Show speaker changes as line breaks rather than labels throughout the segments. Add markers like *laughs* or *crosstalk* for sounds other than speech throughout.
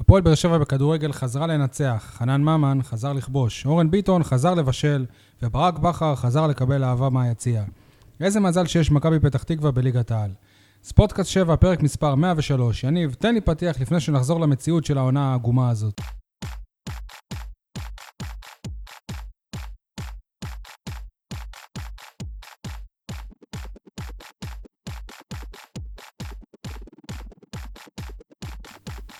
הפועל באר שבע בכדורגל חזרה לנצח, חנן ממן חזר לכבוש, אורן ביטון חזר לבשל, וברק בכר חזר לקבל אהבה מהיציע. איזה מזל שיש מכבי פתח תקווה בליגת העל. ספורטקאסט 7, פרק מספר 103. יניב, תן לי פתיח לפני שנחזור למציאות של העונה העגומה הזאת.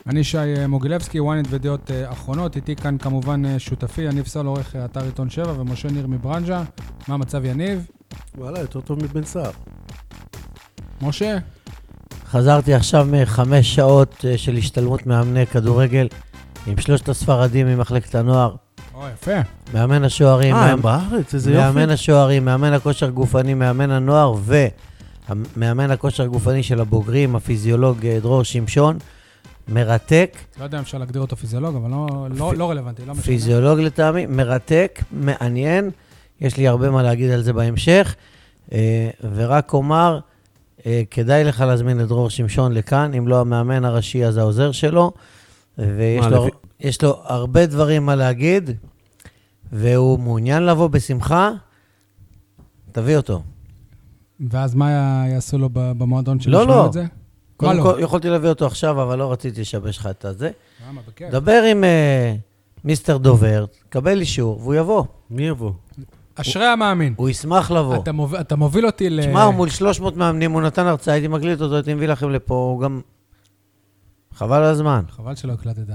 אני שי אה, מוגילבסקי, ynet ודעות אה, אחרונות. איתי כאן כמובן אה, שותפי, יניב סול, עורך אה, אתר עיתון 7, ומשה ניר מברנז'ה. מה המצב יניב?
וואלה, יותר טוב מבן
אה,
סער.
משה?
חזרתי עכשיו מחמש שעות אה, של השתלמות מאמני כדורגל עם שלושת הספרדים ממחלקת הנוער,
או, יפה.
מאמן השוערים,
אה,
מאמן-
הם בארץ, איזה
מאמן
יופי.
השוערים, מאמן הכושר גופני, מאמן הנוער ומאמן הכושר גופני של הבוגרים, הפיזיולוג אה, דרור שמשון, מרתק,
לא יודע אם אפשר להגדיר אותו פיזיולוג, אבל לא, לא,
פי-
לא רלוונטי, לא משנה.
פיזיולוג לטעמי, מרתק, מעניין, יש לי הרבה מה להגיד על זה בהמשך, אה, ורק אומר, אה, כדאי לך להזמין את דרור שמשון לכאן, אם לא המאמן הראשי אז העוזר שלו, ויש
מה,
לו,
לפי-
יש לו הרבה דברים מה להגיד, והוא מעוניין לבוא בשמחה, תביא אותו.
ואז מה יעשו לו ב- במועדון שלו?
לא,
ישמעו
לא.
את זה? מה
קודם
לא?
כל, יכולתי להביא אותו עכשיו, אבל לא רציתי לשבש לך את הזה.
למה? בכיף.
דבר עם אה, מיסטר דובר, קבל אישור, והוא יבוא.
מי יבוא?
אשרי המאמין.
הוא ישמח לבוא.
אתה מוביל- אתה מוביל אותי ל...
תשמע, הוא מול 300 מאמנים, הוא נתן הרצאה, הייתי מקליט אותו, הייתי מביא לכם לפה, הוא גם... חבל על הזמן.
חבל שלא הקלטת.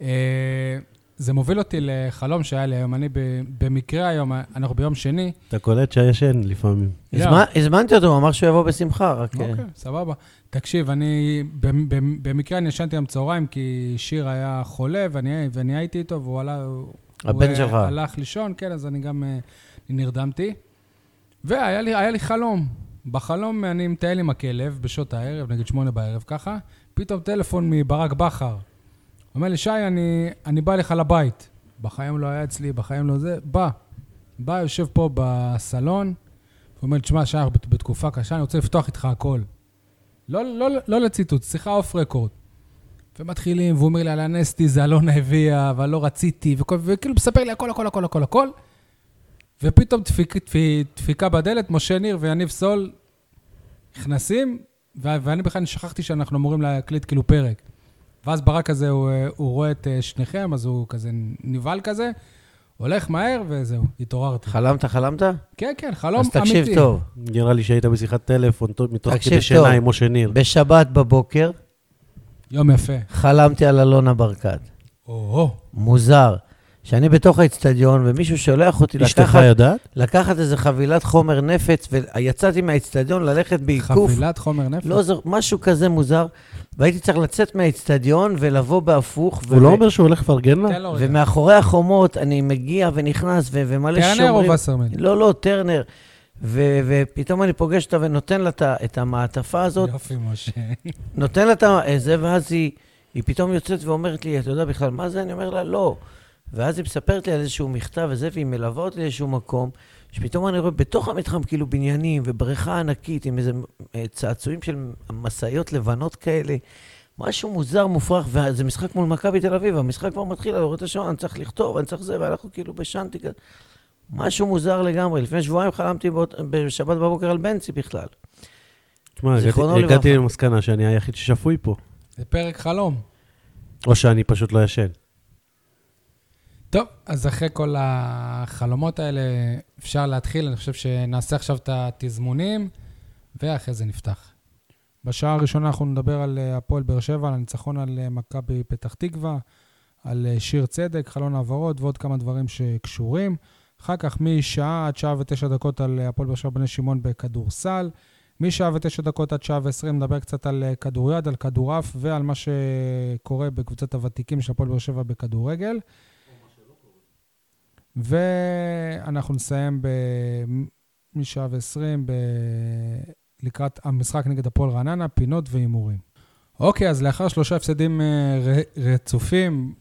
אה, זה מוביל אותי לחלום שהיה לי היום. אני ב- במקרה היום, אנחנו ביום שני.
אתה קולט שהישן לפעמים.
לא.
הזמנ- הזמנתי אותו, הוא אמר שהוא יבוא בשמחה, רק... אה,
אוקיי, סבבה. תקשיב, אני במ- במ- במקרה אני ישנתי היום צהריים, כי שיר היה חולה, ואני ואני הייתי איתו, והוא עלה... הוא-
הבן
הוא,
שלך.
אה, הלך לישון, כן, אז אני גם אה, נרדמתי. והיה לי, היה לי חלום. בחלום אני מטייל עם הכלב בשעות הערב, נגיד שמונה בערב ככה, פתאום טלפון מברק בכר. אומר לי, שי, אני, אני בא לך לבית. בחיים לא היה אצלי, בחיים לא זה. בא. בא, יושב פה בסלון, הוא אומר, תשמע, שי, אנחנו בת- בתקופה קשה, אני רוצה לפתוח איתך הכל. לא, לא, לא לציטוט, שיחה אוף רקורד. ומתחילים, והוא אומר לי, על הנסטי זה אלונה הביאה, אבל לא רציתי, וכל, וכאילו מספר לי הכל, הכל, הכל, הכל, הכל. ופתאום דפיק, דפי- דפיקה בדלת, משה ניר ויניב סול נכנסים, ו- ואני בכלל שכחתי שאנחנו אמורים להקליט כאילו פרק. ואז ברק כזה, הוא, אה, הוא רואה את אה, שניכם, אז הוא כזה נבהל כזה, הולך מהר, וזהו, התעוררתי.
חלמת, חלמת?
כן, כן, חלום
אז
אמיתי.
תקשיב טוב.
נראה לי שהיית בשיחת טלפון טוב, מתוך
תקשיב
כדי
טוב.
שינה עם משה ניר.
בשבת בבוקר
יום יפה.
חלמתי על אלונה ברקת.
או-הו.
מוזר, שאני בתוך האצטדיון ומישהו שולח אותי
אשתך
לקחת...
יודעת?
לקחת איזה חבילת חומר נפץ, ויצאתי מהאצטדיון ללכת בעיקוף.
חבילת חומר נפש.
לא זוכר, משהו כזה מוזר, והייתי צריך לצאת מהאצטדיון ולבוא בהפוך.
הוא לא אומר שהוא הולך לפרגן לה?
תן לו רגע.
ומאחורי החומות אני מגיע ונכנס ו- ומלא שומרים.
טרנר או וסרמן?
לא, לא, טרנר. ו- ופתאום אני פוגש אותה ונותן לה את ה- את המעטפה הזאת,
יופי, משה.
נותן לה את ה- זה, ואז היא, היא פתאום יוצאת ואומרת לי, אתה יודע בכלל מה זה? אני אומר לה, לא. ואז היא מספרת לי על איזשהו מכתב וזה, והיא מלווה אותי לאיזשהו מקום, שפתאום אני רואה בתוך המתחם כאילו בניינים ובריכה ענקית עם איזה אה, צעצועים של משאיות לבנות כאלה. משהו מוזר, מופרך, וזה משחק מול מכבי תל אביב, המשחק כבר מתחיל, אני רואה את השעון, אני צריך לכתוב, אני צריך זה, ואנחנו כאילו בשנתי כזה. משהו מוזר לגמרי. לפני שבועיים חלמתי באות- בשבת בבוקר על בנצי בכלל.
תשמע, הגעתי-
זיכרונו לברכה.
הגעתי למסקנה שאני היחיד ששפוי פה.
*laughs* זה פרק חלום.
או שאני פשוט לא ישן.
טוב, אז אחרי כל החלומות האלה, אפשר להתחיל. אני חושב שנעשה עכשיו את התזמונים, ואחרי זה נפתח. בשעה הראשונה אנחנו נדבר על אה, הפועל באר שבע, על הניצחון על אה, מכבי פתח תקווה, על אה, שיר צדק, חלון העברות ועוד כמה דברים שקשורים. אחר כך משעה עד שעה ותשע דקות על אה, הפועל באר שבע בני שמעון בכדורסל. משעה ותשע דקות עד שעה ועשרים נדבר קצת על אה, כדוריד, על כדורעף ועל מה שקורה בקבוצת הוותיקים של הפועל באר שבע בכדורגל. ואנחנו נסיים ב... משעה ועשרים ב... לקראת המשחק נגד הפועל רעננה, פינות והימורים. אוקיי, אז לאחר שלושה הפסדים אה, ר- רצופים,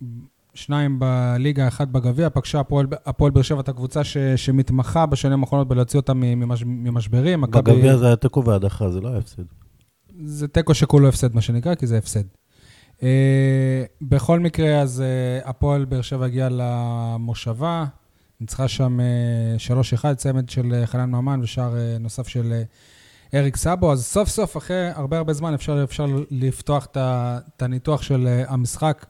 שניים בליגה, אחד בגביע, פגשה הפועל, הפועל באר שבע את הקבוצה ש, שמתמחה בשנים האחרונות בלהוציא אותה מ- ממש, ממשברים. מכבי-
בגביע זה היה תיקו והדחה, זה לא היה הפסד.
זה תיקו שכולו הפסד, מה שנקרא, כי זה הפסד. Uh, אה, בכל מקרה, אז אה, הפועל באר שבע הגיעה למושבה, ניצחה שם אה, 3-1, צמד של אה, חנן ממן ושער אה, נוסף של אה, אריק סאבו. אז סוף סוף, אחרי הרבה הרבה זמן, אפשר, אפשר לפתוח את ה- את הניתוח של אה, המשחק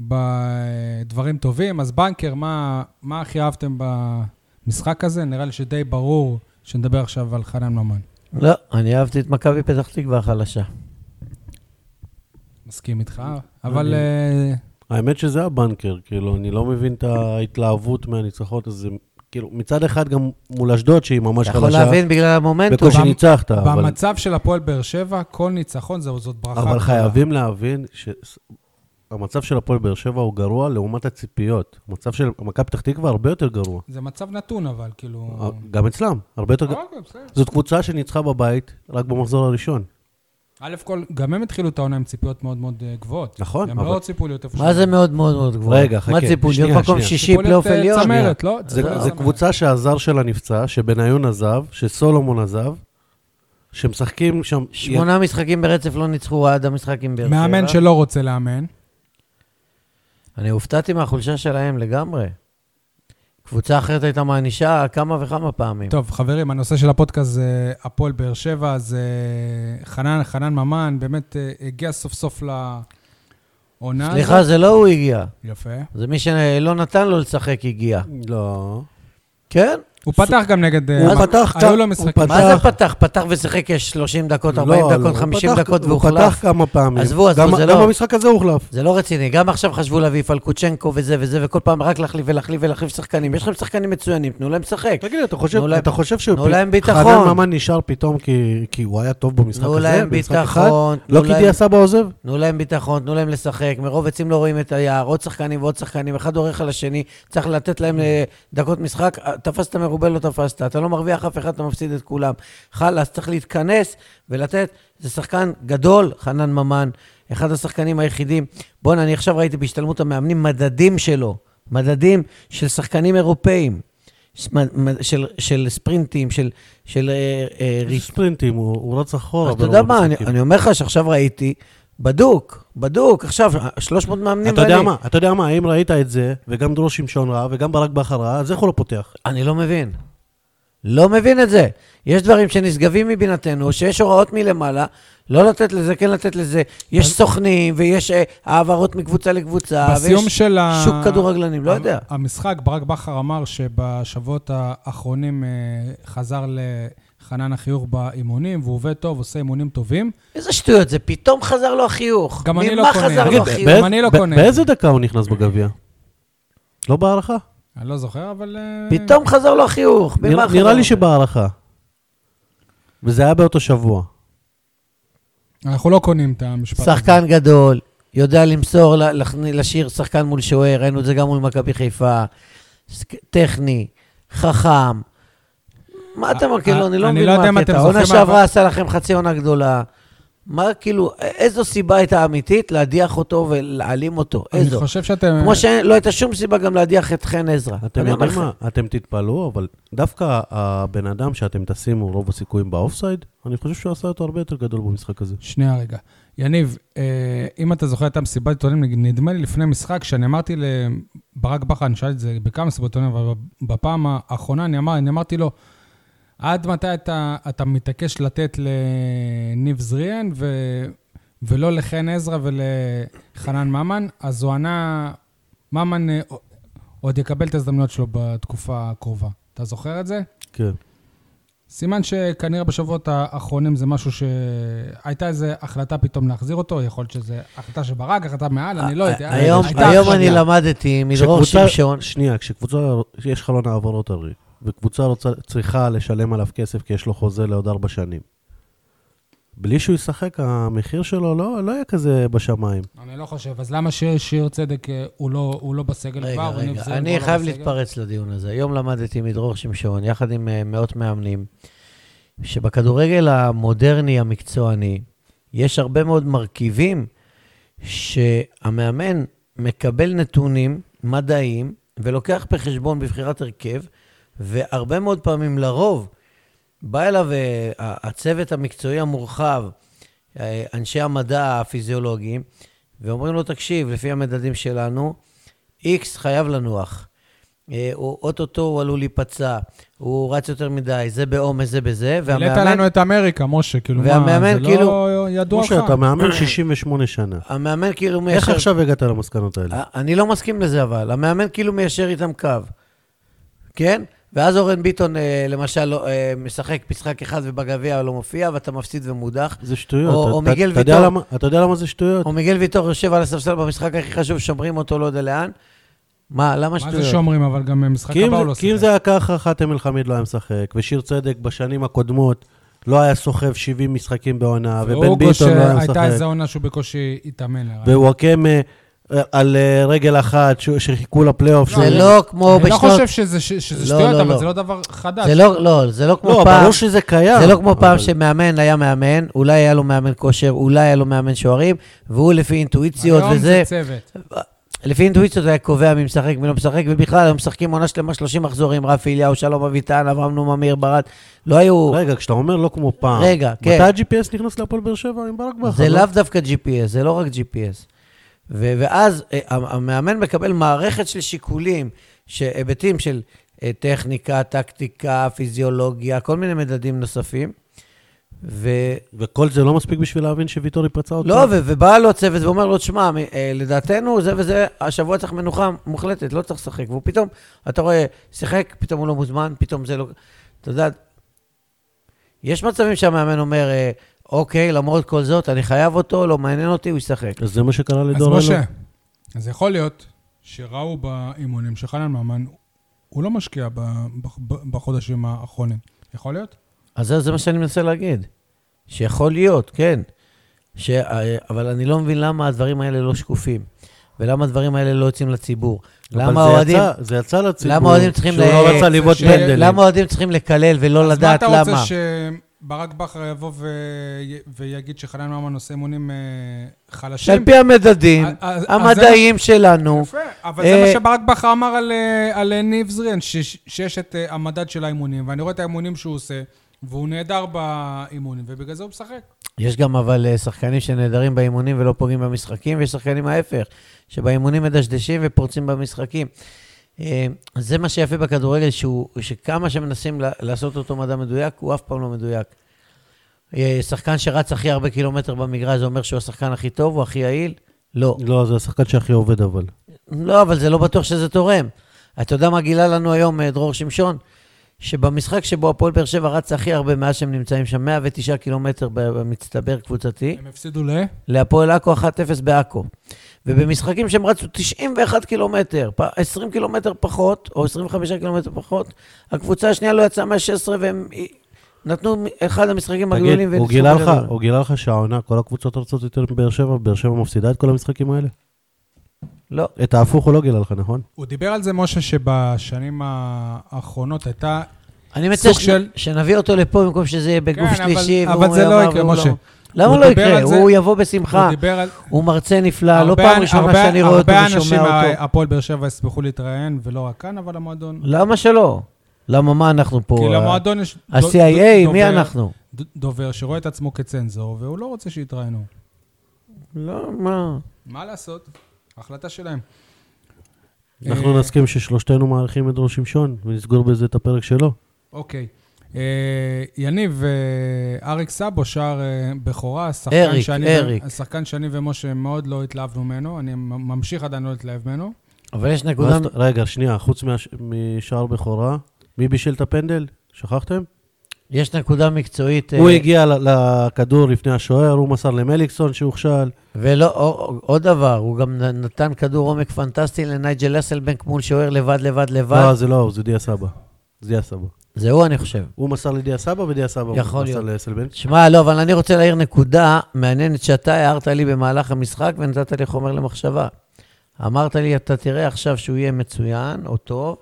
בדברים טובים. אז בנקר, מה, מה הכי אהבתם במשחק הזה? נראה לי שדי ברור שנדבר עכשיו על חנן ממן.
לא, אני אהבתי את מכבי פתח תקווה החלשה.
מסכים איתך, אבל...
אני-
אה,
האמת שזה הבנקר, כאילו, אני לא מבין את ההתלהבות מהניצחון הזה. כאילו, מצד אחד גם מול אשדוד, שהיא ממש
אתה יכול
חלשה,
להבין בגלל המומנטום.
בקושי
במ-
ניצחת, אבל-
במצב של הפועל באר שבע, כל ניצחון זו, זאת ברכה.
אבל
גדולה.
חייבים להבין שהמצב של הפועל באר שבע הוא גרוע לעומת הציפיות. המצב של מכבי פתח תקווה הרבה יותר גרוע. אה,
זה מצב נתון, אבל כאילו...
גם אצלם, הרבה יותר גרוע.
אוקיי,
נכון.
בסדר.
זאת קבוצה שניצחה בבית רק במחזור הראשון.
א' כל, גם הם התחילו את העונה עם ציפיות מאוד מאוד אה, גבוהות.
נכון,
הם
אבל-
לא ציפו להיות איפה
מה
שהם.
זה מאוד מאוד מאוד גבוה?
רגע, חכה,
מה ציפו? להיות
שנייה,
מקום
שנייה.
שישי,
ציפו להיות,
פלייאוף
אה,
עליון?
צמרת, לא?
זה-
ציפו להיות
זה
צמרת.
קבוצה שהזר שלה נפצע, שבניון עזב, שסולומון עזב, שמשחקים שם...
שמונה משחקים ברצף לא ניצחו עד המשחק עם באר שבע.
לא. מאמן שלא רוצה לאמן.
אני הופתעתי מהחולשה שלהם לגמרי. קבוצה אחרת הייתה מענישה כמה וכמה פעמים.
טוב, חברים, הנושא של הפודקאסט זה הפועל באר שבע, אז אה, חנן, חנן ממן, באמת אה, הגיע סוף סוף לעונה הזאת.
סליחה, זה לא הוא הגיע.
יפה.
זה מי שלא נתן לו לשחק הגיע.
לא.
כן?
הוא פתח גם נגד... אה,
הוא
מק-
פתח כ-
היו לו
הוא
משחקים.
פתח-
מה זה פתח? פתח ושיחק כ- 30 דקות, 40
לא,
דקות,
הוא
50
פתח-
דות
הוא
והוחלף.
פתח כמה פעמים.
עזבו, עזבו,
גם-
זה
גם
לא-
במשחק הזה הוא הוחלף.
זה לא רציני. גם עכשיו חשבו להביא פלקוצ'נקו וזה וזה וכל פעם רק להחליף ולהחליף ולהחליף שחקנים. יש לכם שחקנים מצוינים, תנו להם לשחק.
תגיד, אתה חושב,
תנו להם-
אתה חושב שהוא...
תנו להם ביטחון.
חנן ממן נשאר פתאום כי, כי הוא היה טוב במשחק
תנו
הזה?
להם
במשחק אחד?
ביטחון.
לא
תנו
כי
להם-
דיה סבא עוזב?
תנו להם ביטחון, תנו להם לשחק, מרוב עצים לא רואים את היער, עוד שחקנים ועוד שחקנים, אחד דורך על השני, צריך לתת להם אה, דקות משחק, אה, תפסת מרובה לא תפסת, אתה לא מרוויח אף אחד, אתה מפסיד את כולם. חלאס, צריך להתכנס ולתת, זה שחקן גדול, חנן ממן, אחד השחקנים היחידים. בואנה, אני עכשיו ראיתי בהשתלמות המאמנים מדדים שלו, מדדים של שחקנים אירופאים, ש- מ- מ- של, של ספרינטים, של, של אה, אה, ריצ-
ספרינטים, הוא הוא כאילו. רץ
לא,
אחורה.
אז אתה
ברוב
יודע מה, אני,
המשחקים.
אני אומר לך שעכשיו ראיתי, בדוק, בדוק, עכשיו, 300 מאמנים
אתה יודע
ואני-
מה, אתה יודע מה, אם ראית את זה, וגם דרור שמשון ראה, וגם ברק בכר ראה, אז איך הוא לא פותח?
אני לא מבין. לא מבין את זה. יש דברים שנשגבים מבינתנו, שיש הוראות מלמעלה, לא לתת לזה, כן לתת לזה. יש סוכנים, ויש אה, העברות מקבוצה לקבוצה,
בסיום אה,
ויש
של ה...
שוק כדורגלנים, לא
המ-
יודע.
המשחק, ברק בכר אמר שבשבועות האחרונים אה, חזר לחנן החיוך באימונים, והוא עובד טוב, עושה אימונים טובים.
איזה שטויות, זה פתאום חזר לו החיוך.
גם אני לא
ממה
קונה.
חזר
תגיד,
לו
ב-
החיוך?
גם אני לא
ב-
קונה.
באיזה דקה הוא נכנס בגביע? לא בהערכה?
אני לא זוכר, אבל... אה,
פתאום חזר לו החיוך. במה
נראה-
חזר
נראה
לו?
לי שבהערכה. וזה היה באותו שבוע.
אנחנו לא קונים את המשפט הזה.
שחקן גדול, יודע למסור, ל- להכני- לשיר שחקן מול שוער, ראינו את זה גם מול מכבי חיפה. סק- טכני, חכם. מה אתה אומר, כאילו, אני לא
אני
מבין
לא יודע אם
מה
אתם
הקטע.
זוכרים
העונה
מה-
שעברה עשה לכם חצי עונה גדולה. מה, כאילו, א- איזו סיבה הייתה אמיתית להדיח אותו ולהעלים אותו?
אני
איזו.
חושב שאתם...
כמו שלא הייתה שום סיבה גם להדיח את חן עזרא.
אתם
אני אומר
יודעים
לכם.
מה, אתם תתפלאו, אבל דווקא הבן אדם שאתם תשימו רוב הסיכויים באופסייד, אני חושב שהוא עשה אותו הרבה יותר גדול במשחק הזה.
שנייה רגע. יניב, אה, אם אתה זוכר, הייתה מסיבת עיתונים, נדמה לי לפני משחק, שאני אמרתי לברק בכר, אני שאלתי את זה בכמה מסיבות עיתונים, אבל בפעם האחרונה אני, אמר, אני אמרתי לו, עד מתי אתה, אתה מתעקש לתת לניב זריאן ו, ולא לחן עזרא ולחנן ממן? אז הוא ענה, ממן אה, עוד יקבל את ההזדמנויות שלו בתקופה הקרובה. אתה זוכר את זה?
כן.
סימן שכנראה בשבועות האחרונים זה משהו שהייתה איזו החלטה פתאום להחזיר אותו, יכול להיות שזו החלטה של ברק, החלטה מעל, אני לא יודע.
היום-
הייתה
היום
החלטה.
אני למדתי מדרור
כשקבוצה-
שמשון,
שנייה, כשקבוצה, יש חלון העברות הרי, וקבוצה רוצה, צריכה לשלם עליו כסף כי יש לו חוזה לעוד ארבע שנים. בלי שהוא ישחק, המחיר שלו לא, לא יהיה כזה בשמיים.
אני לא חושב, אז למה שיר, שיר צדק אה, הוא לא, הוא לא בסגל כבר?
רגע,
הוא
רגע,
נבזל, הוא
אני
לא
חייב
בסגל?
להתפרץ לדיון הזה. היום למדתי מדרור שמשון, יחד עם אה, מאות מאמנים, שבכדורגל המודרני, המקצועני, יש הרבה מאוד מרכיבים שהמאמן מקבל נתונים מדעיים ולוקח בחשבון בבחירת הרכב, והרבה מאוד פעמים, לרוב, בא אליו אה, ה- הצוות המקצועי המורחב, אה, אנשי המדע הפיזיולוגיים, ואומרים לו, תקשיב, לפי המדדים שלנו, איקס חייב לנוח. אה, הוא אוטוטו הוא עלול להיפצע, הוא רץ יותר מדי, זה בעומס, זה בזה,
העלית לנו את אמריקה, משה, כאילו, מה,
והמאמן,
זה לא
כאילו-
ידוע לך.
משה, אתה מאמן 68
*coughs*
שנה.
המאמן כאילו מיישר...
איך עכשיו הגעת למסקנות האלה?
אה, אני לא מסכים לזה, אבל. המאמן כאילו מיישר איתם קו, כן? ואז אורן ביטון, אה, למשל, לא, אה, משחק משחק אחד ובגביע לא מופיע, ואתה מפסיד ומודח.
זה שטויות.
או-
אתה-
או
אתה-
מיגל
אתה יודע
ויטור.
למה- אתה יודע למה זה שטויות?
או מיגל ויטור יושב על הספסל במשחק הכי חשוב, שומרים אותו לא יודע לאן. מה, למה
מה
שטויות?
זה שומרים, אבל גם במשחק
כי אם
הבא הוא
זה-
לא
כי אם
שיחק.
זה היה ככה, חאתם אל-חמיד לא היה משחק, ושיר צדק בשנים הקודמות לא היה סוחב 70 משחקים בעונה, ובן
ואוגו
ביטון לא היה
שהייתה איזו
משחק,
עונה שהוא בקושי התאמן. לה.
ווואקמה אה, על אה, רגל אחת שהוא- שחיכו לפלייאוף.
זה
שהוא-
לא כמו
אני לא
בשנות...
חושב שזה ש- שזה
לא,
שטויות,
לא,
אבל
לא.
זה לא דבר חדש.
זה לא, לא, זה לא כמו
לא,
פעם.
ברור שזה קיים.
זה לא כמו פעם
אבל-
שמאמן היה מאמן, אולי היה לו מאמן כושר, אולי היה לו מאמן שוערים, והוא לפי אינטואיציות
היום
וזה.
זה צוות.
לפי אינטואיציות היה קובע מי משחק, מי לא משחק, ובכלל, הם משחקים עונה שלמה 30 מחזורים, רפי אליהו, שלום אביטן, אברהם נומה, מאיר ברט, לא היו...
רגע, כשאתה אומר לא כמו פעם,
רגע, כן.
מתי ה-GPS נכנס להפועל באר שבע עם ברק בכר?
זה
לא?
לאו דווקא GPS, זה לא רק GPS. ו- ואז אה, ה- המאמן מקבל מערכת של שיקולים, ש- היבטים של אה, טכניקה, טקטיקה, פיזיולוגיה, כל מיני מדדים נוספים. ו-
וכל זה לא מספיק בשביל להבין שוויטור יפצע אותו?
לא, ו- ובא לו הצוות ואומר לו, תשמע, מ- אה, לדעתנו זה וזה, השבוע צריך מנוחה מוחלטת, לא צריך לשחק. והוא פתאום, אתה רואה, שיחק, פתאום הוא לא מוזמן, פתאום זה לא... אתה יודע, יש מצבים שהמאמן אומר, אה, אוקיי, למרות כל זאת, אני חייב אותו, לא מעניין אותי, הוא ישחק.
אז זה מה שקרה
אז
לדור
משה,
אלו.
אז יכול להיות שראו באימונים שחנן ממן, הוא לא משקיע ב- ב- ב- בחודשים האחרונים. יכול להיות?
אז זה, זה מה שאני מנסה להגיד. שיכול להיות, כן. ש... אבל אני לא מבין למה הדברים האלה לא שקופים, ולמה הדברים האלה לא יוצאים לציבור. למה
אבל זה
האוהדים...
יצא- זה יצא לציבור.
למה האוהדים צריכים
שהוא
ל-
לא רצה לבעוט
ש-
פנדלים.
למה אוהדים צריכים לקלל ולא לא לדעת למה?
אז מה אתה רוצה שברק בכר יבוא ו- ויגיד שחנן ממן עושה אימונים אה, חלשים?
שעל פי המדדים,
אז- אז- אז זה מה-
המדעיים שלנו,
יפה, אבל זה מה
אה,
שברק בכר אמר על, אה, על ניב זרין, ש- שיש את אה, המדד של האימונים, ואני רואה את האימונים שהוא עושה, והוא נהדר באימונים, ובגלל זה הוא משחק.
יש גם אבל אה, שחקנים שנעדרים באימונים ולא פוגעים במשחקים, ויש שחקנים ההפך, שבאימונים מדשדשים ופורצים במשחקים. אה, זה מה שיפה בכדורגל, שהוא, שכמה שמנסים לה- לעשות אותו מדע מדויק, הוא אף פעם לא מדויק. אה, שחקן שרץ הכי הרבה קילומטר במגרש, זה אומר שהוא השחקן הכי טוב, הוא הכי יעיל? לא.
לא, זה השחקן שהכי עובד אבל.
לא, אבל זה לא בטוח שזה תורם. אתה יודע מה גילה לנו היום אה, דרור שמשון? שבמשחק שבו הפועל באר שבע רץ הכי הרבה מאז שהם נמצאים שם, 109 קילומטר במצטבר קבוצתי,
הם הפסידו ל...
להפועל עכו 1-0 בעכו. ובמשחקים שהם רצו 91 קילומטר, פ- 20 קילומטר פחות, או 25 קילומטר פחות, הקבוצה השנייה לא יצאה מה-16 והם אה, נתנו מ- אחד המשחקים
תגיד,
הגדולים.
הוא
וניצחו
גילה לך,
בגדול.
הוא גילה לך שהעונה, כל הקבוצות רצות יותר מבאר שבע, באר שבע מפסידה את כל המשחקים האלה?
לא.
את ההפוך הוא לא גילה לך, נכון?
הוא דיבר על זה, משה, שבשנים האחרונות הייתה...
אני מציע
סוג
ש-
של-
שנביא אותו לפה במקום שזה יהיה בגוף
כן, אבל-
שלישי.
אבל
והוא
זה לא
יאמר
יקרה,
והוא
משה.
למה
הוא
לא
דיבר
יקרה?
על זה-
הוא יבוא
הוא
בשמחה.
דיבר על...
הוא מרצה נפלא, לא
הרבה-
פעם ראשונה
הרבה-
שאני רואה אותו
הרבה אנשים
ושומע אותו.
מהפועל באר שבע ישמחו להתראיין, ולא רק כאן, אבל המועדון...
למה שלא? למה, מה אנחנו פה?
כי
ה-
למועדון יש... דו-
ה-CIA,
דו-
מי
דובר-
אנחנו?
ד- דובר שרואה את עצמו כצנזור, והוא לא רוצה שיתראיינו.
לא, מה?
מה לעשות? החלטה שלהם. אה.
אנחנו נסכים ששלושתנו מעריכים את דרור שמשון, ונסגור בזה את הפרק שלו.
אוקיי. אה, יניב, אה, אריק סאבו שר אה, בכורה, שחקן
אריק,
שאני ו-
אריק.
שחקן שאני ומשה מאוד לא התלהבנו ממנו, אני מ- ממשיך עדיין לא להתלהב ממנו.
אבל יש נקודה...
ואז- רגע, שנייה, חוץ מהש- משער בכורה, מי בישל את הפנדל? שכחתם?
יש נקודה מקצועית, אה,
הוא הגיע ל- לכדור לפני השוער, הוא מסר למליקסון שהוכשל.
ולא, או- עוד דבר, הוא גם נ- נתן כדור עומק פנטסטי לנייג'ל אסלבנק מול שוער לבד, לבד,
לא,
לבד.
זה לא הוא, זה דיה סבא. זה דיה סבא.
זה הוא, אני חושב.
הוא מסר לדיה סבא ודיה סבא
יכול
מסר
להיות.
לאסלבן.
שמע, לא, אבל אני רוצה להעיר נקודה מעניינת שאתה הערת לי במהלך המשחק ונתת לי חומר למחשבה. אמרת לי, אתה תראה עכשיו שהוא יהיה מצוין או טוב,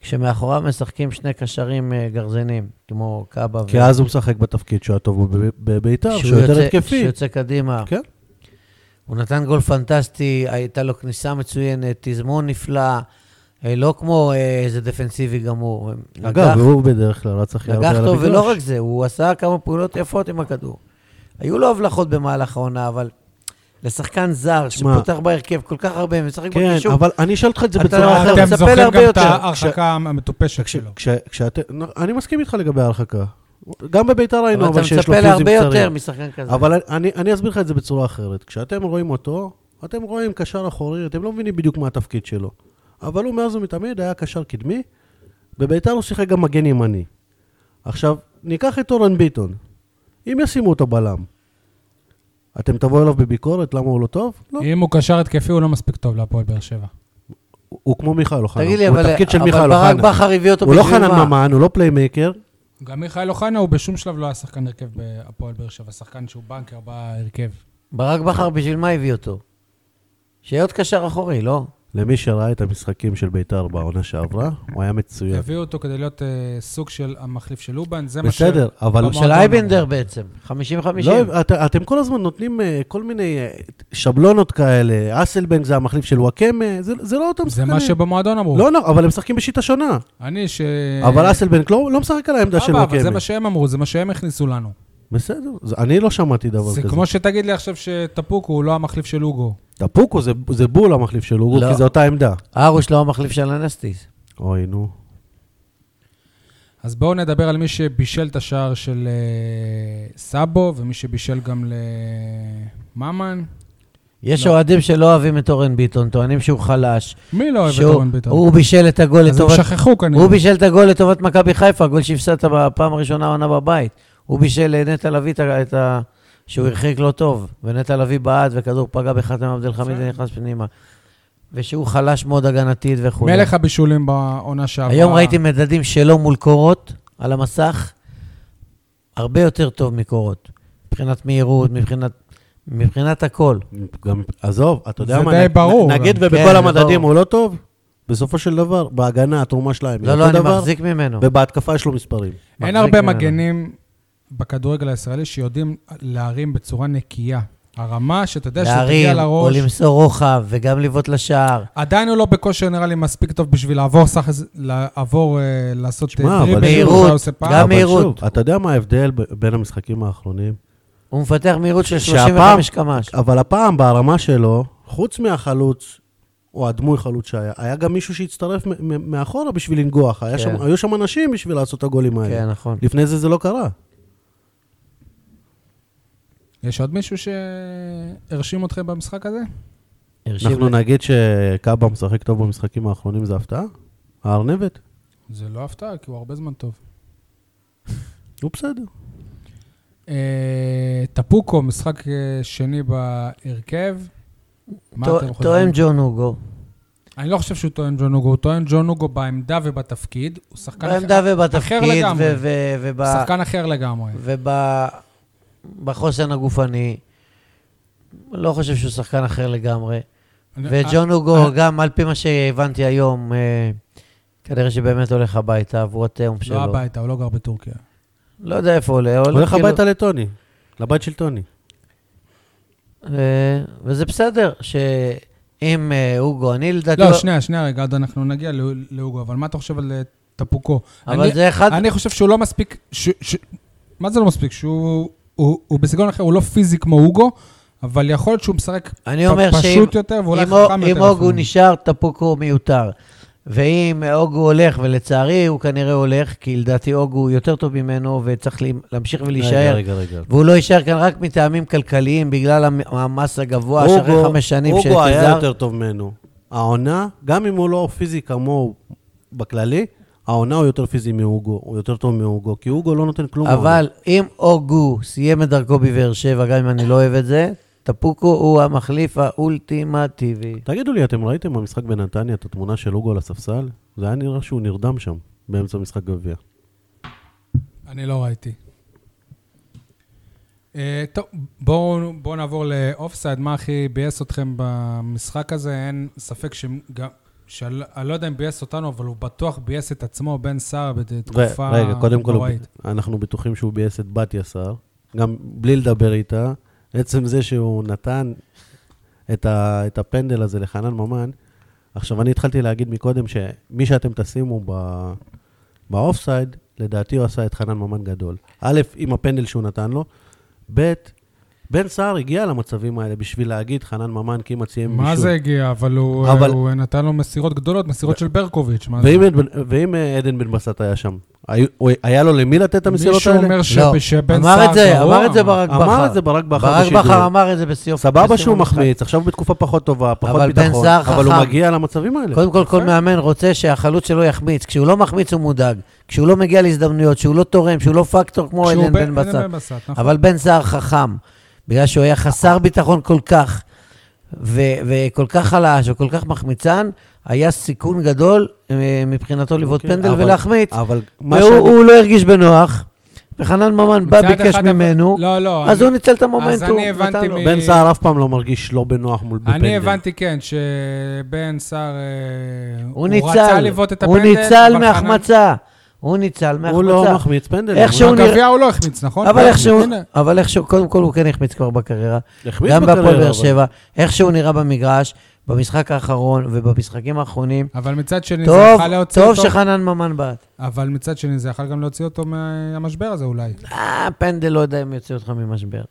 כשמאחוריו משחקים שני קשרים אה, גרזנים, כמו קאבה.
כי אז הוא משחק בתפקיד שהוא היה טוב בו בב- בביתר, שהוא יותר התקפי.
שיוצא קדימה.
כן.
הוא נתן גול פנטסטי, הייתה לו כניסה מצוינת, תזמון נפלא, אה, לא כמו אה, איזה דפנסיבי גמור. נגח-
אגב, הוא בדרך כלל רץ הכי הרבה על
נגח
המגרש.
טוב, ולא רק זה, הוא עשה כמה פעולות יפות עם הכדור. היו לו הבלחות במהלך העונה, אבל לשחקן זר
שמע.
שפותח בהרכב כל כך הרבה ומשחק
כן,
בקישור,
אבל אני אשאל אותך את זה
אתה
בצורה
לא-
אחרת.
מצפה
אתם זוכרים
להרבה
גם את
יותר.
ההרחקה המטופשת
כש-
שלו.
כש- כשאתם... נו, אני מסכים איתך לגבי ההרחקה. גם בביתר
אבל
ראינו,
אתה
אבל שיש לו
מצפה
פיוזים
להרבה יותר
קצרים.
משחקן כזה.
אבל אני, אני אסביר לך את זה בצורה אחרת. כשאתם רואים אותו, אתם רואים קשר אחורי, אתם לא מבינים בדיוק מה התפקיד שלו. אבל הוא מאז ומתמיד היה קשר קדמי, בביתר הוא שיחק גם מגן ימני. עכשיו, ניקח את אורן ביטון. אם ישימו אותו בלם, אתם תבואו אליו בביקורת למה הוא לא טוב? לא.
אם הוא קשר התקפי, הוא לא מספיק טוב להפועל באר שבע.
הוא, הוא כמו מיכאל אוחנה.
תגיד לי,
הוא
אבל
תפקיד של
אבל
מיכאל
ברק
אוחנה.
בכר הביא אותו
הוא לא
בשביל
חנן
מה?
ממן, הוא לא פליימייקר.
גם מיכאל אוחנה, הוא בשום שלב לא היה שחקן הרכב בהפועל באר שבע, שחקן שהוא בנקר בהרכב.
ברק בכר בשביל מה הביא אותו? שיהיה עוד קשר אחורי, לא?
למי שראה את המשחקים של ביתר בעונה שעברה, הוא היה מצוין.
הביאו אותו כדי להיות אה, סוג של המחליף של אובן, זה מה ש...
בסדר, אבל
במועדון
של
אמרו.
אייבנדר בעצם, 50-50.
לא, את, אתם כל הזמן נותנים אה, כל מיני אה, שבלונות כאלה, אסלבנק זה המחליף של וואקמה, זה, זה לא אותם
זה
שחקנים.
מה שבמועדון אמרו.
לא, לא, אבל הם משחקים בשיטה שונה.
אני ש...
אבל אסלבנק לא, לא משחק על העמדה של
אה. סבבה, אבל זה
וואקמה.
מה שהם אמרו, זה מה שהם הכניסו לנו.
בסדר, זה, אני לא שמעתי דבר
זה
כזה.
כמו שתגיד לי עכשיו שטפוקו הוא לא המחליף של אוגו.
טפוקו זה, זה בול המחליף של אוגו,
לא.
כי זה אותה עמדה.
ארוש לא המחליף של אנסטיס.
אוי, נו.
אז בואו נדבר על מי שבישל את השער של אה, סאבו, ומי שבישל גם לממן.
יש
לא.
אוהדים שלא אוהבים את אורן ביטון, טוענים שהוא חלש.
מי לא אוהב את
שהוא-
אורן ביטון?
הוא בישל את הגול
אז הם
לטובת...
שכחו כנראה.
הוא בישל את הגול לטובת מכבי חיפה, הגול שהפסדת בפעם הראשונה העונה בבית. הוא בישל לנטע לביא את ה- את ה... שהוא הרחיק לא טוב, ונטע לביא בעט, וכדור פגע בחתם עבד אל חמיד
בסדר.
ונכנס פנימה. ושהוא חלש מאוד הגנתית וכו'.
מלך הבישולים בעונה שעברה.
היום ראיתי מדדים שלו מול קורות על המסך, הרבה יותר טוב מקורות. מבחינת מהירות, מבחינת, מבחינת הכל.
גם, עזוב, אתה יודע
זה
מה,
די
נ-
ברור
נגיד
גם.
ובכל
כן, זה
המדדים
ברור.
הוא לא טוב, בסופו של דבר, בהגנה התרומה שלהם היא
לא, לא,
אותו
אני
דבר,
מחזיק ממנו.
ובהתקפה יש לו מספרים.
אין
מחזיק
הרבה
ממנו.
מגנים בכדורגל הישראלי שיודעים להרים בצורה נקייה. הרמה שאתה יודע שתגיע
להרים, או
לראש,
למסור רוחב, וגם לבעוט לשער.
עדיין הוא לא בכושר נראה לי מספיק טוב בשביל לעבור סך, לעבור, אה, לעשות
שמע,
אה,
אבל-
דריבל,
מהירות,
שהוא עושה פעם.
גם
אבל
מהירות.
שוב, אתה יודע מה ההבדל ב- בין המשחקים האחרונים?
הוא מפתח מהירות של
שהפעם-
35 קמ"ש.
אבל הפעם ברמה שלו, חוץ מהחלוץ, או הדמוי חלוץ שהיה, היה גם מישהו שהצטרף מ- מ- מאחורה בשביל לנגוח. היה
כן.
שם- היו שם אנשים בשביל לעשות את הגולים האלה.
כן, נכון.
לפני זה זה לא קרה.
יש עוד מישהו שהרשים אתכם במשחק הזה?
הרשים
אנחנו
לי.
נגיד שקאבה משחק טוב במשחקים האחרונים, זה הפתעה? הארנבת?
זה לא הפתעה, כי הוא הרבה זמן טוב.
הוא בסדר.
אה, טפוקו, משחק אה, שני בהרכב. מה
טוע-
אתם
טוען
חושבים?
ג'ון אוגו.
אני לא חושב שהוא טוען ג'ון אוגו, הוא טוען ג'ון אוגו בעמדה ובתפקיד. הוא שחקן אחר-
בעמדה ובתפקיד,
לגמרי.
ו- ו- וב...
שחקן אחר לגמרי.
ובחוסן הגופני. לא חושב שהוא שחקן אחר לגמרי. וג'ון
אה.
הוגו, גם על פי מה שהבנתי היום, אה, כנראה שבאמת הולך הביתה עבור התהום
לא
שלו.
הביתה, הוא לא גר בטורקיה.
לא יודע איפה הוא עולה.
הולך
כאילו-
הביתה לטוני, לבית של טוני.
ו- אה, וזה בסדר, שאם אה, הוגו, אני לדעתי...
לא, שנייה, שנייה רגע, עוד אנחנו נגיע לא- להוגו, אבל מה אתה חושב על אה, טפוקו?
אבל
אני-
זה אחד...
אני חושב שהוא לא מספיק... ש- ש- מה זה לא מספיק? שהוא הוא- הוא בסגנון אחר, הוא לא פיזי כמו הוגו, אבל יכול להיות שהוא משחק
אני
פ-
אומר שאם
פשוט יותר ואולי
אם
חכם
אוג-
יותר.
אם אוגו
אפילו.
נשאר, טפוקו מיותר. ואם אוגו הולך, ולצערי הוא כנראה הולך, כי לדעתי אוגו יותר טוב ממנו, וצריך לה- להמשיך
רגע,
ולהישאר.
רגע, רגע.
והוא לא יישאר כאן רק מטעמים כלכליים, בגלל המ- המס הגבוה, שאחרי
אוגו-
חמש שנים
אוגו היה
שתזר.
יותר טוב ממנו. העונה, גם אם הוא לא פיזי כמוהו בכללי, העונה הוא יותר פיזי מאוגו, הוא יותר טוב מאוגו, כי אוגו לא נותן כלום. העונה.
אבל אם אוגו סיים את דרכו בבאר שבע, גם אם אני לא אוהב את זה, טפוקו הוא המחליף האולטימטיבי.
תגידו לי, אתם ראיתם במשחק בנתניה את התמונה של אוגו על הספסל? זה היה נראה שהוא נרדם שם, באמצע משחק גביע.
אני לא ראיתי. אה, טוב, בואו בואו נעבור לאופסייד. מה הכי ביאס אתכם במשחק הזה? אין ספק שגם... שאני לא יודע אם ביאס אותנו, אבל הוא בטוח ביאס את עצמו, בן סער, בתקופה
ו- רגע, קודם כל, הוא-
נוראית.
אנחנו בטוחים שהוא ביאס את בת יסר, גם בלי לדבר איתה. עצם זה שהוא נתן את, ה, את הפנדל הזה לחנן ממן, עכשיו, אני התחלתי להגיד מקודם שמי שאתם תשימו ב- באופסייד, לדעתי הוא עשה את חנן ממן גדול. א', עם הפנדל שהוא נתן לו, ב', בן סער הגיע למצבים האלה בשביל להגיד, חנן ממן כמעט סיים בישול.
מה זה הגיע? אבל הוא אה,
אבל-
הוא נתן לו מסירות גדולות, מסירות של ברקוביץ'. מה זה?
ואם, עדן- ואם אה, עדן בן בסט היה שם, היו- הוא- היה לו למי לתת את המסירות
מישהו
האלה?
אומר ש-
לא.
שבן
אמר
סער
את זה,
גרוע?
אמר את זה ברק בכר.
אמר את זה ברק בכר
ברק
בשידור.
בכר אמר את זה בסיום.
סבבה
בסיום
שהוא
המשחק.
מחמיץ, עכשיו הוא בתקופה פחות טובה, פחות
אבל בן
ביטחון,
סער
אבל הוא
חכם.
מגיע למצבים האלה.
קודם כל, כל מאמן רוצה שהחלוץ שלו יחמיץ. כשהוא לא מחמיץ הוא מודאג. כשהוא לא מגיע להזדמנויות, כשהוא לא תורם, כשהוא לא פקטור כמו
כשהוא
אלן בן בסט.
בן בסט, נכון.
אבל בן סער חכם, בגלל שהוא היה חסר ביטחון כל כך, ו- וכל כך חלש וכל כך מחמיצן, היה סיכון גדול אה, מבחינתו לבעוט
אוקיי,
פנדל
אבל-
ולהחמיץ.
אבל מה שאני-
והוא הוא לא הרגיש בנוח, וחנן ממן בא,
מצד
ביקש
אחד, אבל-
ממנו,
לא, לא.
אז
אני-
הוא ניצל את
אז
המומנטום,
אני
נתן
הבנתי
לו.
מ-
בן סער אף פעם לא מרגיש לא בנוח מול בפנדל.
אני הבנתי, כן, שבן סער... אה,
הוא ניצל,
רצה לבעוט את
הוא
הפנדל,
ניצל
אבל חנן-
מהחמצה, הוא ניצל מהחמצה.
הוא לא מחמיץ פנדל.
איך שהוא נראה-
בגביע הוא לא החמיץ, נכון?
אבל
כן,
איכשהו,
הנה.
אבל איכשהו, קודם כל הוא כן החמיץ כבר בקריירה.
החמיץ
גם
בקריירה,
בהפועל באר
אבל.
שבע, איך שהוא נראה במגרש, במשחק האחרון ובמשחקים האחרונים.
אבל מצד שני, זה
טוב,
יכל להוציא
טוב
אותו...
שחנן ממן בעט.
אבל מצד שני, זה יכל גם להוציא אותו מהמשבר הזה אולי.
אה, פנדל לא יודע אם יוציא אותך ממשבר.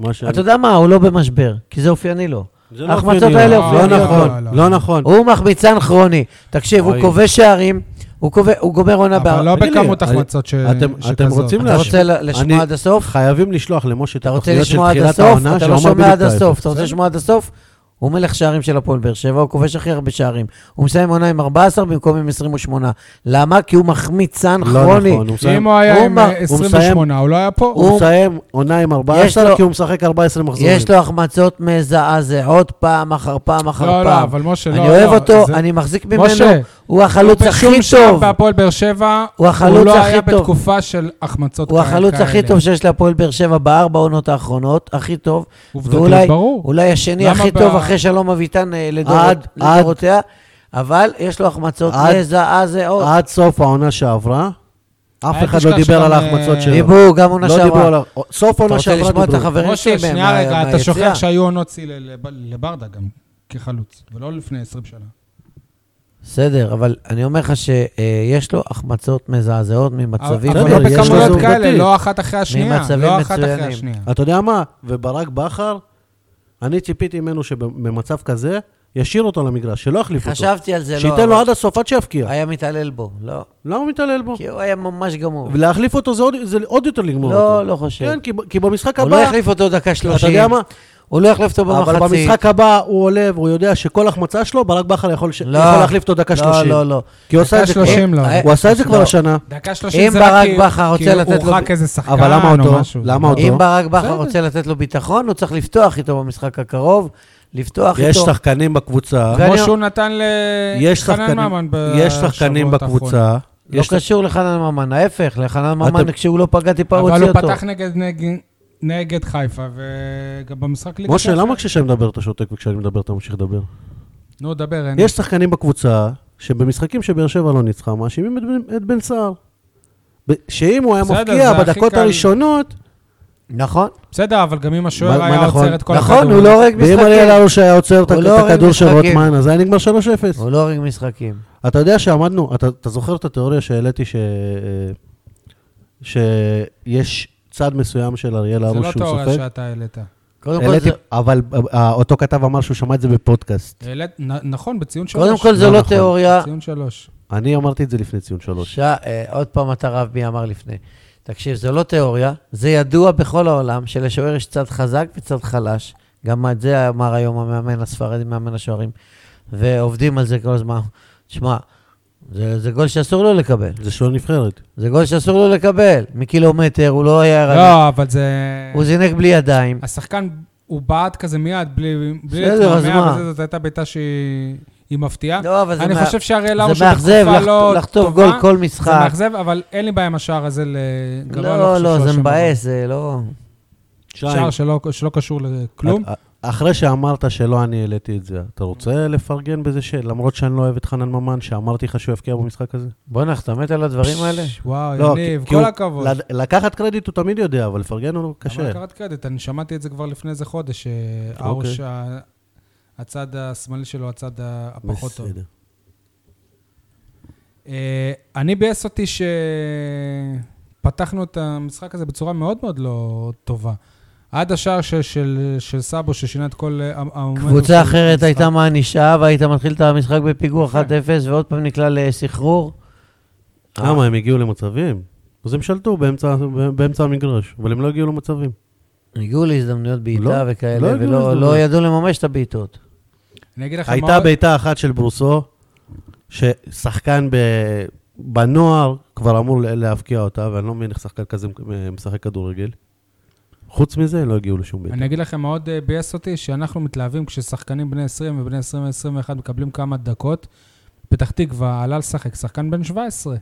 מה שאני-
אתה יודע מה, הוא לא במשבר, כי זה אופייני לו.
זה לא
ההחמצות
אופייני,
האלה
לא
אופייניות.
נכון,
לא, לא,
לא נכון.
הוא מחמיצן כרוני. תקשיב, הוא
אוי.
כובש שערים, הוא כובש- הוא גומר עונה
אבל
בער.
לא
תגיד לי,
בכמות
אני-
החמצות ש-
אתם-
שכזאת.
אתם רוצים
אתה
להשמיע.
רוצה ל- לשמוע
אני-
עד הסוף?
חייבים לשלוח למשה את
אתה רוצה
התוכניות של
לשמוע עד
תחילת
הסוף?
העונה,
אתה
שהוא
לא
אמר
שומע
בדיוק את
עד
ההפך.
הסוף. אתה רוצה לשמוע עד הסוף? הוא מלך שערים של הפועל באר שבע, הוא כובש הכי הרבה שערים. הוא מסיים עונה עם 14 במקום עם 28. למה? כי הוא מחמיצן
לא
כרוני.
נכון, הוא
אם
מסיים-
הוא היה
הוא
עם
מ-
אה,
הוא מסיים-
28, הוא לא היה פה.
הוא
הוא-
מסיים עונה עם
יש
14
לו-
כי הוא משחק 14 מחזורים.
יש לו החמצות מזעזעות פעם אחר פעם אחר
לא,
פעם.
לא, אבל משה, לא,
אני
לא,
אוהב אותו,
זה-
אני מחזיק ממנו.
משה, לא,
הוא החלוץ הכי
בשום שלב
טוב.
בהפועל באר שבע,
הוא
הוא
החלוץ
לא היה
הכי טוב.
בתקופה של החמצות
הוא
כאלה-
החלוץ הכי
כאלה.
טוב שיש להפועל באר שבע בארבע עונות האחרונות, הכי טוב.
עובדתית,
ואולי-
ברור.
אולי השני
למה
הכי
ב-
טוב אחרי שלום אביטן אה, לדור-
עד-
לדורותיה, אבל יש לו החמצות אה,
עד-
מזעזעות.
עד סוף העונה שעברה, אף
אל
אחד
תשכח
לא דיבר
שגם,
על
אה,
ההחמצות שלו.
דיברו גם עונה
לא דיברו על
שעברה.
ה... סוף
אתה
עונה
רוצה
שעברה
לשמוע את
דיברו.
החברים
משה,
שלי מה-
שנייה רגע, אתה
מהיציע?
שוכח שהיו עונות שיא ל- לב- לברדה גם, כחלוץ, ולא לפני 20 שנה.
בסדר, אבל אני אומר לך שיש לו החמצות מזעזעות ממצבים.
אבל
בסדר,
לא
יש
בכמויות
לזה
כאלה,
עובדתית.
לא אחת אחרי השנייה.
ממצבים
לא אחת אחרי
מצוינים.
השנייה.
אתה יודע מה? וברק בכר, אני ציפיתי ממנו שבמצב כזה, ישאיר אותו למגרש, שלא יחליף אותו.
חשבתי על זה, לא.
שייתן לו
אבל
עד הסוף, עד שיפקיע.
היה מתעלל בו, לא.
למה הוא מתעלל בו?
כי הוא היה ממש גמור.
ולהחליף אותו זה עוד- זה עוד יותר לגמור אותו.
לא, לא חושב.
כן, כי ב- כי במשחק
הוא לא
הבא,
יחליף אותו דקה
אתה
שלושים.
יודע מה?
הוא לא יחליף אותו
אבל
במחצית.
במשחק הבא הוא עולה והוא יודע שכל החמצה שלו, ברק בכר יכול ש-
לא.
יכול להחליף אותו דקה 30.
לא, לא, לא.
כי הוא עשה
דקה
את זה
30 לא.
כבר. הוא עשה את זה כבר
לא.
השנה.
דקה 30
אם
זה כאילו- רק
ברק
כי-
בכר רוצה
כי
לתת לו-
הורחק איזה שחקן
אבל למה
או
אותו?
משהו.
למה אותו?
אם ברק בכר
בסדר.
רוצה לתת לו ביטחון, הוא צריך לפתוח איתו במשחק הקרוב. לפתוח
יש
איתו.
שחקנים בקבוצה.
כמו
ואני-
שהוא נתן
יש
לחנן ממן
שחקנים,
בשבועות
יש שחקנים
האחרונים.
בקבוצה.
לא
יש-
קשור לחנן ממן, ההפך, לחנן ממן
אתה-
כשהוא לא פגע טיפה הוא
אבל
הוציא
הוא
אותו.
פתח נגד- נגד- נגד חיפה, וגם במשחק ליגה...
משה,
שלך.
למה כשאני מדבר אתה שותק וכשאני מדבר אתה ממשיך לדבר?
נו, דבר, אין.
יש שחקנים בקבוצה שבמשחקים שבאר שבע לא ניצחה, מאשימים את בן- את בן סער. ב- שאם הוא היה
בסדר,
מפקיע
זה הכי
בדקות
קל.
הראשונות,
נכון,
בסדר, אבל גם אם השוער
מה- מה
היה
נכון?
עוצר את כל הכדור.
נכון, הוא לא הורג
ואם
משחקים.
אלי אלאלוש היה עוצר את
הוא לא
הכ- את
הורג
הכדור של
משחקים.
רוטמן, אז היה נגמר 3-0.
הוא לא הורג משחקים.
אתה יודע שעמדנו, אתה, אתה זוכר את התיאוריה שהעליתי ש... אה, שיש צד מסוים של אריאל
זה
הרוש
לא
שהוא סופג?
תיאוריה שאתה העלית.
קודם כל
העליתי,
זה-
אבל אה, אותו כתב אמר שהוא שמע את זה בפודקאסט.
העלית- נ- נכון, בציון שלוש.
קודם כל זה
לא
לא
נכון.
תיאוריה.
בציון שלוש.
אני אמרתי את זה לפני ציון שלוש.
ש- אה, עוד פעם אתה רב מי אמר לפני. תקשיב, זה לא תיאוריה, זה ידוע בכל העולם שלשוער יש צד חזק וצד חלש. גם את זה אמר היום המאמן הספרדי, מאמן השוערים. ועובדים על זה כל הזמן. תשמע, זה, זה גול שאסור לו לקבל.
זה שוער נבחרת.
זה גול שאסור לו לקבל. מקילומטר, הוא לא היה ערני.
לא, אבל זה...
הוא זינק בלי ידיים.
השחקן, הוא בעט כזה מיד, בלי בלי
בסדר, אז
להתמהמה,
מה?
וזה- זאת הייתה בעיטה שהיא היא מפתיעה.
לא, אבל זה
אני
מה-
חושב שהראל הרוש
זה
הוא
מאכזב
בתקופה
לח-
לא
לחטוף
טובה.
גול כל
זה
משחק.
מאכזב, אבל אין לי בעיה עם השער הזה לגרוע.
לא,
חושב
לא,
שהוא
זה
אשם
מבאס, זה לא...
בגול. שער שלא שלא קשור לכלום.
את- אה, אחרי שאמרת שלא אני העליתי את זה, אתה רוצה לפרגן בזה שלמרות שאני לא אוהב את חנן ממן, שאמרתי לך שהוא יבקיע במשחק הזה?
בואנה, אתה מת על הדברים האלה? לא,
וואו, יניב, כל
הוא-
הכבוד.
לד- לקחת קרדיט הוא תמיד יודע, אבל לפרגן הוא
אבל
קשה.
הכרת קרדיט, אני שמעתי את זה כבר לפני איזה חודש,
אוקיי.
שהאוש, ה- הצד השמאלי שלו, הצד ה- הפחות טוב.
בסדר.
אה, אני ביאס אותי שפתחנו את המשחק הזה בצורה מאוד מאוד לא טובה. עד השער של, של, של סאבו, ששינה את כל... אה, המומנטום של
קבוצה אחרת
המשחק.
הייתה מענישה, והיית מתחיל את המשחק בפיגור 1-0, ועוד פעם נקלע לסחרור.
אה, מה, הם הגיעו למצבים? אז הם שלטו באמצע- באמצע המגרש, אבל הם לא הגיעו למצבים.
הגיעו להזדמנויות
לא,
בעיטה
לא
וכאלה,
הגיעו
ולא
להזדמנויות.
לא ידעו לממש את הבעיטות.
אני אגיד לכם
הייתה בעיטה אחת של ברוסו, ששחקן ב... בנוער כבר אמור ל- להבקיע אותה, ואני לא מבין איך שחקן כזה מ- משחק כדורגל. חוץ מזה, לא הגיעו לשום בעיטה.
אני אגיד לכם, מאוד אה, ביאס אותי, שאנחנו מתלהבים כששחקנים בני 20 ובני 20 ו-21 מקבלים כמה דקות. פתח תקווה עלה לשחק, שחקן בן 17.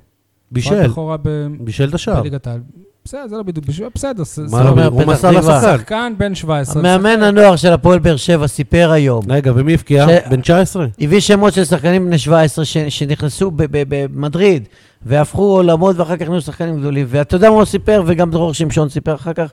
בישל,
רק אחורה ב-
בישל את השער.
בליגת העל. בסדר, זה לא בדיוק בשביל... בסדר, זה-
מה לא
סבבה.
אומר?
פתח
הוא מסר
תקווה.
לשחקן.
שחקן בן 17.
המאמן הנוער של הפועל באר שבע סיפר היום,
רגע, ומי הבקיע?
ש-
בן 19?
הביא שמות של שחקנים בני 17 ש- שנכנסו ב- ב- במדריד, והפכו עולמות ואחר כך נהיו שחקנים גדולים. ואתה יודע מה הוא סיפר, וגם דרור שמשון סיפר אחר כך,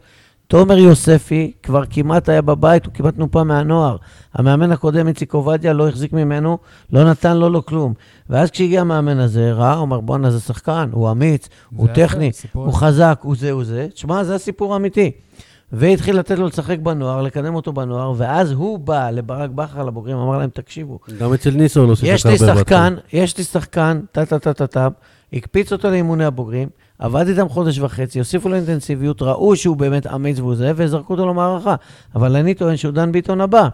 תומר יוספי כבר כמעט היה בבית, הוא כמעט נופה מהנוער. המאמן הקודם, איציק עובדיה, לא החזיק ממנו, לא נתן לו לא כלום. ואז כשהגיע המאמן הזה, ראה, הוא אמר, בואנה, זה שחקן, הוא אמיץ,
זה
הוא
היה
טכני,
סיפור.
הוא חזק, הוא זה, הוא זה. תשמע, זה הסיפור האמיתי. והתחיל לתת לו לשחק בנוער, לקדם אותו בנוער, ואז הוא בא לברק בכר, לבוגרים, אמר להם, תקשיבו,
גם אצל ניסו לא שיחק
יש לי
הרבה בהתחלה.
שחקן, יש לי שחקן, טה-טה-טה-טה, הקפיץ אותו לאימוני הבוגרים, עבד איתם חודש וחצי, הוסיפו לו אינטנסיביות, ראו שהוא באמת אמיץ והוא זה, וזרקו אותו למערכה. אבל אני טוען שהוא דן ביטון הבא.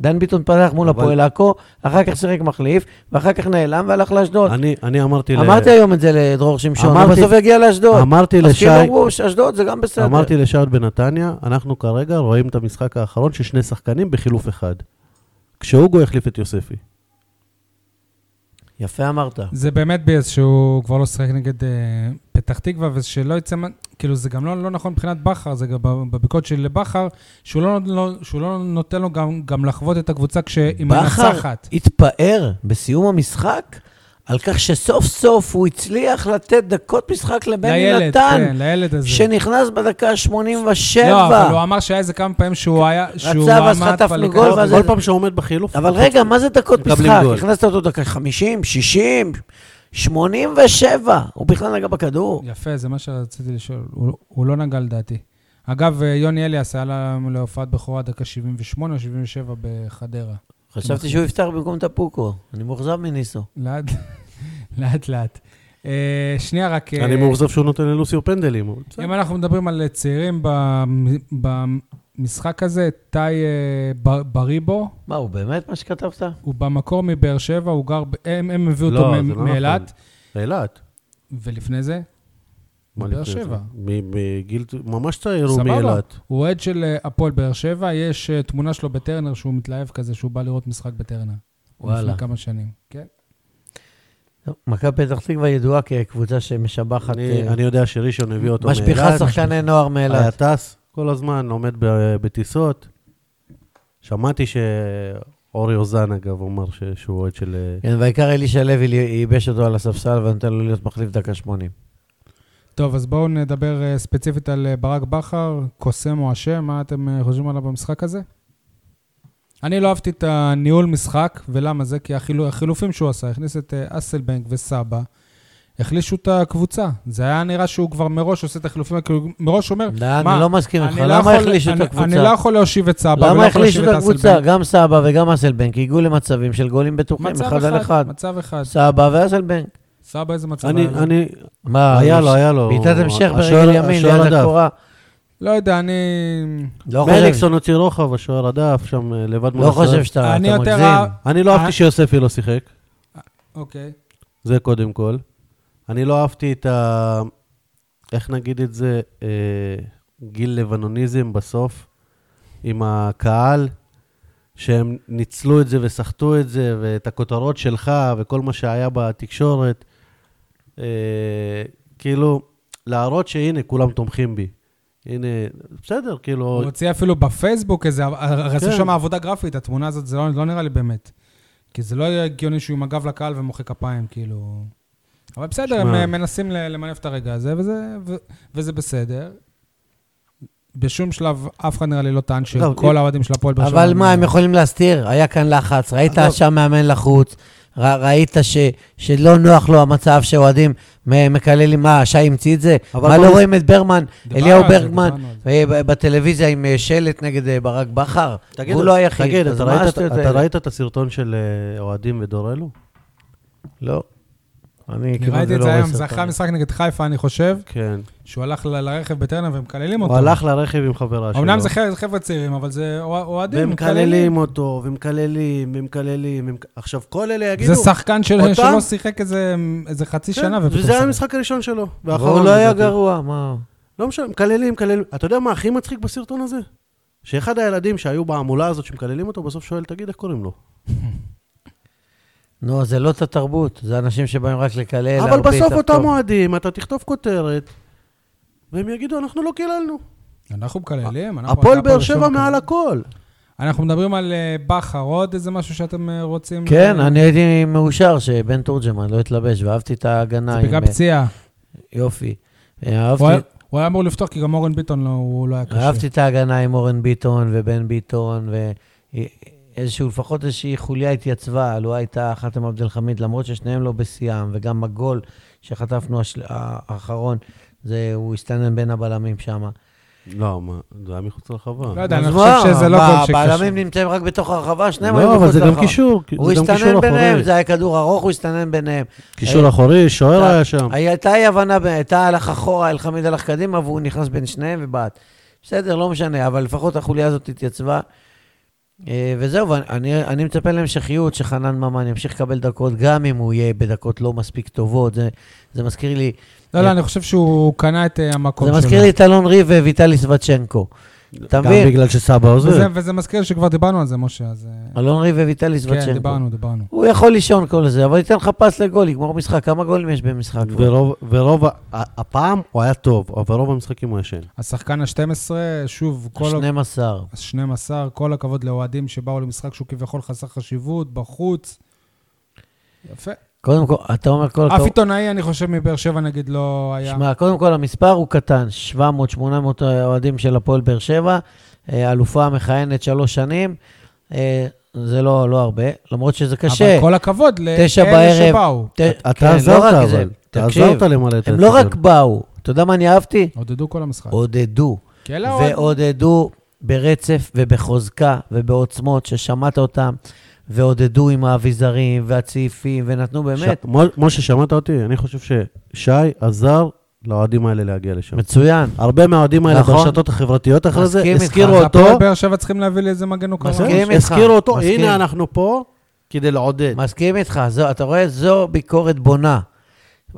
דן ביטון פתח מול
אבל-
הפועל עכו, אחר כך שיחק מחליף, ואחר כך נעלם והלך לאשדוד.
אני- אני אמרתי ל-
אמרתי היום את זה לדרור שמשון, הוא
אמרתי-
בסוף יגיע לאשדוד.
אמרתי
אז כאילו
לשי,
אמרו, אשדוד זה גם בסדר.
אמרתי לשאול בנתניה, אנחנו כרגע רואים את המשחק האחרון של שני שחקנים בחילוף אחד. כשהוגו החליף את יוספי.
יפה אמרת.
זה באמת ביאס שהוא כבר לא שיחק נגד אה, פתח תקווה, ושלא יצא... מה- כאילו, זה גם לא, לא נכון מבחינת בכר, זה גם ב- בביקורת שלי לבכר, שהוא לא, לא, שהוא לא נותן לו גם, גם לחוות את הקבוצה כשהיא
בכר
מנצחת.
התפאר בסיום המשחק על כך שסוף סוף הוא הצליח לתת דקות משחק לבני
לילד,
נתן,
כן, לילד הזה.
שנכנס בדקה ה-87.
לא, אבל הוא אמר שהיה איזה כמה פעמים שהוא היה... שהוא לא,
ואז
עמד
חטפנו
בלקראת-
גול, ואז-
כל פעם שהוא עומד בחילוף.
אבל רגע, מה זה דקות
מקבלים
משחק?
גול.
הכנסת אותו דקה 50, 60, 87. הוא בכלל נגע בכדור.
יפה, זה מה שרציתי לשאול. הוא, הוא לא נגע לדעתי. אגב, אה, יוני אליאס היה לה- להופעת בכורה דקה 78 או 77 בחדרה.
חשבתי שהוא יפתח במקום טפוקו. אני מאוכזב מניסו.
לאט, לאט לאט. אה, שנייה רק... אה,
אני מאוכזב שהוא נותן ללוסיו פנדלים. אבל בסדר.
אם אנחנו מדברים על צעירים במ- במשחק הזה, טי אה, בר- בריבו,
מה, הוא באמת מה שכתבת?
הוא במקור מבאר שבע, הוא גר... ב- הם הם הביאו
לא,
אותו
זה
מ-
לא
מאילת,
אילת.
ולפני זה?
מה
באר
לפני זה?
שבע.
מ- מגיל, ממש צעיר הוא
סבבה.
מאילת.
הוא אוהד של אה, הפועל באר שבע, יש אה, תמונה שלו בטרנר שהוא מתלהב כזה, שהוא בא לראות משחק בטרנר.
וואלה.
לפני כמה שנים, כן.
טוב, מכבי פתח תקווה ידועה כקבוצה שמשבחת,
אני
אה, לא
אני יודע שראשון הביא אותו מאילת.
משביחה שחקני נוער מאילת.
היה טס כל הזמן, עומד ב- בטיסות. שמעתי שאורי אוזן, אגב, אמר ש- שהוא אוהד של... אה,
כן, והעיקר אלישע לוי לי- ייבש אותו על הספסל ונותן לו להיות מחליף דקה 80.
טוב, אז בואו נדבר אה, ספציפית על אה, ברק בכר, קוסם או אשם, מה אתם אה, חושבים עליו במשחק הזה? אני לא אהבתי את הניהול משחק, ולמה זה? כי החילו- החילופים שהוא עשה, הכניס את אה, אסלבנק וסבא, החלישו את הקבוצה. זה היה נראה שהוא כבר מראש עושה את החילופים, כאילו מראש אומר,
לא, אני
מה?
לא מסכים
אני
איתך,
לא
למה
יכול-
החלישו את
אני- אני לא
הקבוצה?
יכול להושיב את סבא, ולא
למה
יכול
החלישו
להושיב
את
את
הקבוצה?
אסלבנק.
גם סבא וגם אסלבנק הגיעו למצבים של גולים בטוחים, אחד על אוקיי, אחד.
מצב אחד.
סבא ואסלבנק.
סבא איזה
כן,
מצב
אני,
היה לו?
אני,
מה,
היה לו, היה לו.
אה,
אה,
בעיטת המשך
השוער-
ברגל ימין,
השוער
ליד
הדף.
הקורה.
לא יודע, אני...
לא חושב-
מליקסון הוציא רוחב, השוער הדף, שם אה, לבד מול
לא
השוער.
חושב שאתה אתה
אני יותר
מגזים.
רע-
אני לא
אה?
אהבתי שיוספי לא שיחק,
אוקיי.
זה קודם כל. אני לא אהבתי את ה... איך נגיד את זה? אה, גיל לבנוניזם בסוף, עם הקהל, שהם ניצלו את זה וסחטו את זה, ואת הכותרות שלך, וכל מה שהיה בתקשורת. אה, כאילו, להראות שהנה, כולם תומכים בי. הנה, בסדר, כאילו...
הוא הוציא אפילו בפייסבוק איזה, עשו
כן.
שם עבודה גרפית, התמונה הזאת, זה לא לא נראה לי באמת. כי זה לא יהיה הגיוני שהוא עם הגב לקהל ומוחא כפיים, כאילו... אבל בסדר, הם
שמע.
אה, מנסים ל- למנף את הרגע הזה, וזה- ו- וזה בסדר. בשום שלב, אף אחד נראה לי לא טען
אגב,
שכל
אם-
האוהדים של הפועל באר שבע...
לא.
אבל מה, הם יכולים להסתיר? היה כאן לחץ, ראית
עזוב.
שם מאמן לחוץ, ר- ראית ש, שלא נוח לו המצב שאוהדים מ- מקללים, מה, שי המציא את זה?
אבל
מה,
בוא
לא
נס-
רואים את ברמן,
דיברנו
אליהו
על זה,
ברגמן,
נכון.
דיברנו על זה.
אה, ב- בטלוויזיה עם אה, שלט נגד אה, ברק בכר?
תגיד,
הוא לא היחיד.
תגיד,
אז
אתה
מה
ראית את-
השטויות
אתה
האלה?
ראית את הסרטון של אה, אוהדים ודור אלו?
לא. אני
אני
כמעט
ראיתי
ולא
את זה
רואה
היום,
סרטון.
זה אחרי המשחק נגד חיפה, אני חושב,
כן.
שהוא הלך ל- לרכב בטרנר ומקללים אותו.
הוא הלך לרכב עם חברה שלו.
אמנם זה חבר'ה- זה חבר'ה צעירים, אבל זה אוה- אוהדים,
ומקללים אותו, ומקללים, ומקללים. ומק- עכשיו, כל אלה יגידו...
זה שחקן של-
אותם?
שלא שיחק איזה איזה חצי
כן,
שנה, ופתאום
וזה היה
שיחק.
המשחק הראשון שלו.
והוא
והאחרון,
לא היה
לדעתי.
גרוע, מה?
לא משנה, מקללים, מקללים. אתה יודע מה הכי מצחיק בסרטון הזה? שאחד הילדים שהיו בהמולה הזאת שמקללים אותו, בסוף שואל, תגיד, איך קוראים לו?
נו, זה לא את התרבות, זה אנשים שבאים רק לקלל,
אבל
להרביץ,
בסוף
לחטוף.
אותם אוהדים, אתה תכתוב כותרת, והם יגידו, אנחנו לא קיללנו.
אנחנו מקללים, אנחנו...
הפועל
אתה
באר
פה
שבע
ראשון
מעל
מקלל.
הכל.
אנחנו מדברים על אה, בכר, עוד איזה משהו שאתם אה, רוצים...
כן,
אה,
אני הייתי מאושר שבן תורג'מן לא התלבש, ואהבתי את ההגנה.
זה
עם,
בגלל
אה,
פציעה.
יופי. אה, אהבתי
הוא היה- הוא היה אמור לפתוח, כי גם אורן ביטון לא- הוא לא היה קשה.
אהבתי את ההגנה עם אורן ביטון ובן ביטון, ואיזשהו, לפחות איזושהי חוליה התייצבה, לו הייתה חתם עבד אל חמיד, למרות ששניהם לא בשיאם, וגם הגול שחטפנו השל... האחרון, זה, הוא הסתנן בין הבלמים שם.
לא, מה, זה היה מחוץ לרחבה.
לא יודע, אני
אז
חושב
מה,
שזה לא
מה,
גול שקשה.
הבלמים נמצאים רק בתוך הרחבה, שניהם היו
לא, אבל
מחוץ
זה גם
לרחבה.
קישור,
הוא
זה גם קישור
הסתנן ביניהם,
אחורי.
זה היה כדור ארוך, הוא הסתנן ביניהם.
קישור אחורי, שוער
אתה-
היה שם.
הייתה אי הבנה, ב- הייתה הלך אחורה, אלחמיד הלך קדימה, והוא נכנס בין שניהם ובעט. בסדר, לא משנה, אבל לפחות החוליה הזאת התייצבה. אה, וזהו, ואני אני מצפה להמשכיות שחנן ממן ימשיך לקבל דקות, גם אם הוא יהיה בדקות לא מספיק טובות. זה, זה מזכיר לי
לא, לא, אני חושב שהוא קנה את אה, המקום
זה
שלו.
מזכיר לי את אלון ריב וויטלי סבצ'נקו. אתה
גם
מבין?
בגלל שסבא עוזב.
וזה- וזה מזכיר שכבר דיברנו על זה, משה, אז... אה,
אלון ריב וויטלי סבצ'נקו.
כן, דיברנו, דיברנו.
הוא יכול לישון כל זה, אבל ייתן לך פס לגול, יגמור משחק. כמה גולים יש במשחק?
ורוב, ורוב, ה- הפעם הוא היה טוב, אבל רוב המשחקים הוא ישן.
השחקן ה-12, שוב, כל...
12.
אז 12, כל הכבוד לאוהדים שבאו למשחק שהוא כביכול חסר חשיבות, בחוץ. יפה.
קודם כל, אתה אומר כל
אף
הכבוד.
עיתונאי, אני חושב, מבאר שבע נגיד לא היה.
שמע, קודם כל המספר הוא קטן, 700-800 אוהדים של הפועל באר שבע, אה, אלופה מכהנת שלוש שנים, אה, זה לא, לא הרבה, למרות שזה קשה.
אבל כל הכבוד לאלה
תשע בערב.
שבאו.
ת-
אתה
כן, לא
עזרת
רק
אבל,
זה,
אתה
תקשיב,
עזרת למלא את
הם
האצטדיון.
לא רק באו, אתה יודע מה אני אהבתי?
עודדו כל המשחק. כן, לא,
עודדו,
כי אוקיי. אלה עוד...
ועודדו ברצף ובחוזקה ובעוצמות ששמעת אותם, ועודדו עם האביזרים והצעיפים, ונתנו באמת,
ש- מו- משה, שמעת אותי? אני חושב ששי עזר לאוהדים האלה להגיע לשם.
מצוין.
הרבה מהאוהדים האלה
נכון.
ברשתות החברתיות אחרי זה,
מסכים איתך.
הזכירו
אז
אז הפועל
אותו,
באר שבע צריכים להביא לי איזה מגן הוקרה.
בסדר?
מסכים איתך,
הזכירו אותו,
מסכים.
הנה אנחנו פה כדי לעודד.
כן.
מסכים איתך, זו, אתה רואה, זו ביקורת בונה.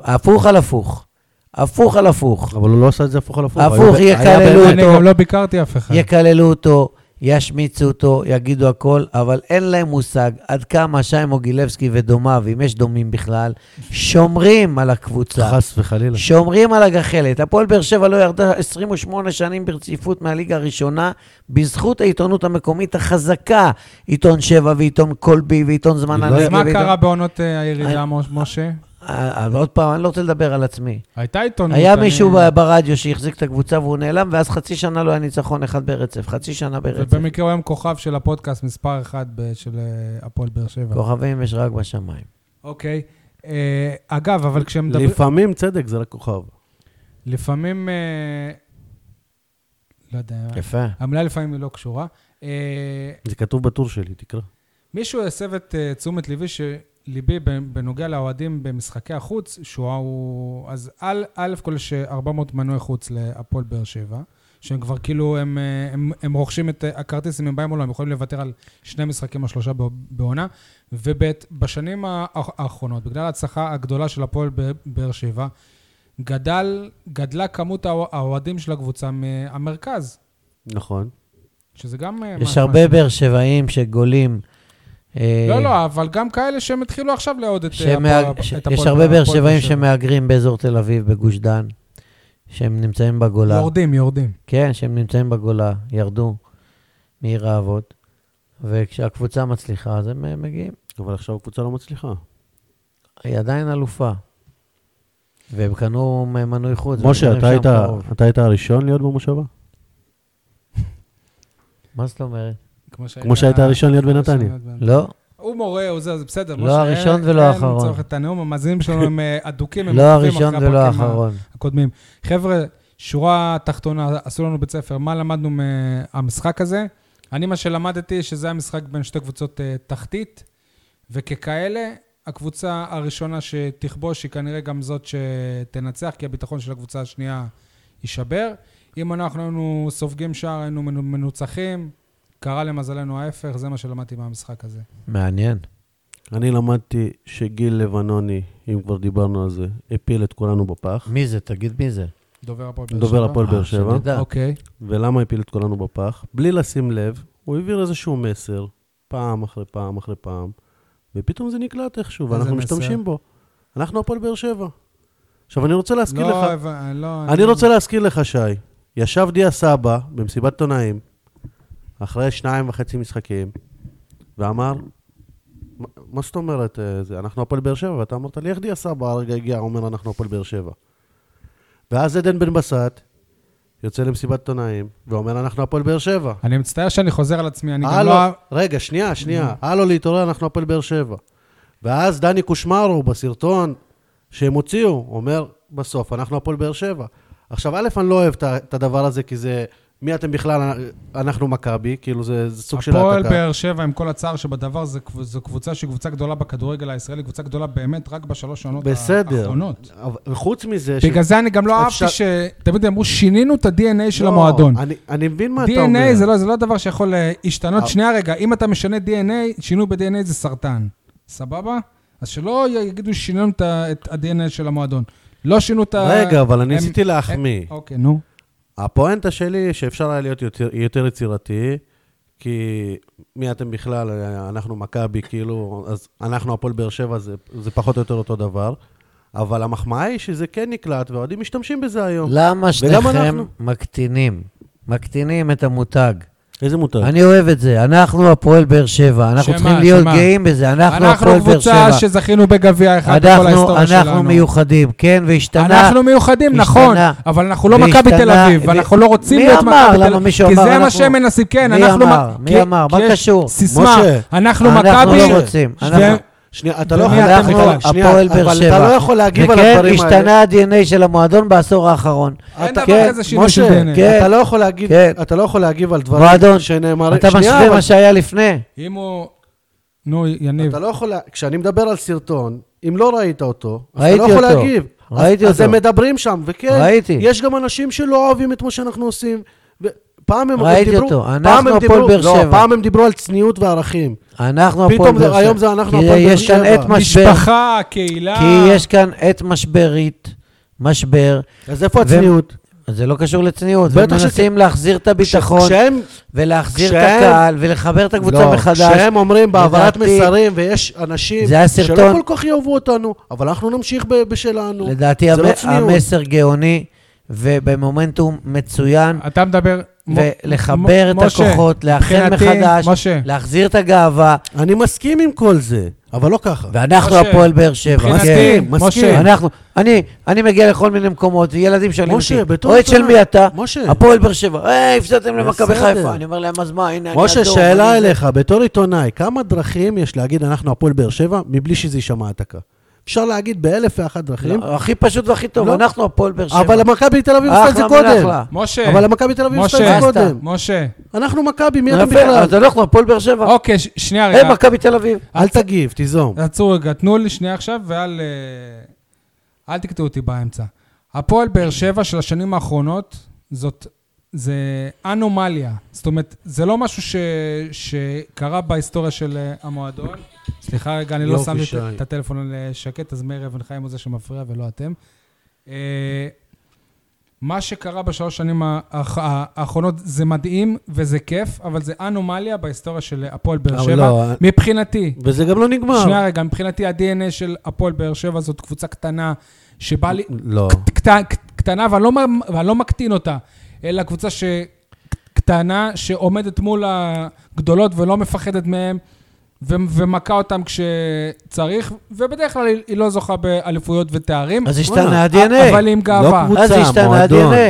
הפוך על הפוך. הפוך על הפוך.
אבל הוא לא עשה את זה הפוך על הפוך.
הפוך,
היו- היה
יקללו
באמת-
אני
אותו.
גם לא ביקרתי אף אחד.
יקללו אותו, ישמיצו אותו, יגידו הכל, אבל אין להם מושג עד כמה שי מוגילבסקי ודומיו, אם יש דומים בכלל, שומרים על הקבוצה.
נכון.
חס וחלילה.
שומרים על הגחלת. הפועל באר שבע לא ירדה 28 שנים ברציפות מהליגה הראשונה, בזכות העיתונות המקומית החזקה, עיתון שבע ועיתון קולבי ועיתון זמן
היא לא-
הנגב.
אז מה
ועיתון-
קרה בעונות אה, הירידה,
אני-
מוש- משה?
אה, אבל עוד פעם, אני לא רוצה לדבר על עצמי.
הייתה עיתונות.
היה
אני-
מישהו ב- ברדיו שהחזיק את הקבוצה והוא נעלם, ואז חצי שנה לא היה ניצחון אחד ברצף. חצי שנה ברצף.
ובמקרה הוא היום כוכב של הפודקאסט מספר אחת ב- של אה, הפועל באר שבע.
כוכבים יש רק בשמיים.
אוקיי. אה, אגב, אבל כשמדברים...
לפעמים צדק זה רק כוכב.
לפעמים... אה, לא יודע,
יפה.
המילה לפעמים היא לא קשורה. אה,
זה כתוב בטור שלי, תקרא.
מישהו הסב את אה, תשומת ליבי שליבי בנ- בנוגע לאוהדים במשחקי החוץ, שהוא... הוא- אז א', א' כל יש 400 מנועי חוץ להפועל באר שבע, שהם כבר כאילו, הם, אה, הם, הם רוכשים את אה, הכרטיס אם הם באים או לא, הם יכולים לוותר על שני משחקים או שלושה בע- בעונה. ובשנים האחרונות, בגלל ההצלחה הגדולה של הפועל ב- באר שבע, גדל, גדלה כמות האוה- האוהדים של הקבוצה מהמרכז,
נכון.
שזה גם... אה,
יש
משהו-
הרבה באר שבעים שגולים. אה,
לא, לא, אבל גם כאלה שהם התחילו עכשיו לאהוד את אה,
שמהג-
הפועל-
ש-
את
יש
הפועל-
הרבה באר
הפועל
שבעים
שבע.
שמהגרים באזור תל אביב, בגוש דן, שהם נמצאים בגולה.
יורדים, יורדים.
כן, שהם נמצאים בגולה, ירדו מעיר האבות, וכשהקבוצה מצליחה, אז הם אה, מגיעים.
אבל עכשיו הקבוצה לא מצליחה.
היא עדיין אלופה. והם קנו מ- מנוי חוץ.
משה,
והם
אתה
שם
היית-
קרוב.
אתה היית הראשון להיות במושבה?
מה זאת אומרת?
כמו שהיית-
כמו שהיית הראשון להיות בנתניה.
כן, אה, הראשון להיות בנתניה.
לא,
הוא מורה, הוא זה, זה בסדר.
לא
משה, אין-
הראשון ולא האחרון.
אין צורך את הנאום, המאזינים שלנו הם אה, אדוקים, הם
לא
עוקבים
הראשון
אחרי
ולא
הפרקים ה-
האחרון.
הקודמים. חבר'ה, שורה תחתונה, עשו לנו בית ספר, מה למדנו מהמשחק הזה? אני, מה שלמדתי, שזה היה משחק בין שתי קבוצות אה, תחתית, וככאלה, הקבוצה הראשונה שתכבוש היא כנראה גם זאת שתנצח, כי הביטחון של הקבוצה השנייה יישבר. אם אנחנו היינו סופגים שער, היינו מנו- מנוצחים, קרה למזלנו ההפך, זה מה שלמדתי מהמשחק הזה.
מעניין.
אני למדתי שגיל לבנוני, אם כבר דיברנו על זה, הפיל את כולנו בפח.
מי זה? תגיד מי זה.
דובר הפועל באר שבע.
דובר הפועל באר
אה,
שבע.
שנדע.
אוקיי.
ולמה הפיל את כולנו בפח? בלי לשים לב, הוא העביר איזשהו מסר, פעם אחרי פעם אחרי פעם, ופתאום זה נקלט איכשהו,
איזה
ואנחנו
מסר?
משתמשים בו. אנחנו הפועל באר שבע. עכשיו, אני רוצה להזכיר
לא,
לך...
הבנ- לא,
אני רוצה להזכיר לך, שי, ישב דיה סבא במסיבת עיתונאים, אחרי שניים וחצי משחקים, ואמר, "מה- מה זאת אומרת, אה, זה, אנחנו הפועל באר שבע, ואתה אמרת לי, איך דיה סבא הרגע הגיע, הוא אומר, אנחנו הפועל באר שבע. ואז עדן בן בסט יוצא למסיבת עיתונאים, ואומר, אנחנו הפועל באר שבע.
אני מצטער שאני חוזר על עצמי, אני גם
הלו,
לא...
רגע, שנייה, שנייה. הלו, להתעורר, אנחנו הפועל באר שבע. ואז דני קושמרו בסרטון שהם הוציאו, אומר בסוף, אנחנו הפועל באר שבע. עכשיו, א', אני לא אוהב את ה- את הדבר הזה, כי זה, מי אתם בכלל, אנחנו מכבי, כאילו זה זה סוג של העתקה.
הפועל באר שבע, עם כל הצער שבדבר, זה קב- זו קבוצה שהיא קבוצה גדולה בכדורגל הישראלי, קבוצה גדולה באמת רק בשלוש שנות
בסדר.
האחרונות.
אבל חוץ מזה... ש-
בגלל זה אני גם לא
אפשר-
אהבתי ש... תמיד אמרו, שינינו את ה-DNA של
לא,
המועדון.
אני- אני מבין מה אתה אומר.
DNA זה לא, זה לא דבר שיכול אה, להשתנות.
אה.
שנייה רגע, אם אתה משנה DNA, שינוי ב-DNA זה סרטן. סבבה? אז שלא יגידו שינינו את ה- את ה-DNA של המועדון. לא שינו את ה...
רגע, אבל אני
הם-
ניסיתי להחמיא.
הם- אוקיי, נו.
הפואנטה שלי היא שאפשר היה להיות יותר, יותר יצירתי, כי מי אתם בכלל, אנחנו מכבי, כאילו, אז אנחנו הפועל באר שבע, זה, זה פחות או יותר אותו דבר, אבל המחמאה היא שזה כן נקלט, והאוהדים משתמשים בזה היום.
למה שניכם
אנחנו.
מקטינים? מקטינים את המותג.
איזה מותג?
אני אוהב את זה. אנחנו הפועל באר שבע. אנחנו
שמה,
צריכים להיות
שמה?
גאים בזה. אנחנו
אנחנו
הפועל באר
קבוצה
שבע.
שזכינו בגביע אחד בכל
אנחנו,
ההיסטוריה שלנו.
אנחנו מיוחדים, כן, והשתנה.
אנחנו מיוחדים,
השתנה,
נכון, אבל אנחנו לא
והשתנה,
מכבי תל אביב,
ו-
ואנחנו לא רוצים
מי
להיות מכבי
אמר?
תל אביב.
למה מישהו אמר?
כי זה מה
אנחנו-
שהם מנסים, כן,
מי
אנחנו...
אמר?
מ-
מי
כי-
אמר?
כי
מה
יש
קשור?
סיסמה,
משה,
אנחנו
אנחנו
מכבי...
לא רוצים,
ש-
אנחנו-
שנייה, אתה לא
ומי
יכול
אתם
להגיב
בכלל?
על
אנחנו הפועל באר
אבל אתה
שבע.
לא יכול להגיב על
וכן,
הדברים האלה.
השתנה ה-DNA של המועדון בעשור האחרון.
אין
אתה-
דבר
כן,
כזה שינוי של
משה,
DNA.
כן.
אתה לא יכול להגיב,
כן.
אתה לא יכול להגיב על דברים
מועדון,
שנאמרים.
אתה
שנייה,
משווה
אבל
מה שהיה לפני.
אם הוא... נו, יניב.
אתה לא יכול, לה- כשאני מדבר על סרטון, אם לא ראית אותו, אז אתה
ראיתי
לא יכול
אותו.
להגיב. אז-
ראיתי
אז
אותו.
הם מדברים שם, וכן,
ראיתי.
יש גם אנשים שלא אוהבים את מה שאנחנו עושים. ו- פעם הם הם
ראיתי
דיברו,
אותו.
פעם
אנחנו
הם
הפועל
דיברו-
באר
לא,
שבע.
פעם הם דיברו על צניעות וערכים.
אנחנו
פתאום
הפועל
זה-
באר שבע.
היום זה אנחנו
כי
הפועל באר
יש כאן
שבע.
עת לא משבר.
משפחה, קהילה.
כי יש כאן עת משברית, משבר.
אז איפה
והם-
לא הצניעות?
זה לא קשור לצניעות.
בטח
הם מנסים להחזיר את הביטחון,
כשהם,
ולהחזיר את
כשהם-
הקהל, ולחבר את הקבוצה
לא,
מחדש.
כשהם אומרים בהעברת
לדעתי-
מסרים, ויש אנשים
זה היה
שלא
סרטון-
כל כך יאהבו אותנו, אבל אנחנו נמשיך ב- בשלנו.
לדעתי
זה
המ-
לא צניעות.
המסר גאוני, ובמומנטום מצוין,
אתה מדבר... מ-
ולחבר
מ-
את
משה,
הכוחות, לאחד
מבחינתי,
מחדש,
משה,
להחזיר את הגאווה,
אני מסכים עם כל זה, אבל לא ככה.
ואנחנו
משה,
הפועל באר שבע. כן.
מבחינתי,
מסכים, מסכים.
משה,
אנחנו, אני, אני מגיע לכל מיני מקומות, וילדים שואלים
משה,
אותי,
בתור
אוהד של
עיתונאי,
מי אתה?
משה.
הפועל באר שבע. היי, הפסדתם למכבי
בסדר.
חיפה. אני אומר להם, אז מה, הנה, אני אדום.
משה,
אני
שאלה
זה."
אליך, בתור עיתונאי, כמה דרכים יש להגיד אנחנו הפועל באר שבע מבלי שזה יישמע העתקה? אפשר להגיד באלף ואחת דרכים,
לא, הכי פשוט והכי טוב,
לא.
אנחנו הפועל באר שבע.
אבל מכבי תל אביב עשתה את זה
אחלה
קודם.
מלאכלה.
משה,
אבל מכבי תל אביב עשתה את
משה,
זה
מה עשתה?
קודם.
משה.
אנחנו מכבי, מי אתה
יפה,
בכלל?
אז אנחנו הפועל באר שבע.
אוקיי, ש- שנייה רגע.
היי, מכבי תל אביב.
אל תגיב, תיזום.
תעצרו רגע, תנו לי שנייה עכשיו, ואל אה, אל תקטעו אותי באמצע. הפועל באר שבע של השנים האחרונות, זאת, זה אנומליה. זאת אומרת, זה לא משהו ש, שקרה בהיסטוריה של אה, המועדון. סליחה רגע, אני לא
יופי,
שמתי
שי.
את- את הטלפון על אה, שקט, אז מאיר אבן חיים הוא זה שמפריע ולא אתם. אה, מה שקרה בשלוש שנים האח- האחרונות זה מדהים וזה כיף, אבל זה אנומליה בהיסטוריה של אה, הפועל באר
אבל
שבע.
לא,
מבחינתי,
וזה גם לא נגמר.
שנייה רגע, מבחינתי ה-DNA של הפועל באר שבע זאת קבוצה קטנה, שבא לי...
לא.
קט- קט- קט- קטנה, ואני לא, מ- ואני לא מקטין אותה, אלא קבוצה ש... קטנה, שעומדת מול הגדולות ולא מפחדת מהן, ו- ומכה אותן כשצריך, ובדרך כלל היא- היא לא זוכה באליפויות ותארים,
אז
וואלה.
השתנה ה-DNA.
אבל היא עם
לא
גאווה.
קבוצה,
אז השתנה
מועדון.
ה-DNA.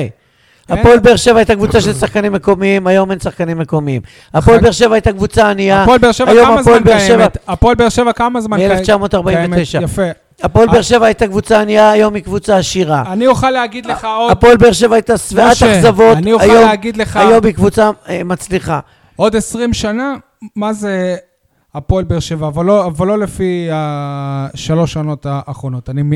כן.
הפועל באר שבע הייתה קבוצה של שחקנים מקומיים, היום אין שחקנים מקומיים. הפועל באר שבע הייתה קבוצה ענייה,
הפועל באר שבע
היום
כמה
הפועל
זמן
באר שבע-
קיימת? הפועל באר שבע כמה זמן קי-
מ-1949.
קיימת? יפה.
הפועל
אה.
באר שבע הייתה קבוצה ענייה, היום היא קבוצה עשירה.
אני אוכל להגיד לך עוד-
אה. הפועל באר שבע הייתה שבעת
משה,
אכזבות,
אני אוכל
היום-
להגיד לך-
היום היא קבוצה אה, מצליחה.
עוד 20 שנה, מה זה הפועל באר שבע, אבל לא- אבל לא לפי השלוש שנות האחרונות. אני מ-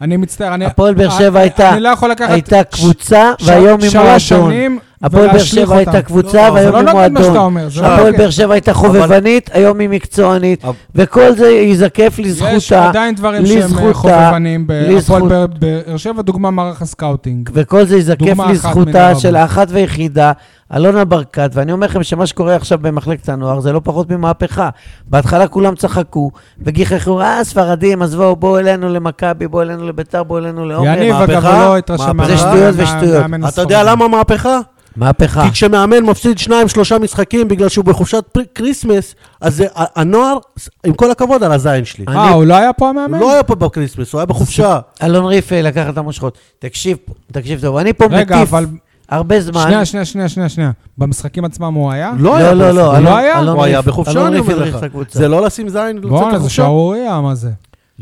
אני מצטער, אני...
הפועל באר שבע
אני-
הייתה-
אני לא יכול לקחת...
הייתה קבוצה,
ש-
והיום היא
שלוש
מועדון.
שנים
הפועל באר
ולהשליך אותם.
שבע הייתה
לא,
קבוצה,
זה
והיום
לא
היא
נוגד מה שאתה
מועדון.
אומר, זה לא
הפועל
נוגד.
באר שבע הייתה חובבנית, היום היא מקצוענית,
אבל-
וכל זה ייזקף
יש
לזכותה,
עדיין דברים שהם אה,
לזכותה,
חובבנים בהפועל
לזכות-
באר- באר שבע, דוגמה מערך הסקאוטינג.
וכל זה ייזקף
דוגמה אחת מיני
לזכותה
רבות.
של האחת והיחידה, אלונה ברקת, ואני אומר לכם שמה שקורה עכשיו במחלקת הנוער זה לא פחות ממהפכה. בהתחלה כולם צחקו וגיחכו, אה, ספרדים, עזבו, בואו אלינו למכבי, בואו אלינו לביתר, בואו אלינו לאומן.
יניב
מהפכה?
אגב לא התרשם
מהפכה?
מה-
זה שטויות
מה-
ושטויות.
מהמאמן
אתה יודע
הספרדי.
למה מהפכה?
מהפכה.
כי כשמאמן מפסיד שניים, שלושה משחקים בגלל שהוא בחופשת פר- כריסמס, אז זה- ה- הנוער, עם כל הכבוד, על הזין שלי.
אני-
אה, הוא לא היה פה
הוא
המאמן?
לא היה פה בכריסמס, הוא היה בחופשה.
אלון ריפל לקח את המושכות. תקשיב, תקשיב טוב, אני פה
רגע,
מטיף
אבל-
הרבה זמן.
שנייה, שנייה, שנייה, שנייה, שנייה. במשחקים עצמם הוא היה?
לא היה
לא, לא,
בחופשה.
לא,
הוא
אלון-
לא היה?
אלון
הוא היה
ריפל-
בחופשה,
אלון
אני לא
ריפל
אומר לך.
לקח את הקבוצה.
זה לא לשים זין, לצאת
בואנה, זה
לחופשה.
שערורייה, מה זה?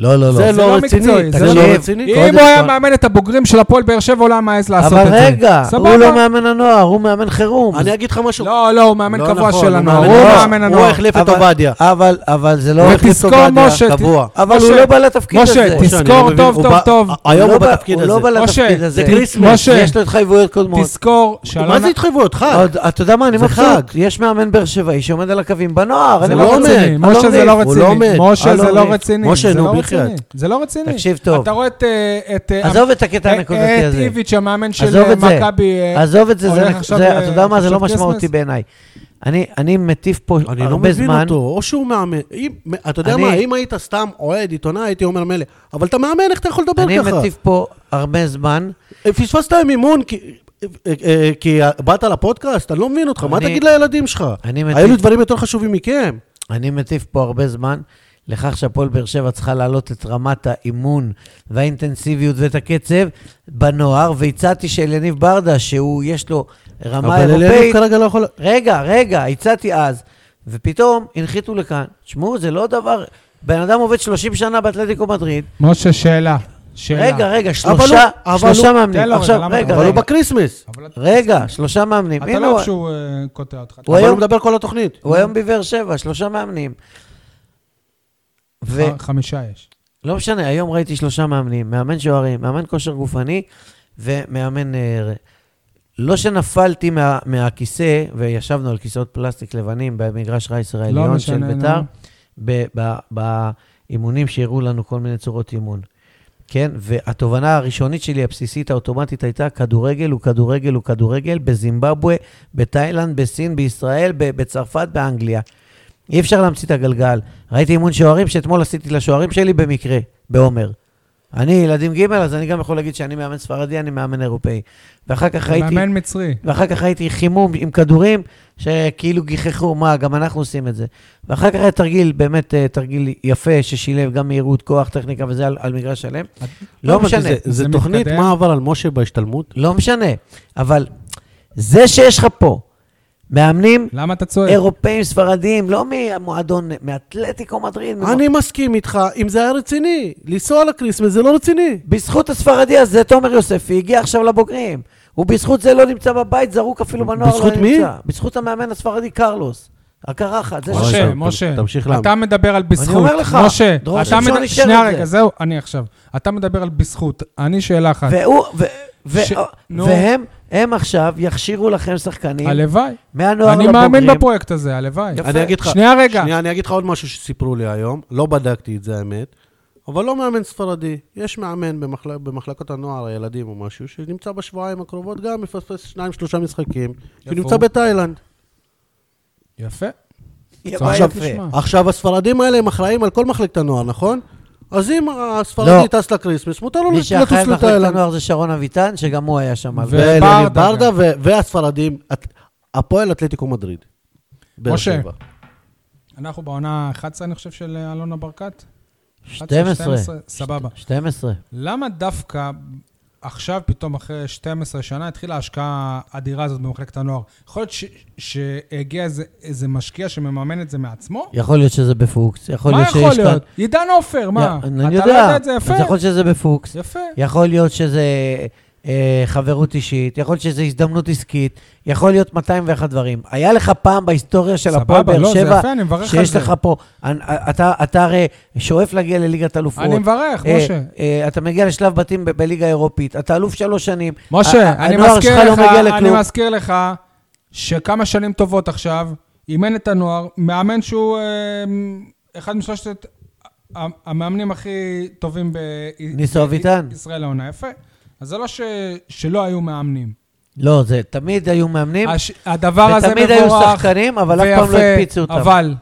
לא, לא, לא.
זה
זה
לא
לא רציני,
מקצועי,
זה
זה
לא
לא-
רציני.
אם
קודם
הוא היה
כל-
מאמן את הבוגרים של הפועל באר שבע, הוא לא היה מעז לעשות את
אבל
זה.
רגע, הוא
סבבה.
לא מאמן הנוער, הוא מאמן חירום.
אני אגיד לך משהו.
לא, לא, הוא מאמן
לא
קבוע
נכון,
של
הוא
הנוער.
מאמן
הוא
קבוע.
מאמן
הוא
הנוער.
החליף את
אבל-
עובדיה.
אבל, אבל זה לא...
ותזכור, משה, ת-
קבוע.
אבל הוא
משה,
לא בא לתפקיד
משה,
הזה.
תזכור
שאני לא מבין,
טוב,
הוא
טוב,
בא-
טוב.
היום הוא
לא בא-
בתפקיד
הוא
הזה.
לא בא לתפקיד
משה,
הזה.
זה
כריסמס,
משה,
יש לו התחייבויות קודמות.
תזכור
אה, מה
שאלונה...
זה התחייבויות? חג.
עוד- אתה יודע מה, אני
זה חג.
מבסוט. יש מאמן באר שבעי שעומד על הקווים בנוער.
זה
אני
לא
מבסוט.
רציני,
אלון
משה זה לא
ריף, הוא
רציני,
עומד.
משה זה
אלון
לא
ריף.
רציני,
משה,
זה
נו,
לא
בחייאת.
רציני, זה לא רציני.
תקשיב טוב.
אתה רואה את... אה, את אה,
עזוב את הקטע
אה,
הנקודתי
אה,
הזה.
את איביץ', המאמן של
עזוב
אה,
את זה.
מכבי... אה,
עזוב את זה, זה-
הולך עכשיו אה,
זה- אתה יודע מה, זה לא
לחופשת
משמעותי
כריסמס?
בעיניי. אני- אני מטיף פה
אני לא
הרבה
מבין
זמן.
אותו, או שהוא מאמן. אם- אתה יודע
אני-
מה, אם היית סתם אוהד, עיתונאי, הייתי אומר מילא. אבל אתה מאמן, איך אתה יכול לדבר
אני
ככה?
מטיף פה הרבה זמן.
פספסת עם אימון כי... אה, אה, כי באת לפודקאסט? אני לא מבין אותך, מה
אני-
תגיד לילדים שלך?
אני מטיף-
היו לי דברים יותר חשובים מכם.
אני מטיף פה הרבה זמן לכך שהפועל באר שבע צריכה להעלות את רמת האימון והאינטנסיביות ואת הקצב בנוער, והצעתי של יניב ברדה, שהוא, יש לו רמה
אבל אלינו
אירופאית.
כרגע לא יכול...
רגע, רגע, הצעתי אז, ופתאום הנחיתו לכאן. תשמעו, זה לא דבר... בן אדם עובד 30 שנה באתלטיקו מדריד.
משה, שאלה. שאלה.
רגע, רגע,
אבל
שלושה,
הוא- אבל
שלושה
הוא-
תן
מאמנים.
לו רגע,
עכשיו,
למה-
רגע,
אבל הוא
רגע,
לא בקריסמס.
אבל אתה-
רגע, שלושה מאמנים.
אתה
הנה
לא
הוא-
אוהב שהוא אה, קוטע אותך.
הוא
אבל
היום-
הוא מדבר כל התוכנית.
הוא היום בבאר שבע, שלושה מאמנים.
אה,
ו...
ח- חמישה יש.
לא משנה, היום ראיתי שלושה מאמנים, מאמן שוערים, מאמן כושר גופני ומאמן... אה, ר- לא שנפלתי מה, מהכיסא, וישבנו על כיסאות פלסטיק לבנים במגרש רייסר העליון של
לא משנה,
ביתר,
נו.
ב- ב- באימונים שהראו לנו כל מיני צורות אימון. כן, והתובנה הראשונית שלי, הבסיסית, האוטומטית, הייתה כדורגל הוא כדורגל הוא כדורגל בזימבבואה, בתאילנד, בסין, בישראל, ב- בצרפת, באנגליה. אי אפשר להמציא את הגלגל. ראיתי אימון שוערים שאתמול עשיתי לשוערים שלי במקרה, בעומר. אני ילדים ג', אז אני גם יכול להגיד שאני מאמן ספרדי, אני מאמן אירופאי. ואחר כך ראיתי...
מאמן מצרי.
ואחר כך ראיתי חימום עם כדורים, שכאילו גיחכו, מה, גם אנחנו עושים את זה. ואחר כך היה תרגיל, באמת אה, תרגיל יפה, ששילב גם מהירות, כוח, טכניקה וזה על, על מגרש שלם. לא
אבל
משנה,
זה- זה
זה
תוכנית,
מתקדם.
מה עבר על משה בהשתלמות?
לא משנה. אבל זה שיש לך פה מאמנים
למה אתה צועק?
אירופאים, ספרדים, לא מהמועדון, מאתלטיקו מדריד. ממוע-
אני מסכים איתך, אם זה היה רציני. לנסוע לקריסמס זה לא רציני.
בזכות הספרדי הזה, תומר יוספי הגיע עכשיו לבוגרים. הוא בזכות זה לא נמצא בבית, זרוק אפילו בנוער
בזכות
לא
מי?
נמצא. בזכות המאמן הספרדי קרלוס. הקרחת, זה
אוי,
משה,
טוב,
משה,
תמשיך למה.
אתה מדבר על בזכות.
אומר לך,
משה,
דרור
אתה
שמשון
מד-
אישר
שנייה
את זה.
רגע, זהו, אני עכשיו. אתה מדבר על בזכות. אני שאלה אחת.
והוא, ו, ו,
ש-
ש...
נו.
והם, הם עכשיו יכשירו לכם שחקנים
הלוואי.
מהנוער
אני
לבוגרים.
מאמין בפרויקט הזה, הלוואי.
יפה.
אני אגיד לך...
שנייה רגע.
שנייה, אני אגיד לך עוד משהו שסיפרו לי היום, לא בדקתי את זה, האמת, אבל לא מאמן ספרדי. יש מאמן במחל... במחלקות הנוער, הילדים או משהו, שנמצא בשבועיים הקרובות גם מפספס שניים, שלושה משחקים, כי הוא נמצא
הוא?
בתאילנד.
יפה.
יפה,
עכשיו
יפה.
תשמע.
עכשיו, הספרדים האלה הם אחראים על כל מחלקת הנוער, נכון? אז אם הספרדי טס לקריסמס, מותר לו
לא. מי
לטוס
שאחראי במחלקת
לתאילנד.
הנוער זה שרון אביטן, שגם הוא היה שם.
ו-
ו...
וברדה
ואלי ברדה ו- והספרדים, את- הפועל אתלטיקו מדריד. באר
משה.
שבע.
אנחנו בעונה 11, אני חושב, של אה, אלונה ברקת.
12.
11, סבבה.
12.
למה דווקא עכשיו, פתאום אחרי 12 שנה, התחילה ההשקעה האדירה הזאת במחלקת הנוער. יכול להיות ש- שהגיע איזה- איזה משקיע שמממן את זה מעצמו?
יכול להיות שזה בפוקס, יכול
מה
להיות שיש...
יכול
כאן-
להיות? עידן עופר, מה?
יא-
אתה לא יודע את זה יפה?
אז יכול להיות שזה בפוקס,
יפה.
יכול להיות שזה אה, חברות אישית, יכול להיות שזה הזדמנות עסקית, יכול להיות 201 דברים. היה לך פעם בהיסטוריה של הפועל
סבבה,
באר
לא, זה
שבע,
יפה, אני מברך על
שיש
זה.
לך פה, אנ- אתה, אתה הרי שואף להגיע לליגת אלופות.
אני מברך,
אה,
משה.
אה, אתה מגיע לשלב בתים ב- בליגה האירופית, אתה אלוף שלוש שנים. ה-
משה,
ה-
אני
הנוער שלך
מזכיר
לא
לך,
מגיע
אני
לכלום.
מזכיר לך שכמה שנים טובות עכשיו, אימן את הנוער, מאמן שהוא אה, אחד משלושת ה- המאמנים הכי טובים ב...
ניסו אביטן.
ישראל העונה, יפה. אז זה לא ש... שלא היו מאמנים.
לא, זה תמיד היו מאמנים,
הש... הדבר הזה מבורך
ותמיד היו שחקנים, אבל אף פעם לא
ויפה,
הקפיצו אותם.
אבל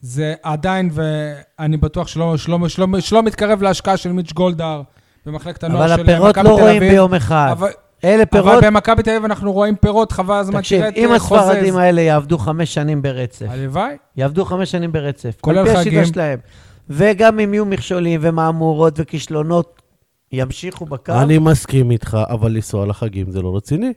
זה עדיין, ואני בטוח שלא, שלא, שלא, שלא מתקרב להשקעה של מיץ' גולדהר במחלקת הנוער
אבל
של אה, מכבי תל אביב.
הפירות לא רואים ביום אחד.
אבל-
אלה
פירות...
פירות,
אבל במכבי תל אביב אנחנו רואים פירות, חבל הזמן
תקשיב,
תראה את
אם
אה, חוזז.
הספרדים האלה יעבדו חמש שנים ברצף,
הלוואי.
יעבדו חמש שנים ברצף.
כולל
על פי
חגים.
השיטה שלהם. וגם אם יהיו מכשולים ומהמורות וכישלונות, ימשיכו בקו.
אני מסכים איתך, אבל לנסוע לחגים זה לא רציני.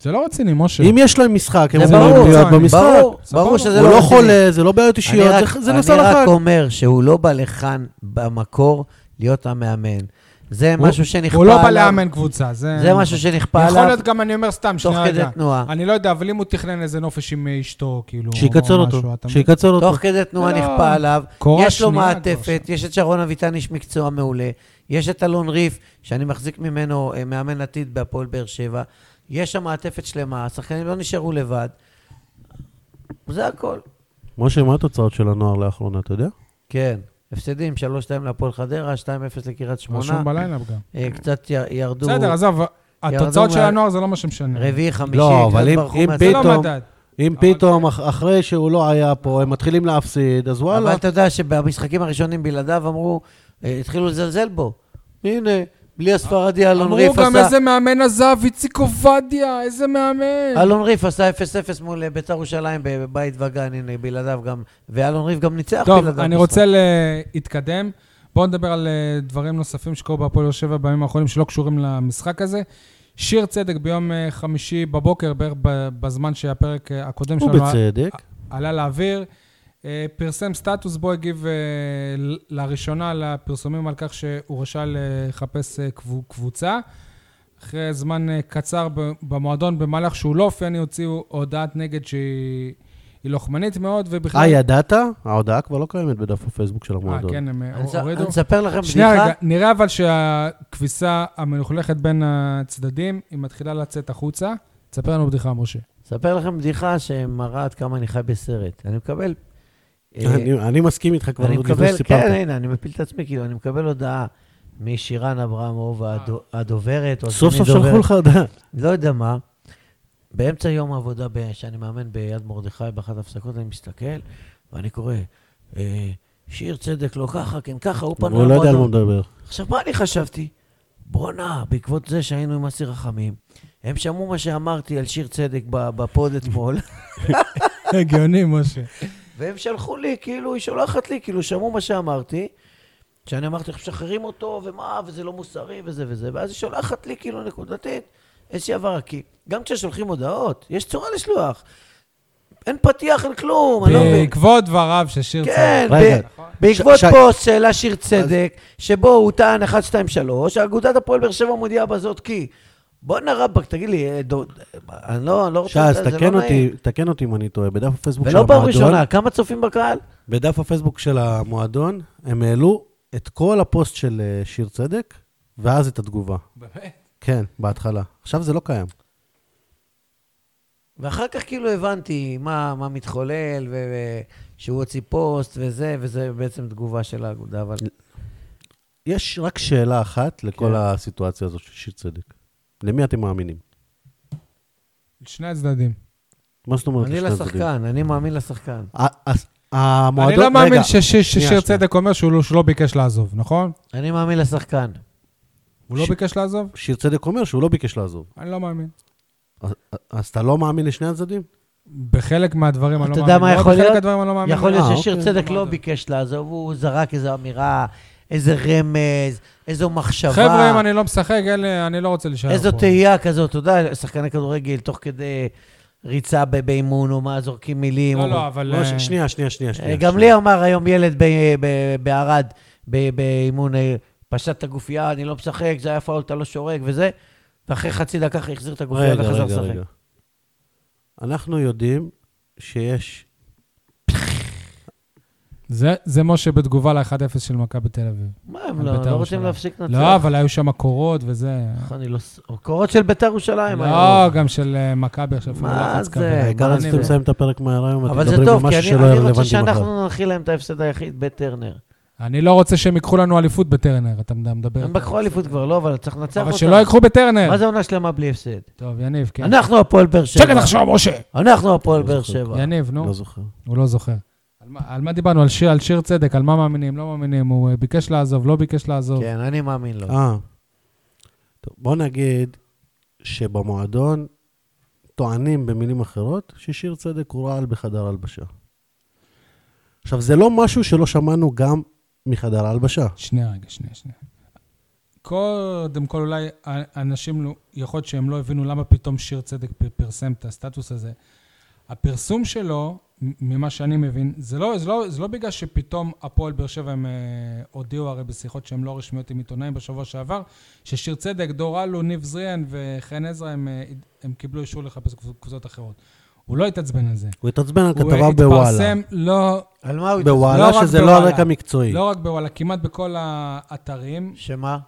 זה לא רציני, משה.
אם יש להם משחק, הם
זה
אמורים
ברור,
להיות
צאן,
במשחק.
ברור,
סבבה.
ברור שזה
הוא
לא
לא
רציני.
חולה, זה לא בעיות
אני
אישיות,
רק,
זה- זה
אני
נסע
רק
לחג.
אומר שהוא לא בא לכאן במקור להיות המאמן. זה
הוא-
משהו שנכפה
הוא
עליו.
לא בא לאמן קבוצה, זה...
זה משהו שנכפה
יכול
עליו.
להיות גם, אני אומר סתם,
תוך
שנייה
כדי
רגע.
תנועה.
אני לא יודע, אבל אם הוא תכנן איזה נופש עם אשתו, כאילו...
שיקצר
או
אותו,
משהו, אתה מבין?
שיקצר אותו.
תוך כדי תנועה
לא,
נכפה עליו.
קורה
יש לו
שנייה כבר
מעטפת, יש את שרון אביטן, איש מקצוע מעולה. יש את אלון ריף, שאני מחזיק ממנו אה, מאמן עתיד בהפועל באר שבע. יש שם מעטפת שלמה, השחקנים לא נשארו לבד. זה הכל.
משה, מה התוצאות של הנוער לאחרונה, אתה יודע?
כן. הפסדים, 3-2 להפועל חדרה, 2-0 לקריית שמונה.
רשום בליינאפ גם.
אה, קצת י- ירדו
בסדר, עזוב, התוצאות של הנוער זה לא מה שמשנה.
רביעי, חמישי,
לא, אבל
הקדוש
אם-
ברוך הוא
אם
מעצבן.
זה לא
פתאום-
מדד.
אם פתאום, אח- אחרי שהוא לא היה פה, הם מתחילים להפסיד, אז
אבל
וואלה.
אתה יודע שבמשחקים הראשונים בלעדיו אמרו, אה, התחילו לזלזל בו. הנה, בלי הספרדי אלון
אמרו
ריף
גם
עשה...
איזה מאמן עזב, איציק עובדיה, איזה מאמן.
אלון ריף עשה 0-0 מול אה, בית"ר ירושלים בבית וגן, הנה, בלעדיו גם. ואלון ריף גם ניצח בלעדיו.
טוב, אני
משחק.
רוצה להתקדם. בואו נדבר על אה, דברים נוספים שקרו בהפועל באר שבע בימים האחרונים שלא קשורים למשחק הזה. שיר צדק ביום אה, חמישי בבוקר, בערך ב- בזמן שהפרק אה, הקודם שלנו ה-
ובצדק.
עלה לאוויר, אה, פרסם סטטוס בו הגיב אה, ל- לראשונה לפרסומים על כך שהוא רשאי לחפש אה, קבו- קבוצה. אחרי זמן אה, קצר ב- במועדון, במהלך שהוא לא אופייני, הוציאו הודעת נגד שהיא היא לוחמנית מאוד, ובכלל...
אה, ידעת? ההודעה כבר לא קיימת בדף הפייסבוק של
אה,
המועדון.
כן, הם אה,
אני אס-
הורידו.
אני אספר לכם
שנייה
בדיחה.
רגע, נראה אבל שהכביסה המלוכלכת בין הצדדים, היא מתחילה לצאת החוצה. תספר לנו בדיחה,
*laughs*
משה.
אספר לכם בדיחה שמראה עד כמה אני חי בסרט. אני מקבל... אה,
אני- אני מסכים איתך כבר, לא
אני
עוד לפני
מקבל, כן,
שסיפרת.
הנה, אני מפיל את עצמי, כאילו, אני מקבל הודעה משירן אברמוב,
אה.
הדו- הדוברת, או
סוף
הסגנית
סוף שלחו
דוברת,
לך הודעה.
לא יודע מה. באמצע יום העבודה, ב- שאני מאמן ביד מרדכי, באחת ההפסקות, אני מסתכל, ואני קורא, אה, שיר צדק לא ככה, כן ככה, הוא פנה
הוא לא יודע על מה
למועדון.
מדבר.
עכשיו, מה אני חשבתי? בואנה, בעקבות זה שהיינו עם אסיר רחמים, הם שמעו מה שאמרתי על שיר צדק ב- בפוד אתמול,
הגיוני, משה.
והם שלחו לי, כאילו, היא שולחת לי, כאילו, שמעו מה שאמרתי, שאני אמרתי, איך משחררים אותו, ומה, וזה לא מוסרי, וזה וזה, ואז היא שולחת לי, כאילו, נקודתית, איזושהי הבהרה, כי גם כששולחים הודעות, יש צורה לשלוח. אין פתיח, אין כלום, אני לא מבין.
בעקבות דבריו של שיר צדק.
כן,
רגע.
ב- בעקבות
ש- ש-
פוסט שהעלה שיר צדק, שבו הוא טען 1, 2, 3, אגודת הפועל באר שבע מודיעה בזאת כי... בואנה רבאק, תגיד לי, אה, דוד, אני לא אני לא רוצה...
שאז,
זה לא
תקן
נעים.
אותי, תקן אותי אם אני טועה. בדף הפייסבוק של
ולא
המועדון...
פעם ראשונה, כמה צופים בקהל?
בדף הפייסבוק של המועדון, הם העלו את כל הפוסט של אה, שיר צדק, ואז את התגובה.
באמת?
כן, בהתחלה. עכשיו זה לא קיים.
ואחר כך כאילו הבנתי מה, מה מתחולל, ו- ו- שהוא הוציא פוסט וזה, וזה בעצם תגובה של האגודה, אבל...
יש רק שאלה אחת לכל
כן.
הסיטואציה הזאת של שיר צדק. למי אתם מאמינים?
שני הצדדים.
מה זאת אומרת?
אני
לשני הצדדים?
לשחקן, אני מאמין לשחקן.
ה- הס-
אני
המועדון...
לא מאמין
רגע,
ששיר- ששיר
שנייה.
צדק אומר שהוא לא- שהוא לא ביקש לעזוב, נכון?
אני מאמין לשחקן.
הוא לא
ש-
ביקש לעזוב?
שיר צדק אומר שהוא לא ביקש לעזוב.
אני לא מאמין.
אז- אז אתה לא מאמין לשני הצדדים?
בחלק מהדברים אני לא מאמין.
אתה יודע מה
לא רק
יכול
בחלק
להיות?
הדברים אני לא מאמין.
יכול
אה,
להיות ששיר
אוקיי.
צדק לא ביקש לעזוב, הוא זרק איזו אמירה איזה רמז, איזו מחשבה.
חבר'ה, אם אני לא משחק, אין לי- אני לא רוצה להישאר פה.
איזו תהייה כזאת, אתה יודע, שחקני כדורגל, תוך כדי ריצה ב- באימון, או מה, זורקים מילים. או-
לא, לא, אבל...
לא, ש-
אה,
שנייה, שנייה, שנייה. שנייה.
גם לי אמר היום ילד ב- ב- בערד, ב- באימון, אה, פשט את הגופייה, אני לא משחק, זה היה פאול, אתה לא שורק וזה, ואחרי חצי דקה החזיר את הגופייה
רגע,
וחזר
רגע,
לשחק.
רגע. אנחנו יודעים שיש...
זה- זה משה בתגובה ל-1-0 של מכבי תל אביב.
מה, הם
על
לא-
בית"ר
לא רוצים
ירושלים.
להפסיק לנצח?
לא, אבל היו שם קורות וזה.
איך אני לא... ס- קורות של בית"ר ירושלים.
לא,
היום.
גם של אה, מכבי עכשיו. אפילו
אה, מה
לחץ
זה?
כבד.
העיקר
מה
רציתם
אני-
לסיים את הפרק מהר היום, אתם
אבל זה
מדברים על
טוב, כי
משהו
אני,
שלא יהיה
אני רוצה
רלוונטי מחר.
שאנחנו ננחיל להם את ההפסד היחיד בטרנר.
אני לא רוצה שהם ייקחו לנו אליפות בטרנר, אתה
כן,
מדבר.
הם לקחו אליפות כבר, לא, אבל צריך לנצח אותם.
אבל שלא ייקחו בטרנר.
מה זה לא עונה שלמה בלי הפסד?
טוב, יניב, כן.
אנחנו הפועל באר שבע.
שקט עכשיו, משה.
אנחנו הפועל באר
זוכר.
שבע.
יניב, נו.
לא זוכר.
הוא לא זוכר. על מה- על מה דיברנו? על שיר- על שיר צדק, על מה מאמינים, לא מאמינים, הוא אה, ביקש לעזוב, לא ביקש לעזוב.
כן, אני מאמין לו.
אה. טוב, בוא נגיד שבמועדון טוענים במילים אחרות ששיר צדק הוא רעל בחדר הלבשה. עכשיו, זה לא משהו שלא שמענו גם מחדר הלבשה.
שנייה, רגע, שנייה, שנייה. קודם כל, אולי ה- אנשים, לא- יכול להיות שהם לא הבינו למה פתאום שיר צדק פ- פרסם את הסטטוס הזה. הפרסום שלו, מ- ממה שאני מבין, זה לא, זה לא, זה לא בגלל שפתאום הפועל באר שבע הם אה, הודיעו הרי בשיחות שהן לא רשמיות עם עיתונאים בשבוע שעבר, ששיר צדק, דור אלו, ניב זריאן וחן עזרא, הם, אה, הם קיבלו אישור לחפש קבוצות אחרות. הוא לא התעצבן על זה.
הוא התעצבן על
הוא
כתבה בוואלה.
התפרסם, לא,
על מה הוא...
בוואלה
לא רק
שזה לא על
בוואלה.
רקע מקצועי.
לא רק בוואלה, כמעט בכל האתרים.
שמה?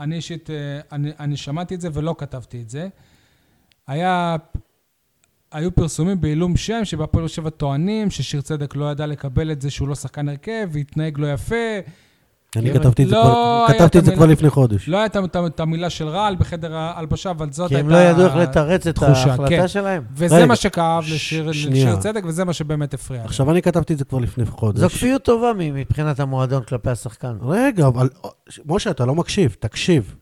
אני אישית, אה, אני, אני שמעתי את זה ולא כתבתי את זה. היה, היו פרסומים בעילום שם, שבהפועל באר שבע טוענים ששיר צדק לא ידע לקבל את זה שהוא לא שחקן הרכב, והתנהג לא יפה.
אני
לא
כתבתי את זה
היה
כבר-
את
כתבתי את זה כבר
המילה-
לפני חודש.
לא הייתה את- את המילה של רעל בחדר ההלבשה, אבל זאת
כי
הייתה...
הם לא ידעו איך לתרץ את
תחושה, כן.
ההחלטה שלהם.
וזה
רגע,
מה שכאב
ש-
לשיר, לשיר
שנייה.
צדק, וזה מה שבאמת הפריע. עכשיו...
עכשיו, אני כתבתי את זה כבר לפני חודש.
זו כפיות טובה מ- מבחינת המועדון כלפי השחקן.
רגע, אבל משה, אתה לא מקשיב, תקשיב.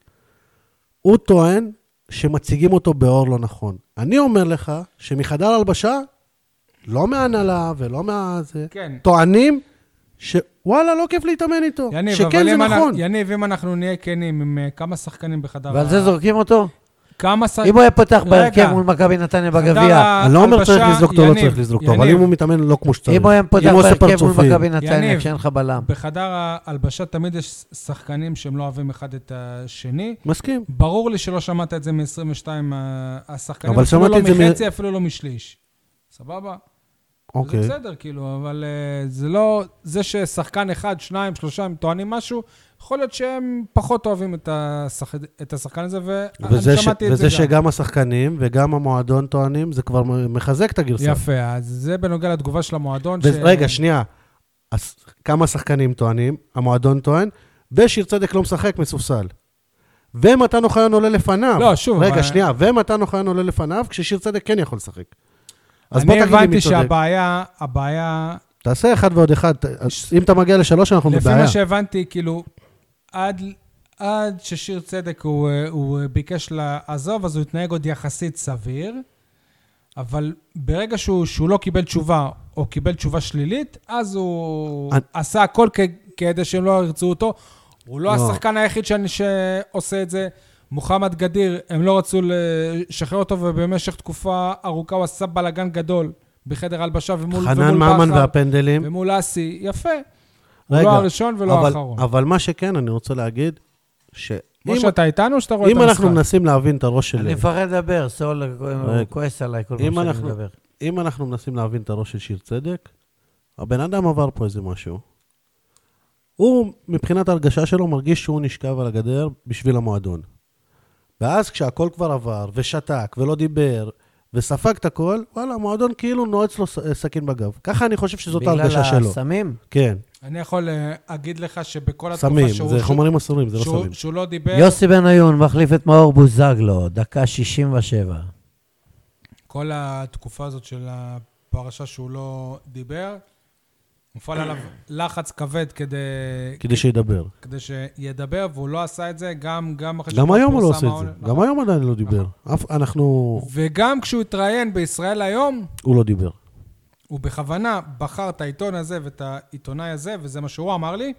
הוא טוען שמציגים אותו באור לא נכון. אני אומר לך שמחדר הלבשה, לא מההנהלה ולא מה... זה,
כן.
טוענים שוואלה, לא כיף להתאמן איתו.
יניב,
שכן
אבל
זה
אם אנחנו-
נכון.
יניב, אם אנחנו נהיה כנים עם אה, כמה שחקנים בחדר...
ועל
ה-
זה זורקים אותו?
כמה שחקנים...
אם הוא היה פותח
רגע.
בהרכב מול מכבי נתניה
חדר
בגביע,
ה-
אני לא אומר
ההלבשה,
צריך לזרוק אותו, לא
יניב,
צריך לזרוק אותו, אבל
יניב,
אם הוא מתאמן לא כמו שצריך.
אם הוא היה פותח
אם הוא עושה
בהרכב מול
פרצופים.
מכבי נתניה
יניב.
כשאין לך בלם.
בחדר ההלבשה תמיד יש שחקנים שהם לא אוהבים אחד את השני.
מסכים.
ברור לי שלא שמעת את זה מ-22 השחקנים,
אבל
אפילו לא
שמעתי את זה מ-
מחצי, אפילו לא משליש. סבבה?
אוקיי.
זה בסדר, כאילו, אבל אה, זה לא... זה ששחקן אחד, שניים, שלושה, הם טוענים משהו, יכול להיות שהם פחות אוהבים את, השח... את השחקן הזה, ואני
וזה, ש...
שמעתי את זה
וזה
גם.
שגם השחקנים וגם המועדון טוענים, זה כבר מחזק את הגרסה.
יפה, אז זה בנוגע לתגובה של המועדון.
ו- רגע, שנייה. אז כמה שחקנים טוענים, המועדון טוען, ושיר צדק לא משחק, מסופסל. ומתן אוחיון עולה לפניו.
לא, שוב,
רגע,
אבל-
שנייה, ומתן אוחיון עולה לפניו, כששיר צדק כן יכול לשחק. אז בוא
אני
תגיד לי מי
הבנתי
צודק.
שהבעיה, הבעיה
תעשה אחד ועוד אחד, ת- אם אתה מגיע לשלוש, אנחנו
לפי
בבעיה.
מה שהבנתי, כאילו, עד, עד ששיר צדק הוא, אה, הוא אה, ביקש לעזוב, אז הוא התנהג עוד יחסית סביר, אבל ברגע שהוא, שהוא לא קיבל תשובה, או קיבל תשובה שלילית, אז הוא
אני-
עשה הכל כ- כדי שהם לא ירצו אותו. הוא לא,
לא.
השחקן היחיד שאני, שעושה את זה. מוחמד גדיר, הם לא רצו לשחרר אותו, ובמשך תקופה ארוכה הוא עשה בלאגן גדול בחדר הלבשה ומול ומול בכר.
חנן ממן והפנדלים.
ומול אסי, יפה.
רגע,
לא הראשון ולא
אבל-
האחרון.
אבל מה שכן, אני רוצה להגיד,
כמו
שאם
שאתה איתנו או שאתה רואה את
אם
המשחק?
אנחנו מנסים להבין את הראש
אני
שלי,
מפחד לדבר, סול הוא
רגע.
כועס עליי כל
אם
פעם שאני
אנחנו-
מדבר.
אם אנחנו מנסים להבין את הראש של שיר צדק, הבן אדם עבר פה איזה משהו. הוא, מבחינת ההרגשה שלו, מרגיש שהוא נשכב על הגדר בשביל המועדון. ואז כשהכל כבר עבר, ושתק, ולא דיבר, וספג את הכל, וואלה, המועדון כאילו נועץ לו ס- אה, סכין בגב. ככה אני חושב שזאת ההרגשה
בגלל
שלו.
הסמים?
כן,
אני יכול אה, להגיד לך שבכל התקופה
סמים,
שהוא...
זה
שהוא-
חומרים אסורים, זה לא
שהוא-
סמים.
שהוא לא דיבר,
יוסי בניון מחליף את מאור בוזגלו, דקה 67.
כל התקופה הזאת של הפרשה שהוא לא דיבר, מופעל עליו לחץ כבד כדי...
כדי שידבר.
כדי שידבר, והוא לא עשה את זה גם, גם אחרי
גם
שכבר
היום הוא לא
פורסם
עושה את זה.
העול-
גם היום עדיין לא דיבר.
נכון.
אף- אנחנו...
וגם כשהוא התראיין בישראל היום,
הוא לא דיבר.
הוא בכוונה בחר את העיתון הזה ואת העיתונאי הזה, וזה מה שהוא אמר לי,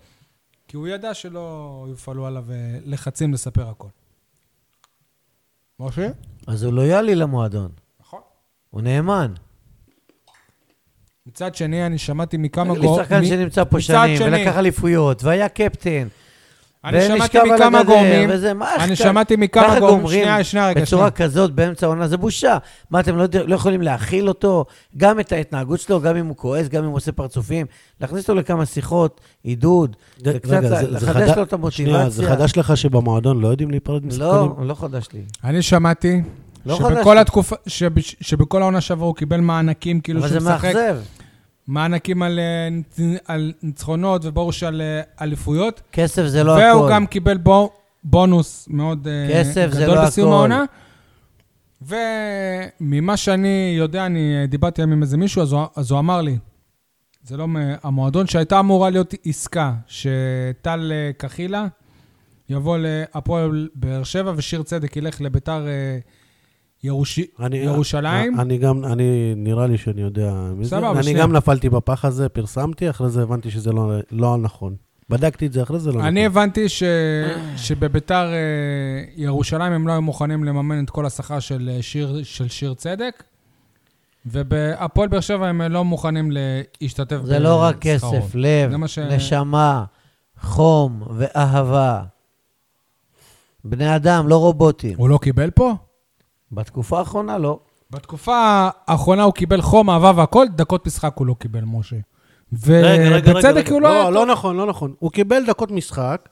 כי הוא ידע שלא יופעלו עליו אה, לחצים לספר הכל. משה?
אז הוא לויאלי למועדון,
נכון.
הוא נאמן.
מצד שני, אני שמעתי מכמה
לי
גור-
שחקן
מ-
שנמצא פה
מצד
שנים,
שני,
ולקח אליפויות, והיה קפטן.
אני
והם
שמעתי
נשכב על
מכמה
הגדר,
גורמים,
וזה, מה, איך
אני
ככה-
שמעתי מכמה
ככה
גורמים,
גומרים
שנייה, שנייה, רגע,
בצורה
שנייה.
כזאת, באמצע העונה, זה בושה. מה, אתם לא, יודע- לא יכולים להכיל אותו? גם את ההתנהגות שלו, גם אם הוא כועס, גם אם הוא עושה פרצופים, להכניס אותו לכמה שיחות, עידוד,
רגע,
וקצת
זה- זה
לחדש
חד-
לו את המוטיבציה.
שנייה, זה חדש לך שבמועדון לא יודעים להיפרד
לא,
משחקנים?
הוא לא חדש לי.
אני שמעתי
לא
שבכל
חדש.
התקופה, שבש- שבכל העונה שעברה הוא קיבל מענקים, כאילו
אבל זה
שהוא משחק,
מאכזב.
מענקים על, אה, ניצ- על ניצחונות ובואו שעל אה, אליפויות,
כסף זה לא הכול.
והוא גם קיבל בו, בונוס מאוד אה,
כסף זה
גדול
לא
בסיום
הכל.
העונה. וממה שאני יודע, אני אה, דיברתי היום עם איזה מישהו, אז הוא, אז הוא אמר לי, זה לא מהמועדון, שהייתה אמורה להיות עסקה, שטל אה, קחילה יבוא להפועל באר שבע ושיר צדק ילך לביתר אה, ירושי,
אני-
לא, ירושלים.
אני גם, אני, נראה לי שאני יודע מי זה.
סבבה,
אני
שנייה.
גם נפלתי בפח הזה, פרסמתי, אחרי זה הבנתי שזה לא- לא נכון. בדקתי את זה, אחרי זה לא נכון.
אני הבנתי ש... שבביתר אה, ירושלים הם לא היו מוכנים לממן את כל השכר של אה, שיר, של שיר צדק, ובהפועל באר שבע הם אה, לא מוכנים להשתתף
זה לא רק
בשכרון.
כסף, לב,
זה מה ש-
נשמה, חום ואהבה. בני אדם, לא רובוטים.
הוא לא קיבל פה?
בתקופה האחרונה לא.
בתקופה האחרונה הוא קיבל חום, אהבה והכל, דקות משחק הוא לא קיבל, משה.
רגע, רגע, רגע,
ובצדק
רגע.
הוא לא היה
לא,
טוב.
לא נכון, לא נכון. הוא קיבל דקות משחק,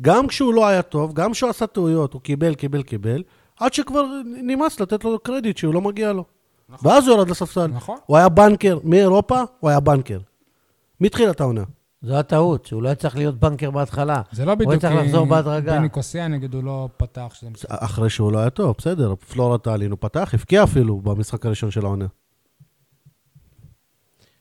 גם כשהוא לא היה טוב, גם כשהוא עשה טעויות, הוא קיבל, קיבל, קיבל, עד שכבר נמאס לתת לו קרדיט שהוא לא מגיע לו. ואז הוא ירד לספסל.
נכון.
הוא היה בנקר, מאירופה הוא היה בנקר. מתחילת העונה.
זו הטעות, שהוא לא היה צריך להיות בנקר בהתחלה.
זה לא
הוא היה
בדיוק...
צריך
כי
לחזור בהדרגה.
בני קוסיה, נגיד, הוא לא פתח. שזה משחק.
אחרי שהוא לא היה טוב, בסדר, פלורטה עלינו פתח, הבקיע אפילו במשחק הראשון של העונה.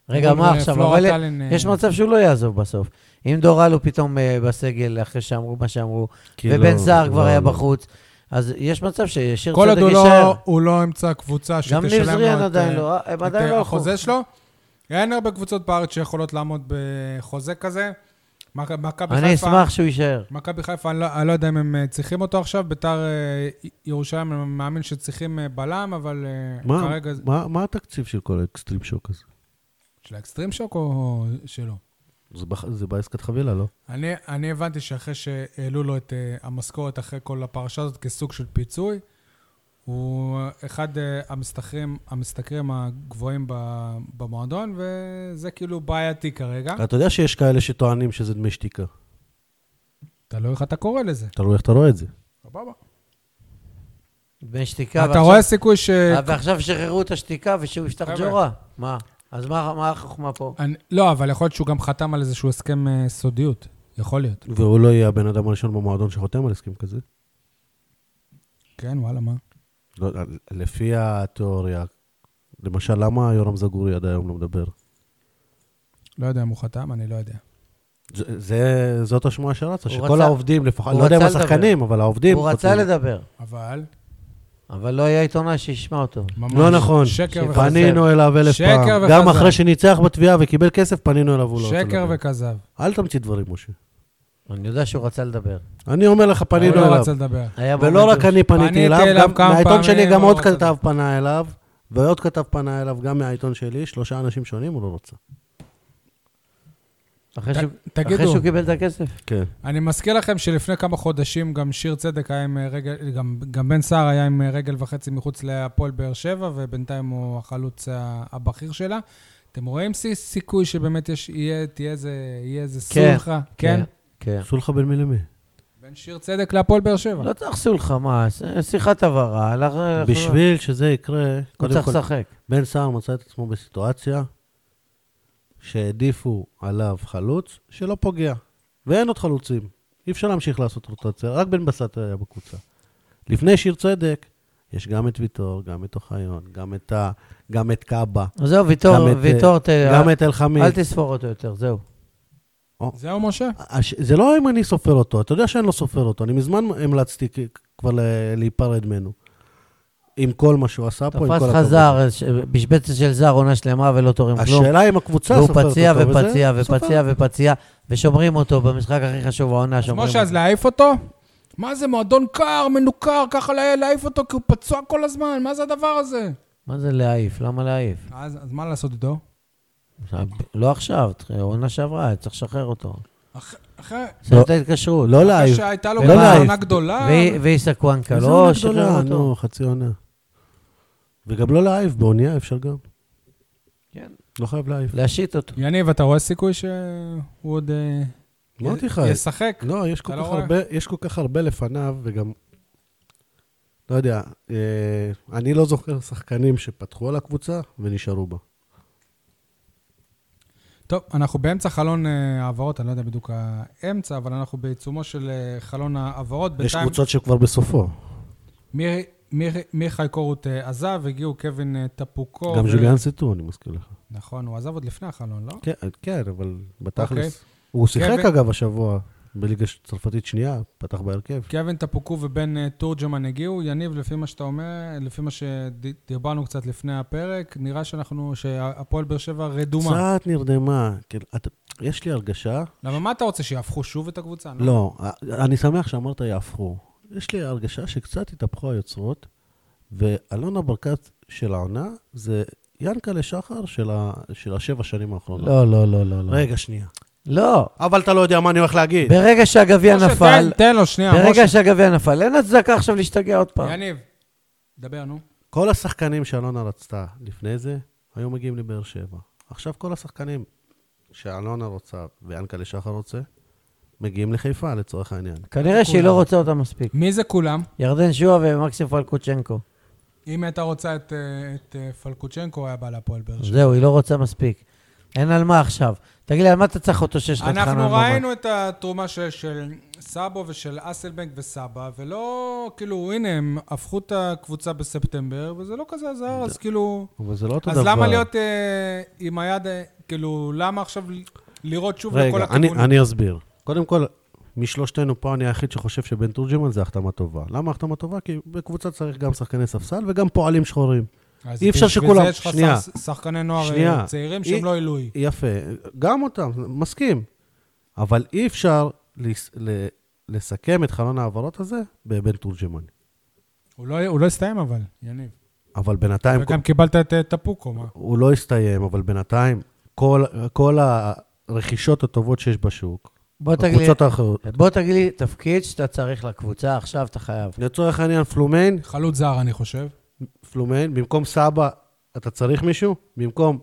רגע,
מול,
מה
אה,
עכשיו?
פלורה
אבל
טלן, אה,
יש מצב שהוא לא יעזוב בסוף. אם דורל הוא פתאום אה, בסגל, אחרי שאמרו מה שאמרו,
כאילו,
כי
ובן
לא-
סער כבר
לא-
היה
לא.
בחוץ, אז יש מצב ששיר
כל
צדק
עוד הוא
יישאר.
לא- הוא לא ימצא קבוצה שתשלם
גם
לו את...
ניב זריאן
אה,
עדיין לא, אה, הם
את
עדיין לא הלכו.
החוזה שלו. אין הרבה קבוצות בארץ שיכולות לעמוד בחוזה כזה. מכ- מכבי
אני
חיפה,
אשמח שהוא יישאר.
מכבי חיפה, אני לא- אני לא יודע אם הם אה, צריכים אותו עכשיו, ביתר אה, י- ירושלים, אני מאמין שצריכים אה, בלם, אבל אה,
מה-
כרגע... זה-
מה מה התקציב של כל האקסטרים שוק הזה?
של האקסטרים שוק או שלו?
זה בח- זה בעסקת חבילה, לא?
אני, אני הבנתי שאחרי שהעלו לו את uh, המשכורת אחרי כל הפרשה הזאת כסוג של פיצוי, הוא אה, אחד uh, המשתכרים, המשתכרים הגבוהים ב, במועדון, וזה כאילו בעייתי כרגע.
אתה יודע שיש כאלה שטוענים שזה דמי שתיקה.
תלוי איך אתה קורא לזה.
תלוי איך אתה רואה את זה.
סבבה.
בן
כן,
שתיקה.
אתה
ועכשיו-
רואה סיכוי ש...
אה, ועכשיו שחררו את השתיקה ושהוא יפתח
חבר'ה.
ג'ורה? מה? אז מה מה החוכמה פה?
אני- לא, אבל יכול להיות שהוא גם חתם על איזשהו הסכם אה, סודיות. יכול להיות.
והוא לא יהיה הבן אדם הראשון במועדון שחותם על הסכם כזה.
כן, וואלה, מה?
לא, לפי התיאוריה, למשל, למה יורם זגורי עד היום לא מדבר?
לא יודע אם הוא חתם, אני לא יודע.
זה- זה, זאת השמועה שרצה,
הוא
שכל
רצה-
העובדים, לפחות,
הוא
לא יודע אם
רצה לדבר.
השחקנים, אבל העובדים...
הוא רצה
חתמו.
לדבר,
אבל...
אבל לא היה עיתונאי שישמע אותו.
ממש
לא נכון,
שקר
שפני-
וכזב.
פנינו אליו אלף
שקר
פעם.
וכזב.
גם אחרי שניצח בתביעה וקיבל כסף, פנינו אליו, הוא לא רוצה
שקר
לדבר.
וכזב.
אל תמציא דברים, משה.
אני יודע שהוא רצה לדבר.
אני אומר לך,
הוא
פנינו
לא
אליו.
רצה לדבר.
היה
ולא
מומנטום
רק אני פניתי
אליו
אליו, גם-
כמה
מהעיתון
פעמים,
שלי גם
הוא
עוד
לא רצה
כתב פנה אליו, ועוד כתב פנה אליו, גם מהעיתון שלי, שלושה אנשים שונים, הוא לא רוצה.
אחרי
ת-
שהוא-
תגידו.
אחרי שהוא קיבל את הכסף.
כן.
אני מזכיר לכם שלפני כמה חודשים גם שיר צדק היה עם אה, רגל, גם, גם בן סער היה עם אה, רגל וחצי מחוץ להפועל באר שבע, ובינתיים הוא החלוץ ה- הבכיר שלה. אתם רואים סי- סיכוי שבאמת יש, יהיה, תהיה איזה, יהיה איזה
כן,
סולחה? כן.
כן.
סולחה בין מי למי?
בין שיר צדק להפועל באר שבע.
לא צריך סולחה, מה? ש- שיחת הבהרה. הלך- הלך-
בשביל שזה יקרה,
אה, הוא
קודם
צריך
כל,
לשחק.
בן סער מצא את עצמו בסיטואציה שהעדיפו עליו חלוץ שלא פוגע, ואין עוד חלוצים. אי אפשר להמשיך לעשות רוטציה, רק בן בסט היה בקבוצה. לפני שיר צדק, יש גם את ויטור, גם את אוחיון, גם את, ה... גם את קאבה,
זהו, ויטור,
גם את, אה,
ויטור, ת-
גם
אל-
את אלחמיד.
אל תספור אותו יותר, זהו.
זהו, משה?
הש... זה לא אם אני סופר אותו, אתה יודע שאני לא סופר אותו, אני מזמן המלצתי כ- כבר ל... להיפרד ממנו. עם כל מה שהוא עשה פה, עם כל
תפס לך
הכבוד.
זר, אה, ש- בשבצת של זר עונה שלמה ולא תורם כלום.
השאלה אם הקבוצה
והוא
סופרת
פציע
אותו, וזה-
ופציע
סופרת.
ופציע ופציע, ושומרים אותו במשחק הכי חשוב העונה,
אז
שומרים
משה, אז
אותו.
להעיף אותו? מה זה, מועדון קר, מנוכר, ככה לה- להעיף אותו כי הוא פצוע כל הזמן, מה זה הדבר הזה?
מה זה להעיף? למה להעיף?
אז אז מה לעשות איתו?
לא עכשיו, עונה שעברה, צריך לשחרר אותו.
אח- אחרי
עשו את ההתקשרות.
לא
אחרי
להעיף.
שהייתה לו
לא
גם
להעיף.
עונה גדולה,
ו- ואיסקוואנקה,
איזה
לא
עונה
שחרר
גדולה,
אותו.
נו, חצי עונה. וגם לא להעיף, באונייה אפשר גם.
כן.
לא חייב להעיף.
להשית אותו.
יניב, אתה רואה סיכוי שהוא עוד אה,
אמרתי לך,
י- ישחק?
לא, יש כל,
אתה לא
כך
רואה?
הרבה, יש כל כך הרבה לפניו, וגם, לא יודע, אה, אני לא זוכר שחקנים שפתחו על הקבוצה ונשארו בה.
טוב, אנחנו באמצע חלון אה, העברות, אני לא יודע בדיוק האמצע, אבל אנחנו בעיצומו של אה, חלון העברות.
יש
בינתיים-
קבוצות שכבר בסופו.
מירי- מירי- מיכאי קורות אה, עזב, הגיעו קווין אה, טפוקו.
גם
ו-
ז'וליאן סיטו, אני מזכיר לך.
נכון, הוא עזב עוד לפני החלון, לא?
כן, כן, אבל
אוקיי.
בתכלס. הוא שיחק,
ו-
אגב, השבוע בליגה צרפתית שנייה, פתח בהרכב.
קווין טפוקו ובן אה, תורג'מן הגיעו. יניב, לפי מה שאתה אומר, לפי מה שדיברנו קצת לפני הפרק, נראה שאנחנו, שהפועל באר שבע רדומה.
קצת נרדמה. כן, אתה- יש לי הרגשה
למה, מה אתה רוצה, שיהפכו שוב את הקבוצה? נו?
לא, אני שמח שאמרת יהפכו. יש לי הרגשה שקצת התהפכו היוצרות, ואלונה ברקת של העונה זה ינקלה שחר של, ה... של השבע שנים האחרונות.
לא, לא, לא, לא. לא.
רגע, שנייה.
לא.
אבל אתה לא יודע מה אני הולך להגיד.
ברגע שהגביע
משה,
נפל,
תן- לא, תן לו, שנייה,
ברגע
משה.
שהגביע נפל, אין הצדקה עכשיו להשתגע עוד פעם.
יניב, דבר, נו.
כל השחקנים שאלונה רצתה לפני זה, היו מגיעים לבאר שבע. עכשיו כל השחקנים שאלונה רוצה ויענקלה שחר רוצה, מגיעים לחיפה לצורך העניין.
כנראה שהיא לא רוצה אותה מספיק.
מי זה כולם?
ירדן שועה ומקסים פלקוצ'נקו.
אם הייתה רוצה את, אה, את אה, פלקוצ'נקו, הוא היה בא להפועל באר שבע.
זהו, היא לא רוצה מספיק. אין על מה עכשיו. תגיד לי, על מה אתה צריך אותו שיש לך את חנן
אנחנו
ממן?
ראינו את התרומה של, של סאבו ושל אסלבנק וסבא, ולא, כאילו, הנה, הם הפכו את הקבוצה בספטמבר, וזה לא כזה עזר, אז כאילו...
אבל זה לא אותו
אז
דבר.
למה להיות אה, עם היד, אה, כאילו, למה עכשיו ל- לראות שוב לכל
רגע, אני,
הכיוונים?
אני אסביר. קודם כל, משלושתנו פה אני היחיד שחושב שבן תורג'מן זה החתמה טובה. למה החתמה טובה? כי בקבוצה צריך גם שחקני ספסל וגם פועלים שחורים.
אז
אי אפשר
בשביל
שכולם-
זה יש לך
שנייה.
שח- שחקני נוער
שנייה.
אה, צעירים
אי-
שהם לא עילוי.
יפה, גם אותם, מסכים. אבל אי אפשר לס, ל, לסכם את חלון ההעברות הזה בבן תורג'מן.
הוא לא- הוא לא הסתיים אבל, יניב.
אבל בינתיים, כל,
וגם קיבלת את אה, טפוקו, מה?
הוא לא הסתיים, אבל בינתיים, כל, כל הרכישות הטובות שיש בשוק,
בוא תגיד לי-
בקבוצות האחרות.
בוא תגיד לי תפקיד שאתה צריך לקבוצה, עכשיו אתה חייב.
לצורך העניין, פלומיין,
חלוץ זר, אני חושב.
פלומיין, במקום סבא, אתה צריך מישהו? במקום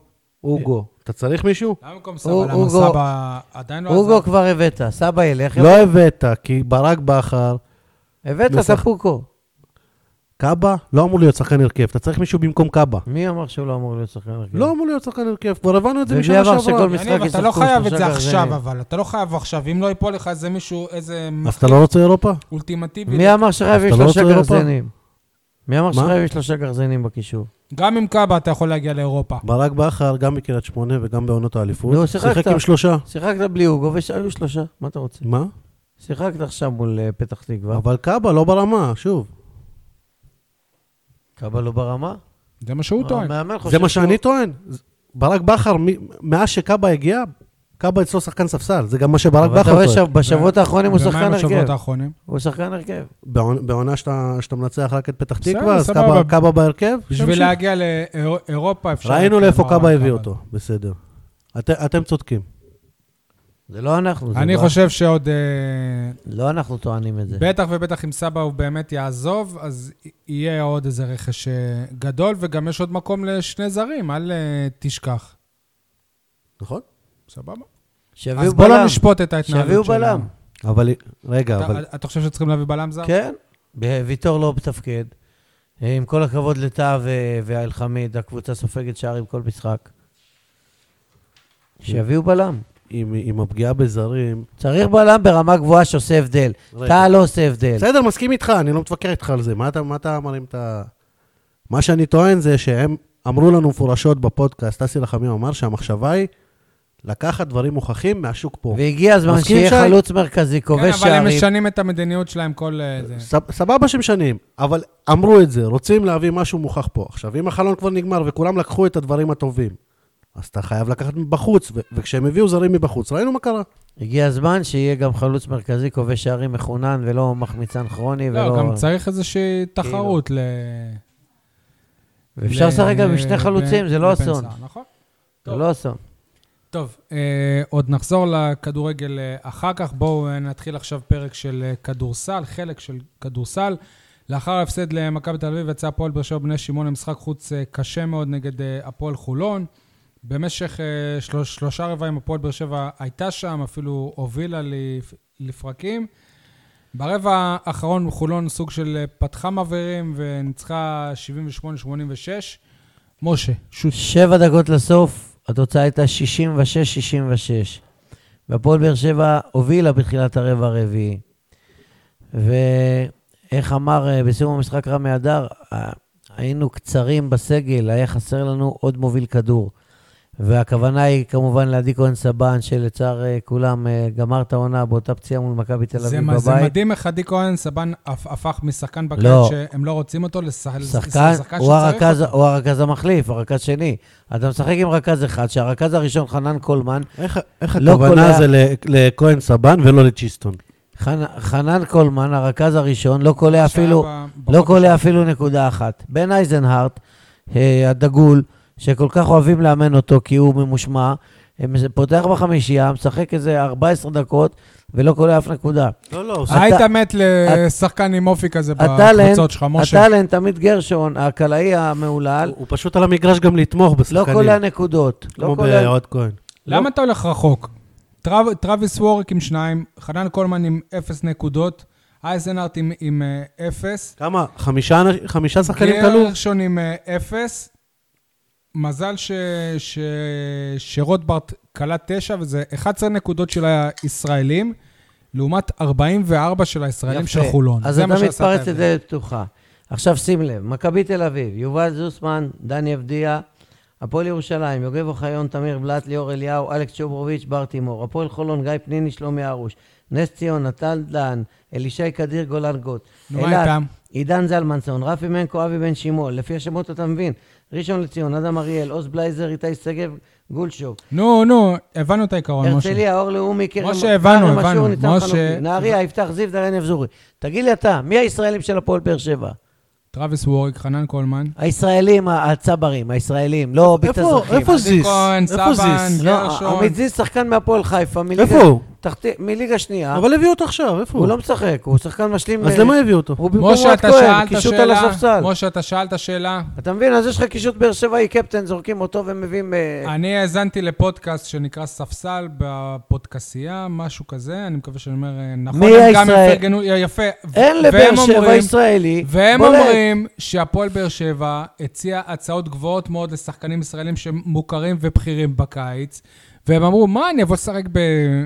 אוגו, אתה צריך מישהו?
למה במקום סבא?
הוא-
למה
אוגו-
סבא עדיין לא
אוגו
עזב?
כבר הבאת, סבא ילך.
לא הבאת, כי ברק בכר,
הבאת
לשחק-
ספוקו.
קאבה, לא אמור להיות שחקן הרכב, אתה צריך מישהו במקום קאבה.
מי אמר שהוא לא אמור להיות שחקן הרכב?
לא אמור להיות שחקן הרכב, כבר הבנו את זה
ומי
משנה
אמר
שעברה.
שכל משחק
יניב, אתה
ישחקו
לא חייב את זה
שלושה גרזנים.
עכשיו, אבל. אתה לא חייב עכשיו. אם לא ייפול לך איזה מישהו, איזה
אז אתה לא רוצה אירופה?
אולטימטיבי.
מי אמר שחייבים
אתה לא
שלושה
רוצה אירופה?
גרזנים? מי אמר
מה?
שחייבים שלושה גרזנים בקישור?
גם עם קאבה אתה יכול להגיע לאירופה.
ברק בכר, גם בקריית שמונה וגם בעונות האליפות.
נו, לא, שיחקת.
שיחק עם שלושה.
שיחקת בלי אוגו והיו שלושה, מה אתה רוצה?
מה?
שיחקת עכשיו מול אה, פתח תקווה.
אבל קאבה לא ברמה, שוב.
קאבה לא ברמה?
זה מה
אה,
שהוא טוען.
המאמן חושב
זה מה
שהוא-
שאני טוען. ברק בכר, מ- מאז שקאבה הגיע, קאבה אצלו שחקן ספסל, זה גם מה שברק
אבל אתה
בכר
רואה
טוען.
שבשבועות האחרונים הוא
ומה
שחקן
עם השבועות
הרכב.
האחרונים?
הוא שחקן הרכב.
בעונ- בעונה שאתה שאתה מנצח רק את פתח
בסדר,
תקווה, אז
סבבה.
קאבה- קאבה בהרכב?
בשביל
תמשיך.
להגיע לאירופה אפשר...
ראינו
להגיע
לאיפה
ברמת
קאבה הביא אותו, בסדר. את- אתם צודקים.
זה לא אנחנו. זה
אני
לא-
חושב שעוד... אה,
לא אנחנו טוענים את זה.
בטח ובטח אם סבא הוא באמת יעזוב, אז י- יהיה עוד איזה רכש אה, גדול, וגם יש עוד מקום לשני זרים, אל אה, תשכח.
נכון.
סבבה?
שיביאו
אז בוא לא
בלם.
נשפוט את ההתנהלות שלנו.
שיביאו בלם.
אבל, רגע, אבל...
אתה- אתה חושב שצריכים להביא בלם זר?
כן, ב- ויטור לא מתפקד. אה, עם כל הכבוד לטאה ו- ואלחמיד, הקבוצה סופגת שערים כל משחק. שיביאו בלם.
עם, עם הפגיעה בזרים...
צריך בלם ברמה גבוהה שעושה הבדל.
רגע.
טאה לא עושה הבדל.
בסדר, מסכים איתך, אני לא מתווכח איתך על זה. מה אתה, מה אתה מרים את ה... מה שאני טוען זה שהם אמרו לנו מפורשות בפודקאסט, אסי רחמים אמר שהמחשבה היא לקחת דברים מוכחים מהשוק פה.
והגיע הזמן
מסכים,
שיהיה
שי?
חלוץ מרכזי,
כן,
כובש
אבל הם
שערים.
משנים את המדיניות שלהם כל... אה, זה.
סב- סבבה שמשנים, אבל אמרו את זה, רוצים להביא משהו מוכח פה. עכשיו, אם החלון כבר נגמר וכולם לקחו את הדברים הטובים, אז אתה חייב לקחת מבחוץ, ו- וכשהם הביאו זרים מבחוץ, ראינו מה קרה.
הגיע הזמן שיהיה גם חלוץ מרכזי, כובש שערים מחונן, ולא מחמיצן כרוני,
לא,
ולא...
גם צריך איזושהי תחרות ל...
כאילו. ואפשר
ל-
לשחק גם עם
ל-
שני חלוצים, זה לא
לפנסה,
אסון.
נכון.
זה
טוב.
לא אסון.
טוב, אה, עוד נחזור לכדורגל אה, אחר כך. בואו אה, נתחיל עכשיו פרק של אה, כדורסל, חלק של כדורסל. לאחר ההפסד למכבי תל אביב יצא הפועל באר שבע בני שמעון למשחק חוץ אה, קשה מאוד נגד אה, הפועל חולון. במשך אה, שלוש, שלושה רבעים הפועל באר שבע הייתה שם, אפילו הובילה לפ, לפרקים. ברבע האחרון חולון סוג של אה, פתחה מבהירים וניצחה 78-86. משה, שוט.
שבע דקות לסוף, התוצאה הייתה 66-66. והפועל באר שבע הובילה בתחילת הרבע הרביעי. ואיך אמר אה, בסיום המשחק רמי אדר, אה, היינו קצרים בסגל, היה חסר לנו עוד מוביל כדור. והכוונה היא כמובן לעדי כהן סבן, שלצער אה, כולם אה, גמר את העונה באותה פציעה מול מכבי תל
זה,
אביב
מה-
בבית.
זה מדהים איך עדי כהן סבן הפ- הפך משחקן בקהל
לא.
שהם לא רוצים אותו לש-
שחקן,
לשחקן
הוא
שצריך
הרכז,
אותו.
הוא הרכז המחליף, הרכז שני. אתה משחק עם רכז אחד, שהרכז הראשון חנן קולמן,
איך, איך
לא
הכוונה
קולע.
זה ל- לכהן סבן ולא לצ'יסטון?
חנ, חנן קולמן, הרכז הראשון, לא קולע
שהיה
אפילו,
ב-
לא
בחודש
קולע אפילו נקודה אחת. בן אייזנהארט, אה, הדגול, שכל כך אוהבים לאמן אותו כי הוא ממושמע, אה, מש- פותח בחמישייה, משחק איזה 14 דקות, ולא קולע אף נקודה.
לא, לא,
האחרון. אה, היית מת לשחקן עם אופי כזה
הטאלנט,
בקבוצות שלך, משה.
הטאלנט, עמית גרשון, הקלעי המהולל,
הוא פשוט על המגרש גם לתמוך
לא
בשחקנים.
קולע נקודות. לא
כמו
קולע-
באוהד כהן.
למה אתה הולך רחוק? טרו- טרוויס ווריק עם שניים, חנן קולמן עם אפס נקודות, אייזנארט עם- עם אה, אפס,
כמה? חמישה, אנש- חמישה שחקנים
כן.
כלו?
גרשון עם אה, אפס. מזל ש- ש- שרוטברט קלע תשע, וזה 11 נקודות של הישראלים, לעומת 44 של הישראלים
יפה.
של חולון.
אז
זה
אתה
מה שעשה את
מתפרץ
ההבדל.
לדלת פתוחה. עכשיו שים לב, מכבי תל אביב, יובל זוסמן, דני אבדיה, הפועל ירושלים, יוגב אוחיון, תמיר בלאט, ליאור אליהו, אלכס צ'וברוביץ', בר תימור, הפועל חולון, גיא פניני, שלומי הרוש, נס ציון, נטל דן, אלישי קדיר, גולן גוט.
נו, מה
אלעד,
איתם?
עידן זלמנסון, רפי מנקו, אבי בן שמעון, לפי השמות אתה מבין, ראשון לציון, אדם אריאל, עוז בלייזר, איתי שגב, גולשוב,
נו, נו, הבנו את העיקרון, נכון, משה.
הרצליה, אור לאומי, קרן...
משה, הבנו,
כרם אשור,
הבנו.
ניצן
משה-
חלוקי, נהריה, יפתח זיו, דרן אבזורי. תגיד לי אתה, מי הישראלים של הפועל באר שבע?
טרוויס ווריק, חנן קולמן.
הישראלים ה- הצברים, הישראלים, לא ביט
איפה,
הזרחים.
איפה זיס?
כהן,
איפה
סבן.
זיס?
לא,
גרשון?
עמית זיס שחקן מהפועל חיפה, מליגה...
איפה הוא?
תחתי- מליגה שנייה.
אה? אבל הביאו אותו עכשיו, איפה
הוא
הוא?
לא משחק, הוא שחקן משלים...
אז
אה,
למה הביאו אותו?
הוא במקום
משה,
רד
אתה
כהן,
שאלת
קישוט על
שאלה.
הספסל.
משה, אתה שאלת שאלה.
אתה מבין? אז יש לך קישוט באר שבעי קפטן, זורקים אותו ומביאים... אה,
אני האזנתי לפודקאסט שנקרא ספסל בפודקסייה, משהו כזה, אני מקווה שאני אומר אה, נכון.
מי
הם גם
הישראל-
יפרגנו, יא, יפה. ו-
אין לבאר
והם
שבע
אומרים-
ישראלי.
והם
בולט.
אומרים שהפועל באר שבע הציע הצעות גבוהות מאוד לשחקנים ישראלים שמוכרים ובכירים בקיץ, והם אמרו, מה, אני אבוא לשחק ב-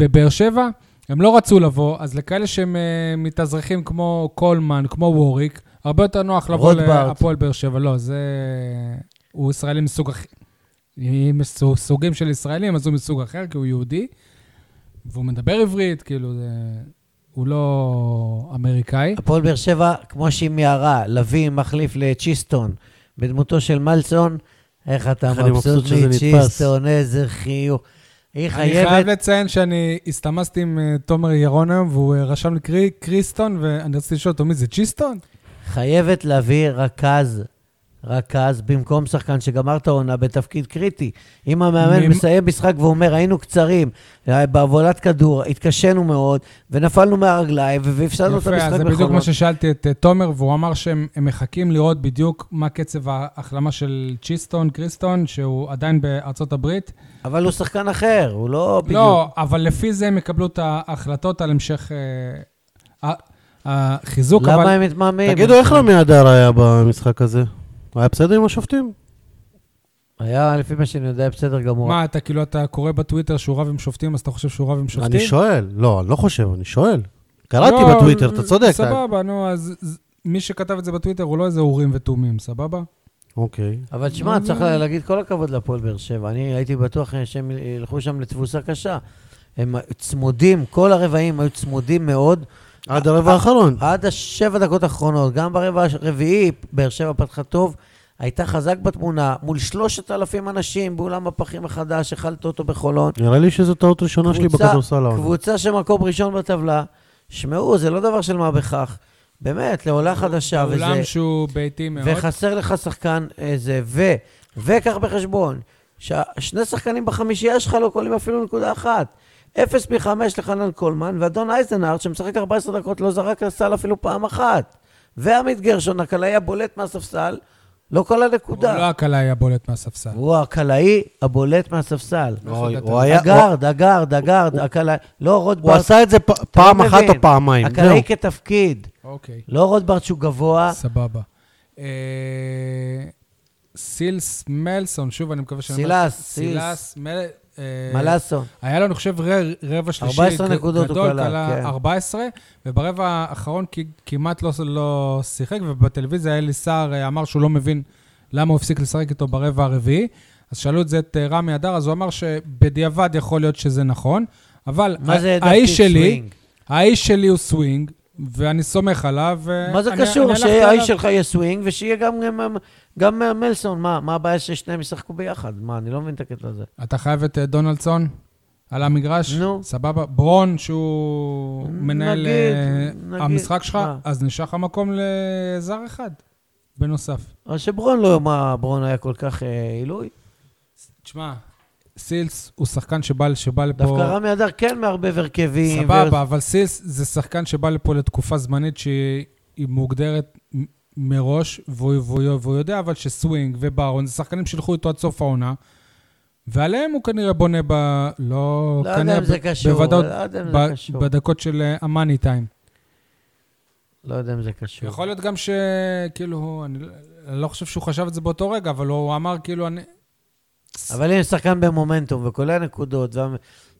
בבאר שבע? הם לא רצו לבוא, אז לכאלה שהם אה, מתאזרחים כמו קולמן, כמו ווריק, הרבה יותר נוח לבוא
רוטברט.
להפועל באר שבע. לא, זה... הוא ישראלי מסוג אחר. סוגים של ישראלים, אז הוא מסוג אחר, כי הוא יהודי, והוא מדבר עברית, כאילו, זה... הוא לא אמריקאי.
הפועל באר שבע, כמו שהיא מיהרה, להביא מחליף לצ'יסטון, בדמותו של מלסון, איך אתה
איך אני מבסוט
מבסוט
שזה נתפס.
מצ'יסטון, איזה חיוך. היא
אני חייב
חייבת,
לציין שאני הסתמסתי עם אה, תומר ירון היום, והוא אה, רשם לי קרי, קריסטון, ואני רציתי לשאול אותו, מי זה צ'יסטון?
חייבת להביא רכז, רכז, במקום שחקן שגמר את העונה בתפקיד קריטי. אם המאמן
ממ-
מסיים משחק ואומר, היינו קצרים, אה, בהובלת כדור, התקשינו מאוד, ונפלנו מהרגליים, ו- והפסדנו את
יפה, אז
המשחק
זה בדיוק מה
בכל זאת.
ששאלתי את אה, תומר, והוא אמר שהם הם מחכים לראות בדיוק מה קצב ההחלמה של צ'יסטון, קריסטון, שהוא עדיין בארצות הברית.
אבל הוא שחקן אחר, הוא לא בדיוק.
לא, אבל לפי זה הם יקבלו את ההחלטות על המשך אה, ה- החיזוק, אבל...
למה הם מתמהמהים?
תגידו, איך רמי אדר היה במשחק הזה? הוא היה בסדר עם השופטים?
היה, לפי מה שאני יודע, בסדר גמור.
מה, אתה כאילו, אתה קורא בטוויטר שהוא רב עם שופטים, אז אתה חושב שהוא רב עם שופטים?
אני שואל. לא, אני לא חושב, אני שואל. קראתי
לא,
בטוויטר, אתה צודק.
סבבה, נו, אז אז מי שכתב את זה בטוויטר הוא לא איזה אורים ותומים, סבבה?
אוקיי.
אבל תשמע, צריך לה- להגיד כל הכבוד להפועל באר שבע. אני הייתי בטוח אה, שהם ילכו שם לתבוסה קשה. הם צמודים, כל הרבעים היו צמודים מאוד,
עד הרבע האחרון.
עד השבע דקות האחרונות. גם ברבע הש- הרביעי, באר שבע פתחה טוב, הייתה חזק בתמונה, מול שלושת אלפים אנשים באולם הפחים החדש, אכלת אותו בחולון.
נראה לי שזו טעות ראשונה שלי
קבוצה-
בכדורסל העונה.
קבוצה שמקום ראשון בטבלה. שמעו, זה לא דבר של מה בכך. באמת, לעולה חדשה, וזה...
אולם שהוא ביתי מאוד.
וחסר לך שחקן איזה, ו... וקח בחשבון, ששני שחקנים בחמישייה שלך לא קולים אפילו נקודה אחת. אפס מחמש לחנן קולמן, ואדון אייזנהארט, שמשחק 14 דקות, לא זרק לסל אפילו פעם אחת. ועמית גרשון, הקלעי הבולט מהספסל, לא כל
הוא לא
הנקודה.
הקלה היה בולט מהספסל.
הוא הקלעי הבולט מהספסל.
אוי,
לא
הוא היה- הוא-
הגארד, הגארד, הגארד, הקלעי... לא רוד
הוא עשה את זה פ-
לא
פעם אחת או פעמיים. זהו.
הקלעי כתפקיד.
אוקיי,
לא רוטברט שהוא גבוה,
סבבה. אה, סילס מלסון, שוב, אני מקווה שאני... אומר-
סילס,
סילס מל- אה,
מלאסו.
היה לו, אני חושב, ר- רבע שלישי.
14
ג-
נקודות הוא
גדול,
כלה, כן.
14, וברבע האחרון כ- כמעט לא, לא שיחק, ובטלוויזיה אלי סער אה, אמר שהוא לא מבין למה הוא הפסיק לשחק איתו ברבע הרביעי. אז שאלו את זה את אה, רמי אדר, אז הוא אמר שבדיעבד יכול להיות שזה נכון, אבל
מה זה
ה-
דפקי
האיש שלי,
סווינג?
האיש שלי הוא סווינג, ואני סומך עליו. ו-
מה זה
אני- אני
קשור
הלכתי
שהאיש
עליו.
שלך יהיה סווינג ושיהיה גם- גם- גם אה, מלסון? מה מה הבעיה ששניהם ישחקו ביחד? מה, אני לא מבין את הקטע הזה.
אתה חייב את אה, דונלדסון על המגרש?
נו.
סבבה. ברון, שהוא
נגיד,
מנהל אה,
נגיד,
המשחק שלך,
מה?
אז נשאר לך מקום לזר אחד, בנוסף.
אבל שברון לא, מה, ברון היה כל כך אה, עילוי?
תשמע, סילס הוא שחקן שבא, שבא לפה...
דווקא רמי אדר כן מערבב הרכבים.
סבבה, אבל סילס זה שחקן שבא לפה לתקופה זמנית שהיא היא מוגדרת מ- מראש, והוא, והוא, והוא יודע אבל שסווינג וברון זה שחקנים שילכו איתו עד סוף העונה, ועליהם הוא כנראה בונה ב... לא...
לא יודע
כנראה
אם זה
ב-
קשור,
בוודאות
לא יודע אם זה
ב-
קשור.
בדקות של אה, המאני טיים.
לא יודע אם זה
כן.
קשור.
יכול להיות גם ש... כאילו, אני לא- אני לא חושב שהוא חשב את זה באותו רגע, אבל הוא אמר כאילו, אני...
אבל אם שחקן במומנטום וכולל נקודות וה-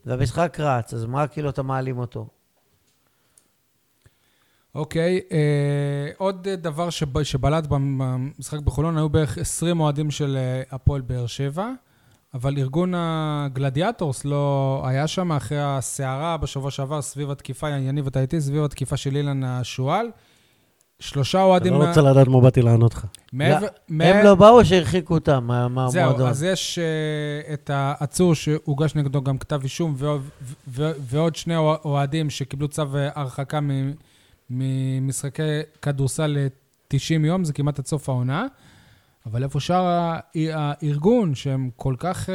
והמשחק רץ, אז מה כאילו אתה מעלים אותו?
אוקיי, אה, עוד אה, דבר שב, שבלט במשחק בחולון, היו בערך 20 אוהדים של אה, הפועל באר שבע, אבל ארגון הגלדיאטורס לא היה שם אחרי הסערה בשבוע שעבר סביב התקיפה, יניב אתה איתי, סביב התקיפה של אילן השועל. שלושה
אתה
אוהדים...
לא
מה-
רוצה לדעת מה באתי לענות לך.
מעבר- מעבר-
הם לא באו שהרחיקו אותם מה- מהמועדון.
זהו, אז יש אה, את העצור שהוגש נגדו גם כתב אישום, ועוד- ו- ו- ועוד שני אוה- אוהדים שקיבלו צו אה, הרחקה מ- ממשחקי כדורסל ל-90 יום, זה כמעט עד סוף העונה. אבל איפה שאר ה- אה, הארגון, שהם כל כך אה,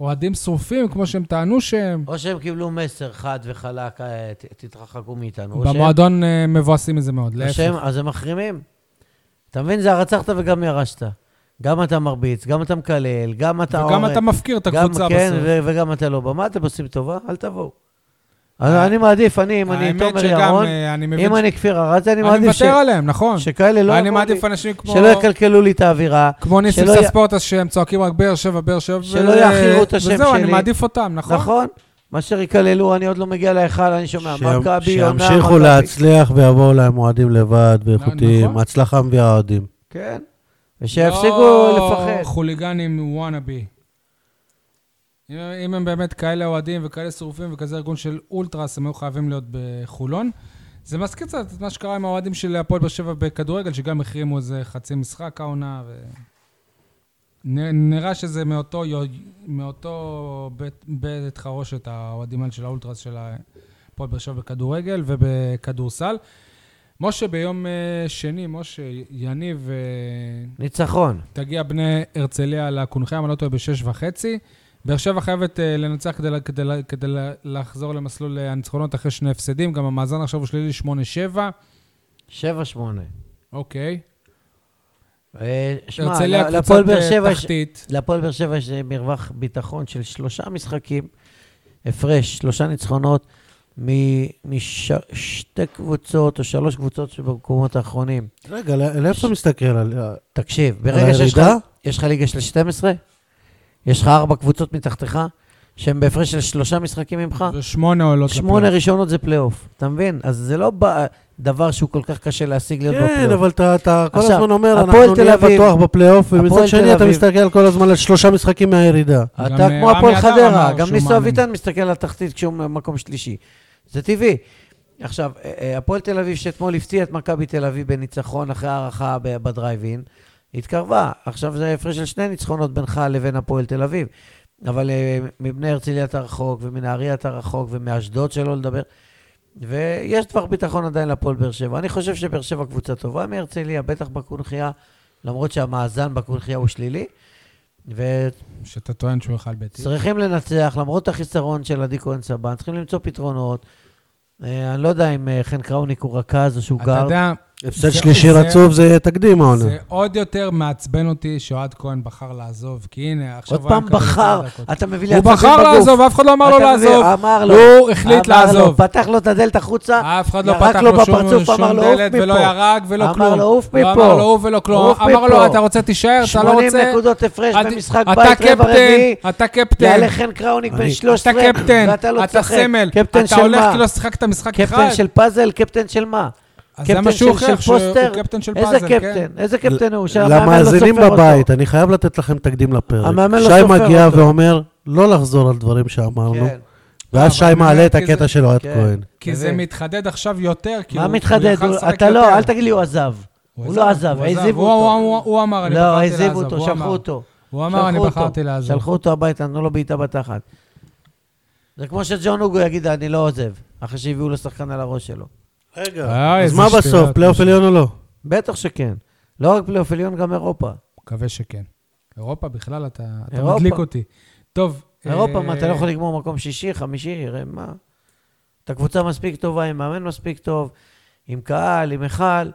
אוהדים שרופים, כמו שהם טענו שהם,
או שהם קיבלו מסר חד וחלק, אה, ת- תתרחקו מאיתנו. או שהם-
במועדון אה, מבואסים מזה מאוד,
או
להפך.
שהם- אז הם מחרימים. אתה מבין? זה הרצחת וגם ירשת. גם אתה מרביץ, גם אתה מקלל, גם אתה
וגם אתה מפקיר את
גם-
הקבוצה
כן,
בסוף.
ו- וגם אתה לא. במה אתם עושים טובה? אל תבואו. אני אני מעדיף, אני, אם אני
אה, האמת
תומר
שגם,
ירון,
אה, אני מבין
אם
ש-
אני כפיר ארצי, אני
אני
מעדיף ש-
מוותר עליהם, נכון.
שכאלה לא...
אני
יבואו לי-
מעדיף אנשים כמו...
שלא יקלקלו לי את האווירה.
כמו ניסים
שלא י-
ספורט, אז שהם צועקים רק באר שבע, באר שבע.
שלא
ו-
יעכירו את השם
וזהו, אני
שלי.
מעדיף אותם, נכון?
נכון. מאשר יקללו, אני עוד לא מגיע להיכל, אני שומע,
שהם-
מכבי, עונה,
שימשיכו
מכבי.
להצליח ויבואו להם אוהדים לבד ואיכותיים.
נכון.
הצלחה מביאה אוהדים.
כן. ושיפסיקו
לא
לפחד.
חוליגנים וואנאבי. אם, אם הם באמת כאלה אוהדים וכאלה שרופים וכזה ארגון של אולטרס, הם היו חייבים להיות בחולון. זה מזכיר קצת את מה שקרה עם האוהדים של הפועל באר שבע בכדורגל, שגם החרימו איזה חצי משחק העונה. ו... נ- נראה שזה מאותו, יו... מאותו בית, בית חרושת, האוהדים האלה של האולטרס של הפועל באר שבע בכדורגל ובכדורסל. משה, ביום אה, שני, משה, יניב... אה,
ניצחון.
תגיע בני הרצליה לקונחייה, אם אני לא טועה, בשש וחצי. באר שבע חייבת uh, לנצח כדי, לה- כדי, לה- כדי לה- לחזור למסלול אה, הניצחונות אחרי שני הפסדים. גם המאזן עכשיו הוא שלילי 8-7.
7-8.
אוקיי.
אה, שמע,
הרצליה
לה-
קבוצת
להפועל באר
אה,
שבע יש-
תחתית.
להפועל באר שבע יש אה, מרווח ביטחון של שלושה משחקים, הפרש, שלושה ניצחונות משתי קבוצות או שלוש קבוצות שבמקומות האחרונים.
רגע, לא- לאיפה אתה מסתכל? על-
תקשיב,
על
ברגע שיש לך...
הירידה?
יש לך ליגה של 12, יש לך ארבע קבוצות מתחתיך, שהן בהפרש של שלושה משחקים ממך.
ושמונה עולות
שמונה
לפלייאוף.
ראשונות זה פלייאוף, אתה מבין? אז זה לא בא... דבר שהוא כל כך קשה להשיג להיות בפלייאוף.
כן, אבל אתה- אתה כל
עכשיו,
הזמן אומר,
הפועל
אנחנו
תל
נהיה
אביב-
בטוח בפלייאוף,
הפועל
ומצד
תל
שני אתה
אביב-
מסתכל כל הזמן על שלושה משחקים מהירידה.
גם,
אתה
אה,
כמו הפועל
רמי אדר
חדרה,
אמר
גם
שהוא
ניסו
מאמין.
אביטן מסתכל על התחתית כשהוא במקום שלישי. זה טבעי. עכשיו, אה, אה, הפועל תל אביב שאתמול הפתיע את מכבי תל אביב בניצחון אחרי הערכה ב- בדרייב-אין, התקרבה. עכשיו זה הפרש של שני ניצחונות בינך לבין הפועל תל אביב. אבל אה, מבני הרצליה אתה רחוק, ומנהריה אתה רחוק, ומאשדוד שלא לדבר. ויש טווח ביטחון עדיין להפועל באר שבע. אני חושב שבאר שבע קבוצה טובה מהרצליה, בטח בקונכייה, למרות שהמאזן בקונכייה הוא שלילי. ו-
שאתה טוען שהוא אחד ביתי.
צריכים לנצח, למרות החיסרון של עדי כהן סבן, צריכים למצוא פתרונות. אה, אני לא יודע אם אה, חן קראוניק הוא רכז או שהוא
אתה
גר.
יודע,
הפסד
זה-
שלישי
זה-
רצוף זה תקדים העונה.
זה עוד יותר מעצבן אותי שאוהד כהן בחר לעזוב, כי הנה, עכשיו...
עוד
הוא היה
פעם
מקבל עשר
בחר,
דקות.
אתה מביא לי
הוא
עצבים בגוף.
בחר לעזוב, אף אחד לא אמר לו
אתה מבין?
לעזוב.
אמר לו.
הוא החליט
אמר לו,
לעזוב.
פתח לו את הדלת החוצה,
אף אחד לא
ירק
פתח
לו
לו שום
בפרצוף, אמר
שום
לו, "עוף
דלת
מפה".
ולא ירק ולא
אמר
כלום.
לו, "עוף
לא
מפה".
אמר לו עוף ולא כלום.
"עוף
אמר
מפה".
לו, אתה רוצה תישאר, אתה לא
80
רוצה...
נקודות הפרש
אתה-
במשחק
אתה
בית, רבע
קפטן,
רביעי.
אתה קפטן,
יעלה חן קראוניק בן 13,
אתה קפטן,
ואתה לא
אתה
תשחק.
סמל.
קפטן
אתה
של
הולך
מה?
כאילו שיחקת משחק אחד.
קפטן של פאזל, קפטן של מה?
אז זה
קפטן
מה שהוא
של של
הוכיח, שהוא
פוסטר?
קפטן של
איזה
פאזל, כן.
קפטן? איזה קפטן הוא? שהמאמן לא
למאזינים
סופר אותו.
בבית, אני חייב לתת לכם תקדים לפרק.
המאמן לא
שי
סופר
מגיע
אותו.
ואומר, לא לחזור על דברים שאמרנו,
כן.
ואז
אבל
שי
אני אומר,
מעלה את
כי זה-
הקטע של אוהד
כן.
כהן.
כי זה
מבין.
מתחדד עכשיו יותר, כי הוא
מה
כאילו, הוא
מתחדד?
יכל
הוא-
לשחק
אתה לא,
יותר.
אל תגיד לי הוא עזב. הוא לא עזב,
הוא
העזיבו
הוא-
אותו.
הוא- הוא- הוא אמר, אני
לא,
בחרתי לעזוב.
העזיבו אותו,
הוא
שלחו
אמר.
אותו.
הוא אמר,
שלחו
אני
אותו.
בחרתי לעזוב.
שלחו אותו הביתה, נתנו לו בעיטה בתחת. זה כמו שג'ון הוגו יגיד, אני לא עוזב, אחרי שהביאו לו שחקן על הראש שלו.
רגע,
אה,
אז
איזה
מה
שטויות,
בסוף, פלייאוף
פשוט.
עליון או לא?
בטח שכן. לא רק פלייאוף עליון, גם אירופה.
מקווה שכן. אירופה בכלל, אתה אתה
אירופה.
מדליק אותי. טוב.
אירופה,
אה,
מה, אתה לא יכול לגמור מקום שישי, חמישי, ראה, מה? אתה קבוצה מספיק טובה, עם מאמן מספיק טוב, עם קהל, עם היכל,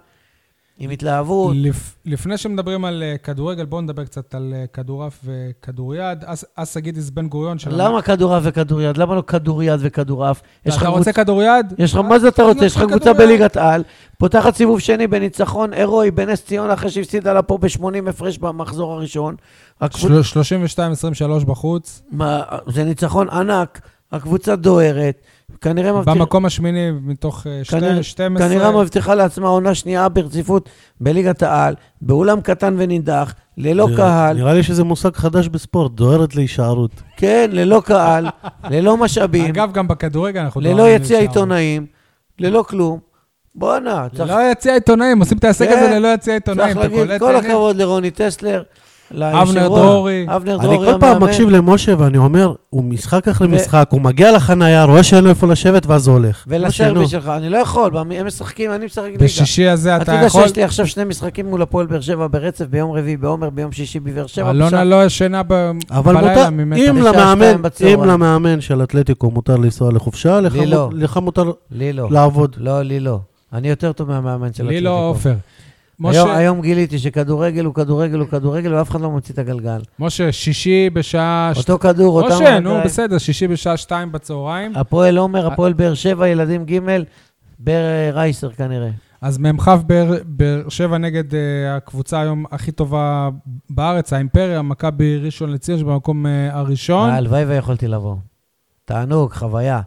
עם התלהבות.
לפ- לפני שמדברים על אה, כדורגל, בואו נדבר קצת על אה, כדורעף וכדוריד. אס- אסא גידיס בן גוריון שלנו.
למה כדורעף וכדוריד? למה לא כדוריד וכדורעף? יש לך
אתה
קבוצה
רוצה כדוריד?
יש לך, מה זה אתה רוצה? יש לך קבוצה
כדוריד.
בליגת על, פותחת סיבוב שני בניצחון הירואי בנס ציונה אחרי שהפסידה לה פה ב-80 הפרש במחזור הראשון. הקבוצ...
של- 32-23 בחוץ.
מה, זה ניצחון ענק, הקבוצה דוהרת, כנראה מבטיח...
במקום השמיני מתוך אה, שתי-
כנראה-
12.
כנראה מבטיחה לעצמה עונה שנייה ברציפות בליגת העל, באולם קטן ונידח, ללא
זה-
לא קהל,
נראה לי שזה מושג חדש בספורט, דוהרת להישארות.
כן, ללא קהל, ללא משאבים,
אגב, גם בכדורגל אנחנו...
ללא
דוהרים
יציע
לשם.
עיתונאים, ללא כלום. בואנה, צריך
ללא יציע עיתונאים, עושים את ההישג
כן.
הזה ללא יציע עיתונאים.
צריך
אתה
להגיד,
קולט?
כל
העניין?
הכבוד לרוני טסלר, ליושב-ראש,
אבנר דרורי.
אבנר דרורי
אני כל פעם
המאמן.
מקשיב למשה ואני אומר, הוא משחק אחרי
ו-
משחק, הוא מגיע לחנייה, רואה שאין לו איפה לשבת ואז הוא הולך. משה, נו.
ולסרבי שלך, אני לא יכול, במ- הם משחקים, אני משחק ליגה.
בשישי הזה
אתה
אתה
יודע
יכול...
שיש לי עכשיו שני משחקים מול הפועל באר שבע ברצף, ביום רביעי בעומר, ביום שישי בבאר שבע.
אלונה
בשעה-
לא ישנה ב-
אבל
בלילה
מותר,
ממתח.
אם
בשעה
למאמן,
שתיים בצהריים.
אם למאמן של אתלטיקו מותר לנסוע לחופשה, לך
לי
מות-
לא.
לך מותר
לי לא.
לעבוד.
לא, לי לא. אני יותר טוב מהמאמן של
לי לא
אתלטיקו.
עופר.
היום-
משה,
היום גיליתי שכדורגל הוא כדורגל הוא כדורגל, ואף אחד לא מוציא את הגלגל.
משה, שישי בשעה... שת-
אותו כדור, אותם...
משה, נו,
רגליים.
בסדר, שישי בשעה שתיים בצהריים.
הפועל עומר, הפועל באר שבע, ילדים ג', באר רייסר כנראה.
אז מ"כ באר- באר שבע נגד אה, הקבוצה היום הכי טובה בארץ, האימפריה, מכבי ראשון לציון שבמקום אה, הראשון.
הלוואי ויכולתי לבוא. תענוג, חוויה.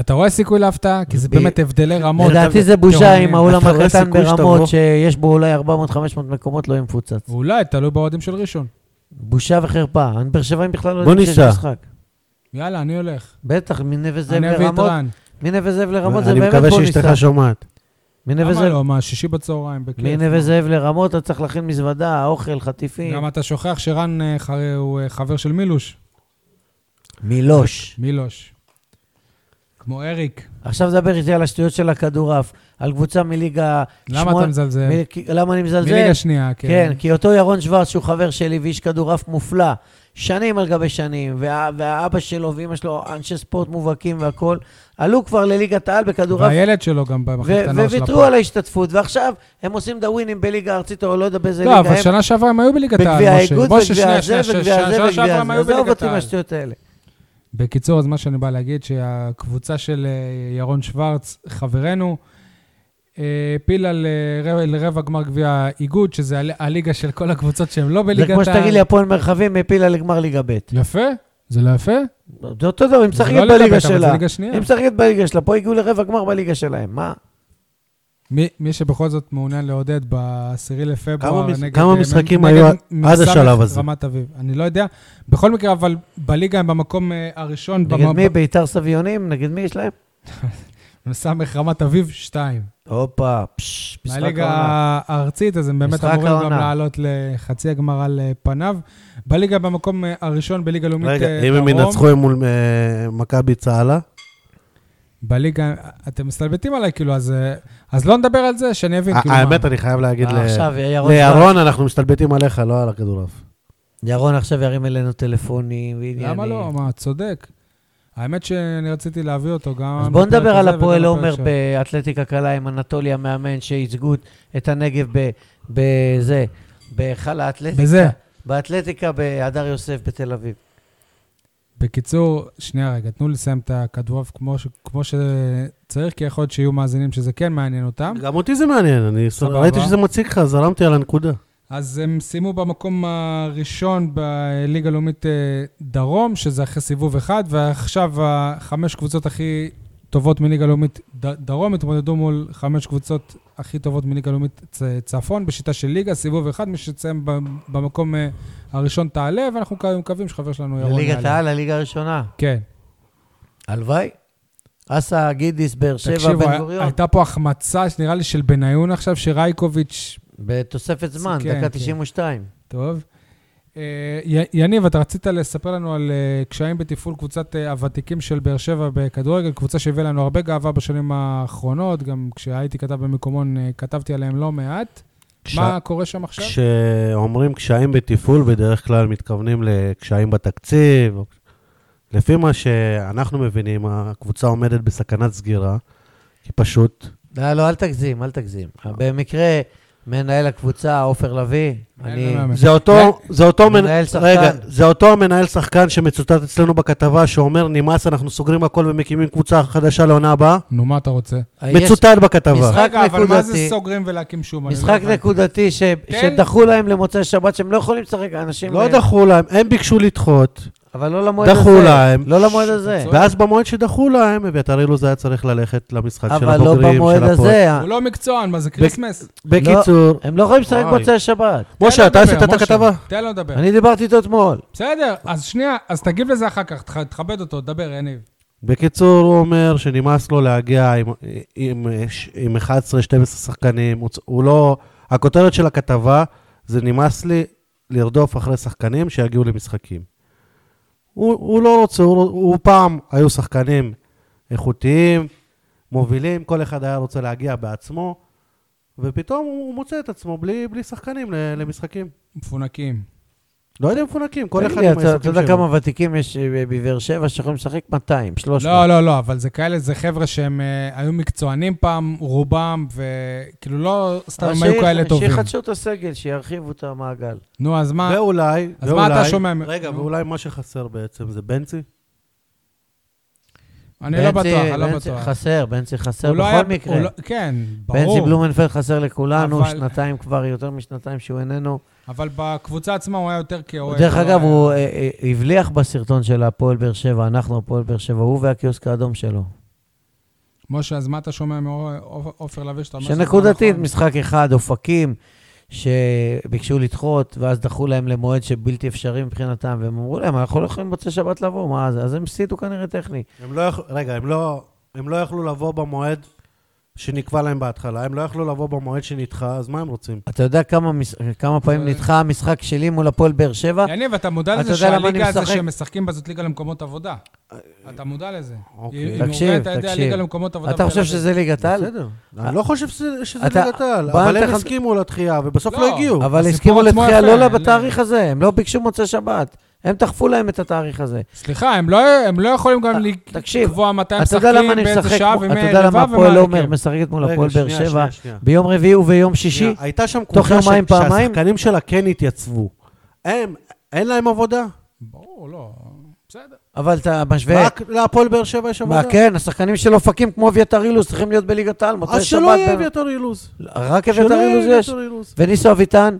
אתה רואה סיכוי להפתעה? כי זה
ב-
באמת הבדלי רמות.
לדעתי זה בושה
תאומים.
אם האולם
אתה רואה
הקטן
סיכוי שאתה בוא?
ברמות, שיש בו אולי 400-500 מקומות, לא יהיה מפוצץ.
אולי, תלוי באוהדים של ראשון.
בושה וחרפה. אני- באר שבעים בכלל לא
בוא
יודעים שיש
ניסע.
משחק.
יאללה, אני הולך.
בטח, מנווה זאב
אני אביא את
לרמות,
רן.
מנווה זאב לרמות זה
אני
באמת
מקווה
בוא ניסע.
שאשתך שומעת.
מנווה
למה
זאב-
לא? מה, שישי בצהריים, בכיף.
מנווה זאב לרמות, אתה צריך להכין מזוודה, אוכל, חטיפים.
גם אתה שוכח שרן אה, ח- הוא אה, חבר של מילוש.
מילוש.
מילוש. כמו אריק.
עכשיו דבר איתי על השטויות של הכדורעף, על קבוצה מליגה...
למה
שמונה-
אתה מזלזל?
מ- כי- למה אני מזלזל?
מליגה שנייה, כן.
כן, כי אותו ירון שוורץ, שהוא חבר שלי ואיש כדורעף מופלא, שנים על גבי שנים, וה, והאבא שלו ואימא שלו, אנשי ספורט מובהקים והכול, עלו כבר לליגת העל בכדורעף,
והילד שלו גם
ו-
במחלקת הנוער של
וויתרו
הפועל.
על ההשתתפות, ועכשיו הם עושים את הווינים בליגה הארצית, או לא יודע באיזה
לא,
ליגה
אבל
הם,
שנה שעברה הם היו בליגת העל,
בגביע
משה.
האיגוד,
משה,
בגביע
שנייה,
הזה,
שנייה,
בגביע
שנייה,
הזה,
שנה שעברה
בגביע
הם
הזה.
היו
עזוב
בליגת
אותי
העל.
מהשטויות האלה.
בקיצור, אז מה שאני בא להגיד, שהקבוצה של אה, ירון שוורץ, חברנו, אה, הפילה לרבע, לרבע גמר גביע האיגוד, שזה הל- הליגה של כל הקבוצות שהן לא
זה
בליגת
כמו
העל.
שתגיד לי, הפועל מרחבים הפילה לגמר ליגה ב'.
יפה, זה לא יפה?
זה אותו דבר, היא
זה
משחקת
לא ליגה ב',
בליגה
אבל זה
שלה.
ליגה שנייה.
היא משחקת בליגה שלה, פה הגיעו לרבע גמר בליגה שלהם, מה?
מי, מי שבכל זאת מעוניין לעודד ב-10 לפברואר
כמה מש-
נגד...
כמה
אה,
משחקים
נגד
היו עד
מכבי
השלב הזה?
רמת אביב. אני לא יודע. בכל מקרה, אבל בליגה הם במקום אה, הראשון.
נגד
במ-
מי? ביתר סביונים? נגד מי יש להם?
סמך רמת אביב 2.
הופה, פשש, משחק
מהליגה
העונה.
הארצית, אז הם באמת
משחק
אמורים גם
העונה.
לעלות לחצי הגמר על אה, פניו. בליגה במקום אה, הראשון בליגה לאומית
רגע,
אה,
אם הם
דרום.
ינצחו הם מול אה, מכבי צהלה,
בליגה, אתם מסתלבטים עליי, כאילו, אז, אה, אז לא נדבר על זה, שאני
כן,
אבין, כאילו,
ה-
מה.
האמת, אני חייב להגיד ל-
אה, עכשיו ירון
לירון, אנחנו מסתלבטים עליך, לא על הכדורעף.
ירון עכשיו ירים אלינו טלפונים ועניינים.
למה לא? מה, צודק. האמת שאני רציתי להביא אותו גם...
אז
בפרק
בואו נדבר על
הזה
הפועל
וגם
עומר
בפרק ש-
באתלטיקה קלה עם אנטולי המאמן שייצגו את הנגב ב- בזה, בהיכל האתלטיקה.
בזה.
באתלטיקה בהדר יוסף בתל אביב.
בקיצור, שנייה רגע, תנו לי לסיים את הכדורעף כמו, ש- כמו שצריך, כי יכול להיות שיהיו מאזינים שזה כן מעניין אותם.
גם אותי זה מעניין, אני ס-
סבבה.
ראיתי שזה מציק לך, זרמתי על הנקודה.
אז הם סיימו במקום הראשון בליגה הלאומית אה, דרום, שזה אחרי סיבוב אחד, ועכשיו החמש קבוצות הכי טובות מליגה לאומית ד- דרום התמודדו מול חמש קבוצות הכי טובות מליגה לאומית צ- צפון, בשיטה של ליגה, סיבוב אחד, מי שתסיים ב- במקום אה, הראשון תעלה, ואנחנו מקו- מקווים שחבר שלנו ירון
ליגת
יעלה.
העל, הליגה הראשונה.
כן.
הלוואי. אסא גידיס, באר שבע,
תקשיבו,
בן
היה-
גוריון.
הייתה פה החמצה, נראה לי, של בניון עכשיו, שרייקוביץ',
בתוספת זמן,
כן,
דקה
כן.
92.
טוב. אה, י- יניב, אתה רצית לספר לנו על אה, קשיים בתפעול קבוצת אה, הוותיקים של באר שבע בכדורגל, קבוצה שהביאה לנו הרבה גאווה בשנים האחרונות, גם כשהייתי כתב במקומון אה, כתבתי עליהם לא מעט.
כש-
מה קורה שם עכשיו?
כשאומרים קשיים בתפעול, בדרך כלל מתכוונים לקשיים בתקציב. לפי מה שאנחנו מבינים, הקבוצה עומדת בסכנת סגירה, כי פשוט
לא, לא, אל תגזים, אל תגזים.
אה.
במקרה, מנהל הקבוצה, עופר לביא,
מנהל
אני...
ומאמן.
זה אותו, זה אותו, מנ-
מנהל שחקן.
רגע, זה אותו המנהל שחקן שמצוטט אצלנו בכתבה, שאומר, נמאס, אנחנו סוגרים הכל ומקימים קבוצה חדשה לעונה הבאה,
נו, מה אתה רוצה?
אה, יש
מצוטט בכתבה.
משחק
רגע, אבל מה זה
נקודתי.
סוגרים ולהקים שום? אני לא כן.
משחק
הבנתי.
נקודתי ש- שדחו להם למוצאי שבת, שהם לא יכולים לשחק, אנשים...
לא דחו להם, הם ביקשו לדחות,
אבל לא למועד הזה.
דחו להם.
לא למועד הזה.
אתה צודק.
ואז במועד שדחו להם, אביתר אילוז היה צריך ללכת למשחק של
אבל לא
הבוגרים,
במועד
של הפועל.
הזה.
הוא לא מקצוען, מה זה כריסמס?
בקיצור,
הם לא יכולים לשחק
וואי.
מוצאי שבת.
תן
משה,
לו
אתה עשית
לדבר,
את
משה.
הכתבה?
תן לו לדבר.
אני דיברתי איתו אתמול.
בסדר, אז שנייה, אז תגיב לזה אחר כך, תח- תכבד אותו, דבר, יניב.
בקיצור, הוא אומר שנמאס לו להגיע עם, עם, עם 11-12 שחקנים, הוא, צ- הוא לא... הכותרת של הכתבה זה נמאס לי לרדוף אחרי שחקנים שיגיעו למשחקים. הוא, הוא לא רוצה, הוא, הוא פעם היו שחקנים איכותיים, מובילים, כל אחד היה רוצה להגיע בעצמו, ופתאום הוא, הוא מוצא את עצמו בלי, בלי שחקנים ל- למשחקים.
מפונקים.
לא יודע אם מפונקים, כל
תגיד
אחד
לי,
עם
אתה אתה
העיסוקים
יודע
שלו.
כמה ותיקים יש אה, בבאר שבע שיכולים לשחק 200, 300.
לא, לא, לא, אבל זה כאלה, זה חבר'ה שהם אה, היו מקצוענים פעם, רובם, וכאילו לא סתם
אבל
הם היו
שי-
כאלה טובים.
שיחדשו את הסגל, שירחיבו את המעגל.
נו, אז מה?
ואולי,
אז מה אתה שומע? מ-
רגע,
נו.
ואולי מה שחסר בעצם זה בנצי?
אני לא
בנצי-
בטוח, אני לא
בנצי
בטוח.
חסר, בנצי חסר
הוא לא היה-
בכל מקרה.
הוא לא- כן,
בנצי
ברור.
בלומנפלד חסר לכולנו,
אבל-
שנתיים כבר, יותר משנתיים שהוא איננו.
אבל בקבוצה עצמה הוא היה יותר כאוהד.
דרך
לא
אגב,
היה-
הוא אה, אה, הבליח בסרטון של הפועל באר שבע, אנחנו הפועל באר שבע, הוא והקיוסק האדום שלו.
משה, אז מה אתה שומע מעופר לביא שאתה אומר שזה לא
שנקודתית,
נכון?
משחק אחד, אופקים, שביקשו לדחות, ואז דחו להם למועד שבלתי אפשרי מבחינתם, והם אמרו להם, אנחנו לא יכולים במוצאי שבת לבוא, מה זה? אז הם הפסידו כנראה טכני.
הם לא יכלו, רגע, הם לא, הם לא יכלו לבוא במועד שנקבע להם בהתחלה, הם לא יכלו לבוא במועד שנדחה, אז מה הם רוצים?
אתה יודע כמה, מש... כמה פעמים
זה-
נדחה המשחק שלי מול הפועל באר שבע?
יניב, אתה מודע
אתה
לזה
יודע למה אני
שהליגה הזו
משחק? אה,
שהם משחקים בה זאת ליגה למקומות עבודה. אתה מודע לזה.
אוקיי.
היא- היא
תקשיב,
מאורגנת על ידי
תקשיב.
הליגה למקומות עבודה.
אתה חושב
בתל אביב.
שזה ליגת העל?
בסדר. אני לא חושב שזה שזה
אתה-
ליגת העל,
בוא
אבל
אני
הם
אתן לך-
הסכימו לדחייה, ובסוף
לא.
לא הגיעו.
אבל
הסיפור
הסכימו
עצמו
לדחייה,
יפה,
לא, לא,
אין לי-
בתאריך הזה, הם לא ביקשו מוצאי שבת. הם דחפו להם את התאריך הזה.
סליחה, הם לא- הם לא יכולים גם
ת- תקשיב,
לקבוע מתי הם
אתה יודע למה
משחקים,
אני
באיזה
משחק,
שעה
מול-
ומי
אתה יודע
הלבב
למה הפועל לא
ומה
עומר
ההרכב.
משחקת מול
רגע,
הפועל באר
שנייה,
שבע
שנייה, שנייה.
ביום רביעי וביום שישי?
שנייה, הייתה שם
תוך
קבוצה ש-
יומיים, פעמיים?
שהשחקנים שלה כן התייצבו. הם, אין להם עבודה.
ברור, לא. בסדר.
אבל אתה משווה...
רק להפועל באר שבע יש
מה
עבודה.
כן, השחקנים של אופקים כמו אביתר אילוז צריכים להיות בליגת העל, מוצאי
אז
אוקיי, שבת.
אה, שלא יהיה
ב-
אביתר אילוז.
רק
שלא
אביתר
יהיה
אילוז יש.
אביתר אילוז.
וניסו אביטן,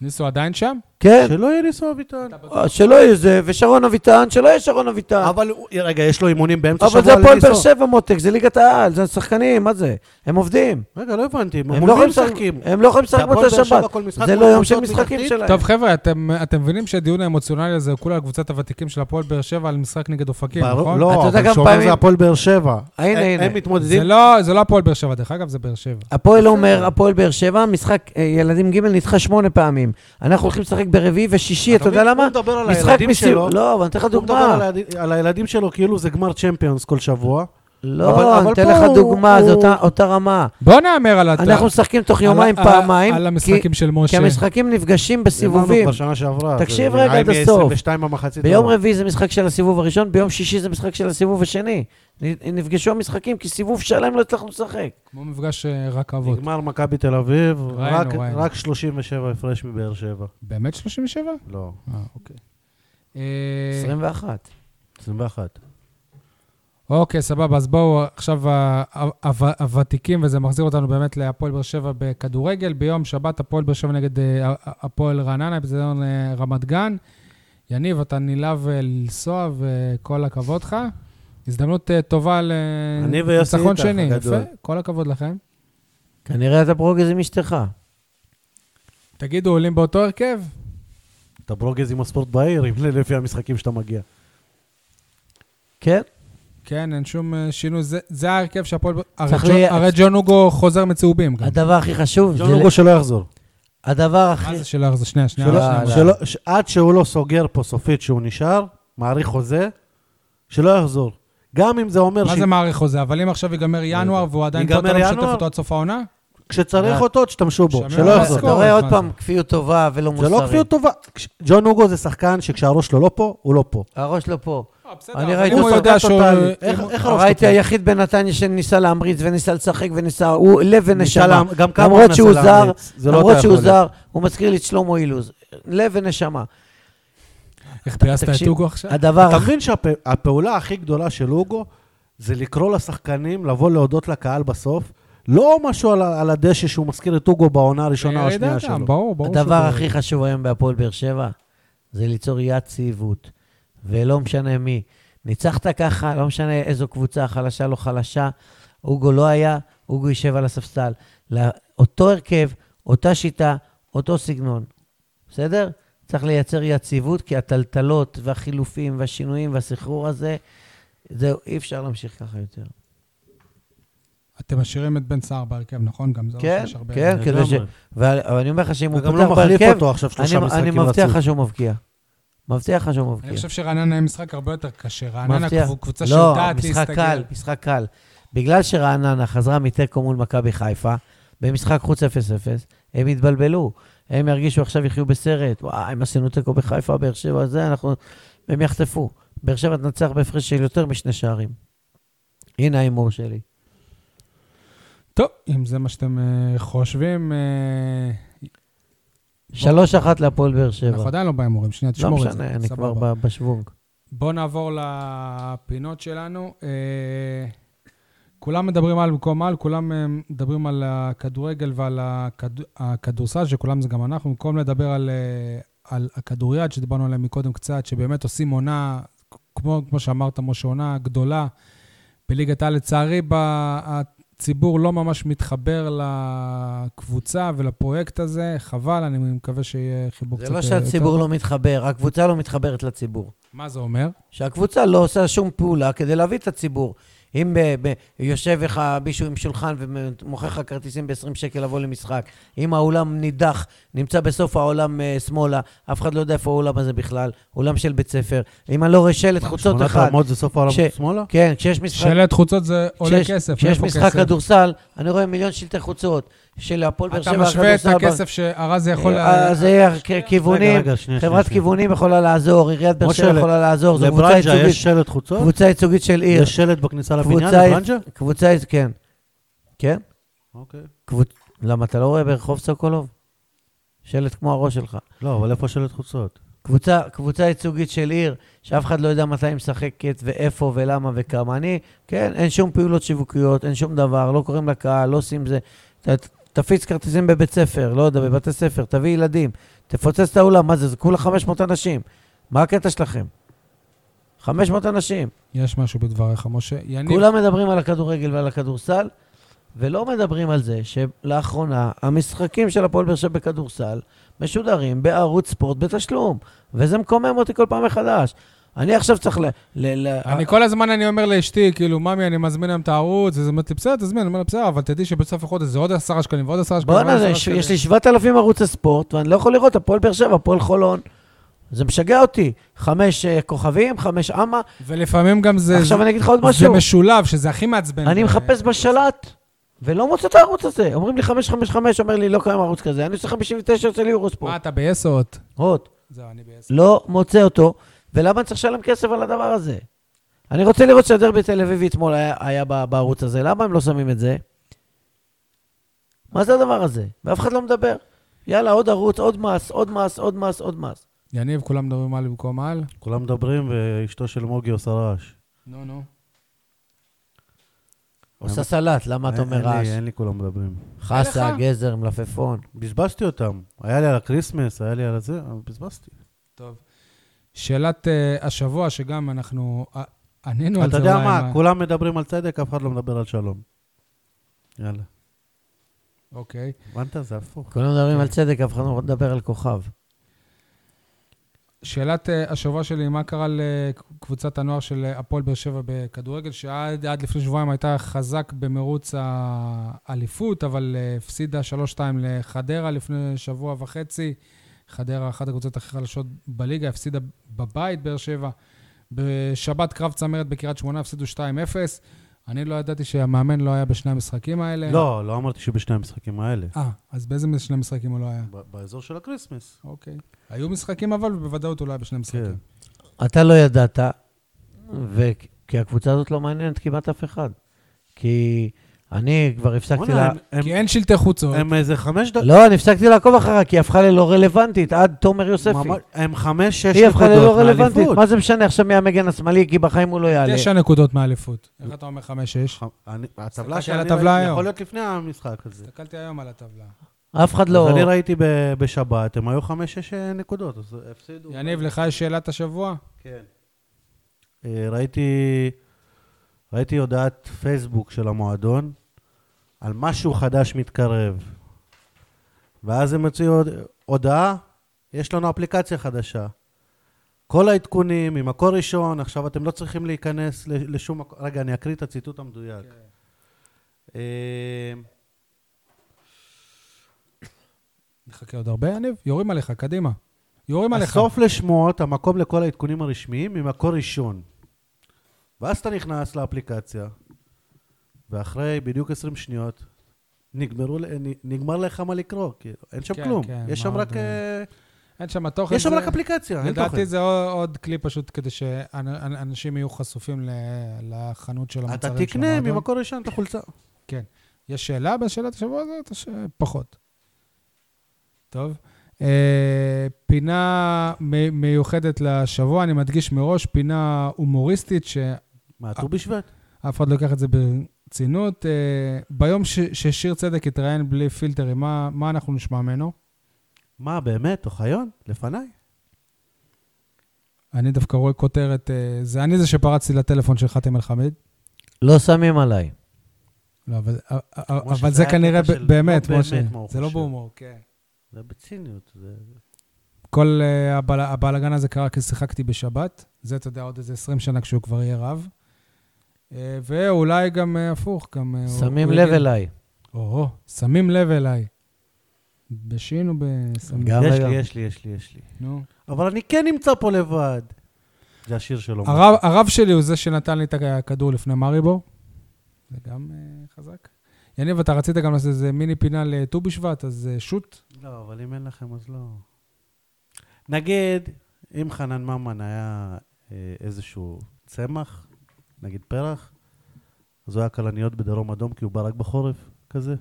ניסו עדיין שם?
כן,
שלא יהיה ניסו אביטן.
אה, שלא יהיה זה, ושרון אביטן, שלא יהיה שרון אביטן.
אבל הוא- אה, רגע, יש לו אימונים באמצע
אה. אבל
השבוע
זה הפועל באר
לניסו.
שבע מותק, זה ליגת העל, זה השחקנים, מה זה? הם עובדים.
רגע, לא הבנתי,
הם
מול
לא
מי
יכולים
הם
לשחק-
משחקים?
הם לא יכולים לשחק
והפועל
במוצאי
באר שבע
שבת.
כל משחק
זה
מול
לא יום
קבוצות
של משחקים
מתחתית?
שלהם.
טוב, חבר'ה, אתם, אתם מבינים שהדיון האמוציונלי הזה הוא כולה קבוצת הוותיקים של הפועל באר שבע על משחק נגד אופקים,
ברור-
נכון?
לא,
אתה יודע
אבל
כמה
שאומר
פעמים-
זה הפועל באר שבע.
הנה,
הם-
הנה.
הם מתמודדים
זה לא, זה לא הפועל באר שבע, דרך אגב, זה באר שבע.
הפועל אומר, הפועל באר שבע, משחק אה, ילדים ג' נדחה שמונה פעמים. אנחנו הולכים לשחק ברביעי ושישי, אתה יודע
מבין?
למה?
הוא מדבר על
משחק
הילדים
מסיום-
שלו.
לא, אבל אני אתן לך
הוא מדבר על
דוגמה.
הילד- על הילדים שלו כאילו זה גמר צ'מפיונס כל שבוע. אבל-
לא, אני
אבל
אתן
פה
לך
הוא-
דוגמה,
הוא-
זו אותה- אותה רמה.
בוא נהמר על הת-
אנחנו משחקים תוך
על-
יומיים
על-
פעמיים,
על
כי-
המשחקים של
כי
משה.
המשחקים נפגשים
אמרנו
בסיבובים.
כבר שנה שעברה.
תקשיב
זה
רגע
נראה
עד
לי
הסוף.
22 במחצית.
ביום
העונה.
רביעי זה משחק של הסיבוב הראשון, ביום שישי זה משחק של הסיבוב השני. נ- נפגשו המשחקים כי סיבוב שלם לא הצלחנו לשחק.
כמו מפגש אה, רכבות.
נגמר מכבי תל אביב,
ראינו,
רק-
ראינו.
רק 37 הפרש מבאר שבע.
באמת 37?
לא,
אה, אוקיי. אה,
21.
21.
אוקיי, סבבה, אז בואו עכשיו ה- ה- ה- הוותיקים, וזה מחזיר אותנו באמת להפועל באר שבע בכדורגל. ביום שבת הפועל באר שבע נגד אה, הפועל רעננה, בזיון רמת גן. יניב, אתה נלהב אה, לנסוע, וכל הכבוד לך. הזדמנות אה, טובה
אני ויוסי
לניצחון
איתך,
שני. יפה,
הגדול.
כל הכבוד לכם.
כנראה אתה ברוגז עם אשתך.
תגידו, עולים באותו הרכב?
אתה ברוגז עם הספורט בעיר, אם לפי המשחקים שאתה מגיע.
כן?
כן, אין שום אה, שינוי. זה- זה ההרכב שהפועל... ב- הרי
צריך
ג'ון-
לי-
הרי ג'ון אוגו חוזר מצהובים גם.
הדבר הכי חשוב, זה
ג'ון לוגו שלא יחזור.
הדבר הכי...
מה זה שלך? זה שנייה, שנייה.
שלא-
שנייה.
לא.
שלא- ש- עד שהוא לא סוגר פה סופית שהוא נשאר, מעריך חוזה, שלא יחזור. גם אם זה אומר
מה זה מעריך חוזה? אבל אם עכשיו
לא
ייגמר ינואר והוא עדיין פה, אתה
ייגמר
לא משתף
ינואר?
אותו עד סוף העונה?
שכשצריך
יאללה.
אותו, תשתמשו בו,
שמע,
שלא
מה
יחזור.
זה
אתה רואה
מה
עוד
זה?
פעם כפיות טובה ולא
זה
מוסרית.
לא כפיות טובה. כש- ג'ון אוגו זה שחקן שכשהראש שלו לא פה, הוא לא פה.
הראש לא פה.
בסדר,
אני
אבל
ראיתי
אם הוא
אותו
יודע שהוא...
טוטאלי. איך-
אם-
איך הראש
לא- ראיתי
שלו פה?
היחיד בנתניה שניסה להמריץ וניסה לשחק וניסה, הוא לב
ניסה
ונשמה.
לה- גם כמה הוא
למרות
מנסה
שהוא זר,
להמריץ, זה לא
למרות
אתה
שהוא
יכול להיות.
זר, הוא מזכיר לי את שלמה אילוז. לב ונשמה.
איך פייסת את
תקשיב,
אוגו עכשיו?
הדבר
אתה מבין שהפעולה הכי גדולה של אוגו זה לקרוא לשחקנים לבוא להודות לקהל בסוף, לא משהו על ה- על הדשא שהוא מזכיר את אוגו בעונה הראשונה או השנייה
ירידת דם,
שלו.
אה, ברור, ברור.
הדבר
שהוא-
הכי חשוב היום בהפועל באר שבע זה ליצור יציבות, ולא משנה מי. ניצחת ככה, לא משנה איזו קבוצה, חלשה לא חלשה, אוגו לא היה, אוגו יישב על הספסל. לא- אותו הרכב, אותה שיטה, אותו סגנון. בסדר? צריך לייצר יציבות, כי הטלטלות והחילופים והשינויים והסחרור הזה, זהו, אי אפשר להמשיך ככה יותר.
אתם משאירים את בן סער בהרכב, נכון? גם זה לא
כן,
שיש הרבה...
כן, כדי ש...
לגמרי.
אבל אבל אני אומר לך שאם הוא
וגם
פותח
לא מחליף
בהרכב,
אותו עכשיו שלושה
אני, אני
משחקים
מבטיח
רצוף.
לך שהוא מבקיע. מבטיח לך שהוא
אני
מבקיע.
חושב שרעננה היא משחק הרבה יותר קשה. רעננה
מבטיח.
קבוצ- קבוצה
לא,
שיודעת
משחק
להסתגל.
קל, משחק קל. בגלל שרעננה חזרה מתיקו מול מכבי חיפה, במשחק חוץ 0-0, הם התבלבלו. הם ירגישו עכשיו יחיו בסרט. וואי, אם עשינו תיקו בחיפה, באר שבע, זה, אנחנו... הם יחטפו. באר שבע תנצח בהפרש של יותר משני שערים. הנה ההימור שלי.
טוב, אם זה מה שאתם אה, חושבים, אה,
3-1 להפועל באר שבע.
אנחנו עדיין לא בהימורים, שנייה,
לא
תשמור את זה.
משנה, אני כבר
סבבה.
ב- בשוונג.
בואו נעבור לפינות שלנו. אה, כולם מדברים על במקום על, כולם אה, מדברים על הכדורגל ועל הכד... הכדורסל, שכולם זה גם אנחנו, במקום לדבר על, אה, על הכדוריד, שדיברנו עליהם מקודם קצת, שבאמת עושים עונה, כמו, כמו שאמרת, משה, עונה גדולה בליגת העל. לצערי, ב... הציבור לא ממש מתחבר לקבוצה ולפרויקט הזה, חבל, אני מקווה שיהיה חיבור
זה
קצת...
לא
אה,
שהציבור
יותר.
לא מתחבר, הקבוצה לא מתחברת לציבור.
מה זה אומר?
שהקבוצה לא עושה שום פעולה כדי להביא את הציבור. אם ב- ב- יושב לך מישהו עם שולחן ומוכר לך כרטיסים ב-20 שקל לבוא למשחק, אם האולם נידח, נמצא בסוף העולם אה, שמאלה, אף אחד לא יודע איפה האולם הזה בכלל, אולם של בית ספר. אם אני לא רואה שלט חוצות
שמונת
אחד,
העמוד זה סוף העולם
ש-
שמאלה?
כן, כשיש משחק...
שלט חוצות זה עולה כסף,
כשיש
מאיפה
משחק
כסף?
כדורסל, אני רואה מיליון שלטי חוצות של הפועל באר שבע.
אתה משווה את
הכדורסל ב-
הכסף שארז יכול...
אה, זה יהיה כיוונים,
רגע, רגע, שנייה, שנייה,
חברת
שנייה.
כיוונים יכולה לעזור, עיריית באר
משה,
שבע
ל-
יכולה לעזור, זו קבוצה
לברנג'ה
ייצוגית,
יש שלט חוצות?
קבוצה ייצוגית של עיר.
יש שלט בכניסה לבניין
קבוצה,
לברנג'ה?
קבוצה, כן. כן?
אוקיי.
קבוצ... למה, אתה לא רואה ברחוב סוקולוב? שלט כמו הראש שלך.
לא, אבל איפה שלט חוצות?
קבוצה, קבוצה ייצוגית של עיר, שאף אחד לא יודע מתי היא משחקת ואיפה ולמה וכמה. אני, כן, אין שום פעולות שיווקיות, אין שום דבר, לא קוראים לקהל, לא עושים זה. ת, תפיץ כרטיסים בבית ספר, לא יודע, בבתי ספר, תביא ילדים, תפוצץ את האולם, מה זה, זה כולה 500 אנשים. מה הקטע שלכם? 500 אנשים.
יש משהו בדבריך, משה. יניב,
כולם מדברים על הכדורגל ועל הכדורסל, ולא מדברים על זה שלאחרונה המשחקים של הפועל באר שבע בכדורסל משודרים בערוץ ספורט בתשלום, וזה מקומם אותי כל פעם מחדש. אני עכשיו צריך ל... ל, ל
אני כל הזמן אני אומר לאשתי, כאילו, ממי, אני מזמין היום את הערוץ, אז היא אומרת לי, בסדר, תזמין, אני אומר לה, בסדר, אבל תדעי שבסוף החודש זה עוד עשרה שקלים ועוד עשרה שקלים. ועוד
בואנה, זה-
עשרה
יש-
שקלים."
יש לי 7,000 ערוצי ספורט, ואני לא יכול לראות, הפועל באר שבע, הפועל חולון. זה משגע אותי. חמש אה, כוכבים, חמש אמה.
ולפעמים גם זה...
עכשיו אני אגיד לך עוד
זה
משהו.
משולב, שזה הכי מעצבן.
אני מחפש בשלט, ולא מוצא את הערוץ הזה. אומרים לי 555, אומר לי, לא קיים ערוץ כזה. אני עושה 59, יוצא לי יורו
מה,
ספורט.
אתה ביסות?
הוט,
זהו, אני ביסות.
לא מוצא אותו, ולמה אני צריך לשלם כסף על הדבר הזה? אני רוצה לראות שהדרבי תל אביבי אתמול היה, היה ב- בערוץ הזה, למה הם לא שמים את זה? מה זה הדבר הזה? ואף אחד לא מדבר. יאללה, עוד ערוץ, עוד מס, עוד מס, עוד מס, עוד מס.
יניב, כולם מדברים על במקום על?
כולם מדברים, ואשתו של מוגי עושה רעש.
נו, נו.
עושה סלט, למה אתה אומר
אין לי-
רעש?
אין לי כולם מדברים.
אין
חסה,
לך?
גזר, מלפפון.
בזבזתי אותם. היה לי על הקריסמס, היה לי על זה, אבל בזבזתי.
טוב. שאלת אה, השבוע, שגם אנחנו אה, ענינו על
אתה
זה.
יודע
אולי,
מה, כולם מדברים על צדק, אף אחד לא מדבר על שלום. יאללה.
אוקיי.
הבנת? זה הפוך.
כולם מדברים על צדק, אף אחד לא מדבר על כוכב.
שאלת אה, השבוע שלי, מה קרה לקבוצת הנוער של אה, הפועל באר שבע בכדורגל, שעד עד לפני שבועיים הייתה חזק במרוץ האליפות, אבל אה, הפסידה 3-2 לחדרה לפני שבוע וחצי. חדרה, אחת הקבוצות הכי חלשות בליגה, הפסידה בבית באר שבע. בשבת קרב צמרת בקריית שמונה, הפסידו 2-0. אני לא ידעתי שהמאמן לא היה בשני המשחקים
כן.
האלה.
לא, לא אמרתי שבשני המשחקים האלה.
אה, אז באיזה שני משחקים הוא לא היה?
ב- באזור של הקריסמס.
אוקיי. היו משחקים אבל, בוודאות הוא לא היה
כן.
בשני משחקים.
אתה לא ידעת, ו... כי הקבוצה הזאת לא מעניינת כמעט אף אחד. כי אני כבר הפסקתי
בוא'נה,
לה... כן,
הם- הם-
כי אין שלטי חוצות.
הם איזה חמש דקות.
לא, אני הפסקתי לעקוב אחריה, כי היא הפכה ללא רלוונטית, עד תומר יוספי.
ממש- הם חמש, שש
היא הפכה ללא
נקודות
רלוונטית,
מהאליפות.
מה זה משנה עכשיו מי המגן השמאלי, כי בחיים הוא לא יעלה.
תשע נקודות מאליפות. איך אתה אומר חמש, שש?
ח- אני-
הסתכלתי
הטבלה
על
שאני
הטבלה
ראיתי,
היום.
יכול להיות לפני המשחק הזה.
הסתכלתי היום על הטבלה.
אף אחד
אז
לא...
אני ראיתי ב- בשבת, הם היו חמש, שש אה, נקודות, אז הפסידו.
יניב, לך יש שאלת השבוע?
כן. אה, ראיתי, ראיתי הודעת פייסבוק של המועדון על משהו חדש מתקרב. ואז הם הוציאו הוד- הודעה, יש לנו אפליקציה חדשה. כל העדכונים, עם מקור ראשון, עכשיו אתם לא צריכים להיכנס ל- לשום מקום. רגע, אני אקריא את הציטוט המדויק. אה,
נחכה עוד הרבה, יניב? יורים עליך, קדימה. יורים עליך.
הסוף לשמועות, המקום לכל העדכונים הרשמיים, ממקור ראשון. ואז אתה נכנס לאפליקציה, ואחרי בדיוק 20 שניות, נגמרו, ל- נ- נגמר לך מה לקרוא, כאילו, אין שם
כן,
כלום.
כן,
יש שם
מאוד,
רק... אה,
אין שם תוכן.
יש שם
זה-
רק אפליקציה, אין תוכן.
לדעתי זה עוד- עוד כלי פשוט כדי שאנשים יהיו חשופים ל- לחנות של
אתה
המוצרים של
תקנה
המועדון.
ממקור ראשון את החולצה.
כן. יש שאלה בשאלת השבוע הזאת או שפחות? טוב. אה, פינה מ- מיוחדת לשבוע, אני מדגיש מראש, פינה הומוריסטית, שאף
מה, ט"ו בשבט?
אחד לא ייקח את זה ברצינות. אה, ביום ש- ששיר צדק התראיין בלי פילטרים, מה, מה אנחנו נשמע ממנו?
מה, באמת, אוחיון? לפניי?
אני דווקא רואה כותרת, אה, זה אני זה שפרצתי לטלפון של חאתם אל-חמיד.
לא שמים עליי.
לא, אבל,
כמו
אבל
שזה
זה
היה
כנראה ב-
קטע של-
באמת,
לא באמת
משה.
מה הוא
זה לא
חושב.
בהומור, כן.
זה בציניות. זה-
כל uh, הבל... הבלאגן הזה קרה כי שיחקתי בשבת. זה, אתה יודע, עוד איזה 20 שנה כשהוא כבר יהיה רב. Uh, ואולי גם uh, הפוך, גם... Uh,
שמים לב אליי.
או, שמים לב אליי. בשין או בשמים?
גם
יש
וגם.
לי, יש לי, יש לי, יש לי.
נו.
אבל אני כן נמצא פה לבד. זה השיר שלו.
הרב, הרב שלי הוא זה שנתן לי את הכדור לפני מאריבור. זה גם uh, חזק. יניב, אתה רצית גם לעשות איזה מיני פינה לט"ו בשבט, אז uh, שוט.
לא, אבל אם אין לכם, אז לא. נגיד, אם חנן ממן היה אה, איזשהו צמח, נגיד פרח, אז הוא היה כלניות בדרום אדום, כי הוא בא רק בחורף, כזה.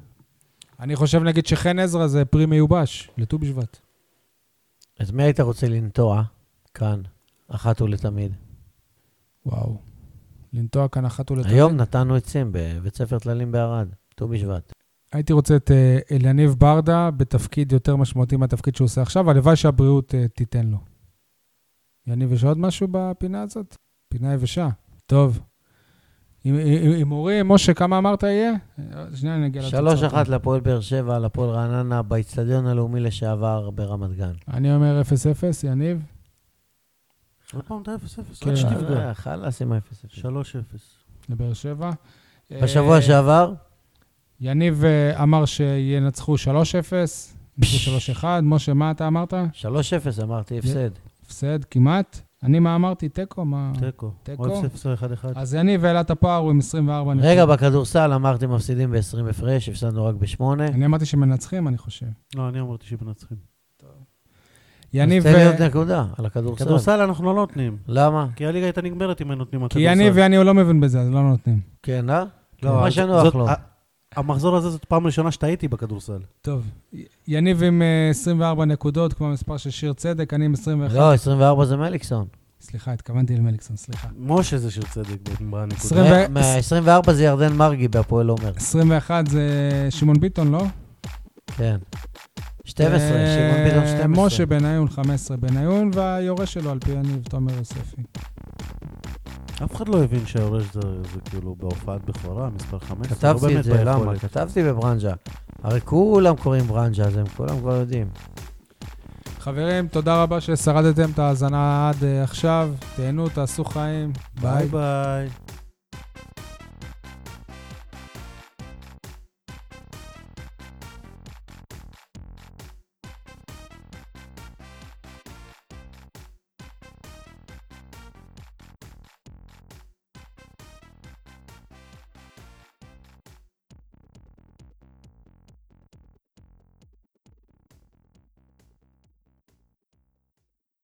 אני חושב, נגיד, שחן עזרא זה פרי מיובש לט"ו בשבט.
אז מי היית רוצה לנטוע כאן, אחת ולתמיד?
וואו. לנטוע כאן אחת ולתמיד.
היום נתנו עצים בבית ספר טללים בערד, ט"ו בשבט.
אה, הייתי רוצה את אה, אליניב ברדה בתפקיד יותר משמעותי מהתפקיד שהוא עושה עכשיו, הלוואי שהבריאות אה, תיתן לו. יניב, יש עוד משהו בפינה הזאת? פינה יבשה. טוב. עם- עם- הימורים, משה, כמה אמרת יהיה? אה, שנייה, נגיע
שלוש אחת לפועל באר שבע, לפועל רעננה, באיצטדיון הלאומי לשעבר ברמת גן.
אני אומר 0-0, יניב.
עוד פעם אתה 0-0,
כן.
עד
אה,
שתפגע.
חלאס עם ה-0-0.
3-0.
לבאר שבע.
בשבוע
אה,
שעבר,
יניב אה, אמר שינצחו 3-0, ניצחו 3-1. משה, מה אתה אמרת?
3-0 אמרתי, הפסד.
הפסד כמעט. אני מה אמרתי? תיקו? מה?
תיקו.
אה. תיקו. אה.
עוד 0-1-1.
אז יניב העלה את הפער, הוא עם 24 נקודות.
רגע, בכדורסל אמרתי מפסידים ב-20 הפרש, הפסדנו רק בשמונה.
אני אמרתי שמנצחים, אני חושב.
לא, אני אמרתי שמנצחים.
יניב... אה,
אז תן לי
ו-
עוד נקודה על הכדורסל.
כדורסל אנחנו לא נותנים.
למה?
כי הליגה הייתה נגמרת אם היינו נותנים על
כי
כדורסל.
יניב ואני הוא לא מבין בזה, אז לא נותנים.
כן, אה?
לא,
מה
אז-
שנוח
זאת-
אה,
לו.
ה- המחזור הזה זאת פעם ראשונה שטעיתי בכדורסל.
טוב. י- יניב עם אה, 24 נקודות, כמו המספר של שיר צדק, אני עם 21.
לא, 24 זה מליקסון.
סליחה, התכוונתי למליקסון, סליחה.
משה זה של צדק בנקודה.
עשרים ו-
מה- 24 זה ירדן מרגי בהפועל עומר.
21 זה שמעון ביטון, לא?
כן. 12,
אה,
שמעון ביטון 12.
משה בניון, 15 בניון, והיורש שלו על פי יניב, תומר יוספי.
אף אחד לא הבין שהיורש זה זה כאילו בהופעת בכורה, מספר לא 5.
כתבתי את זה, למה? כתבתי בברנז'ה. הרי כולם קוראים ברנז'ה, אז הם כולם כבר יודעים.
חברים, תודה רבה ששרדתם את ההאזנה עד אה, עכשיו. תהנו, תעשו חיים.
ביי
ביי.
ביי.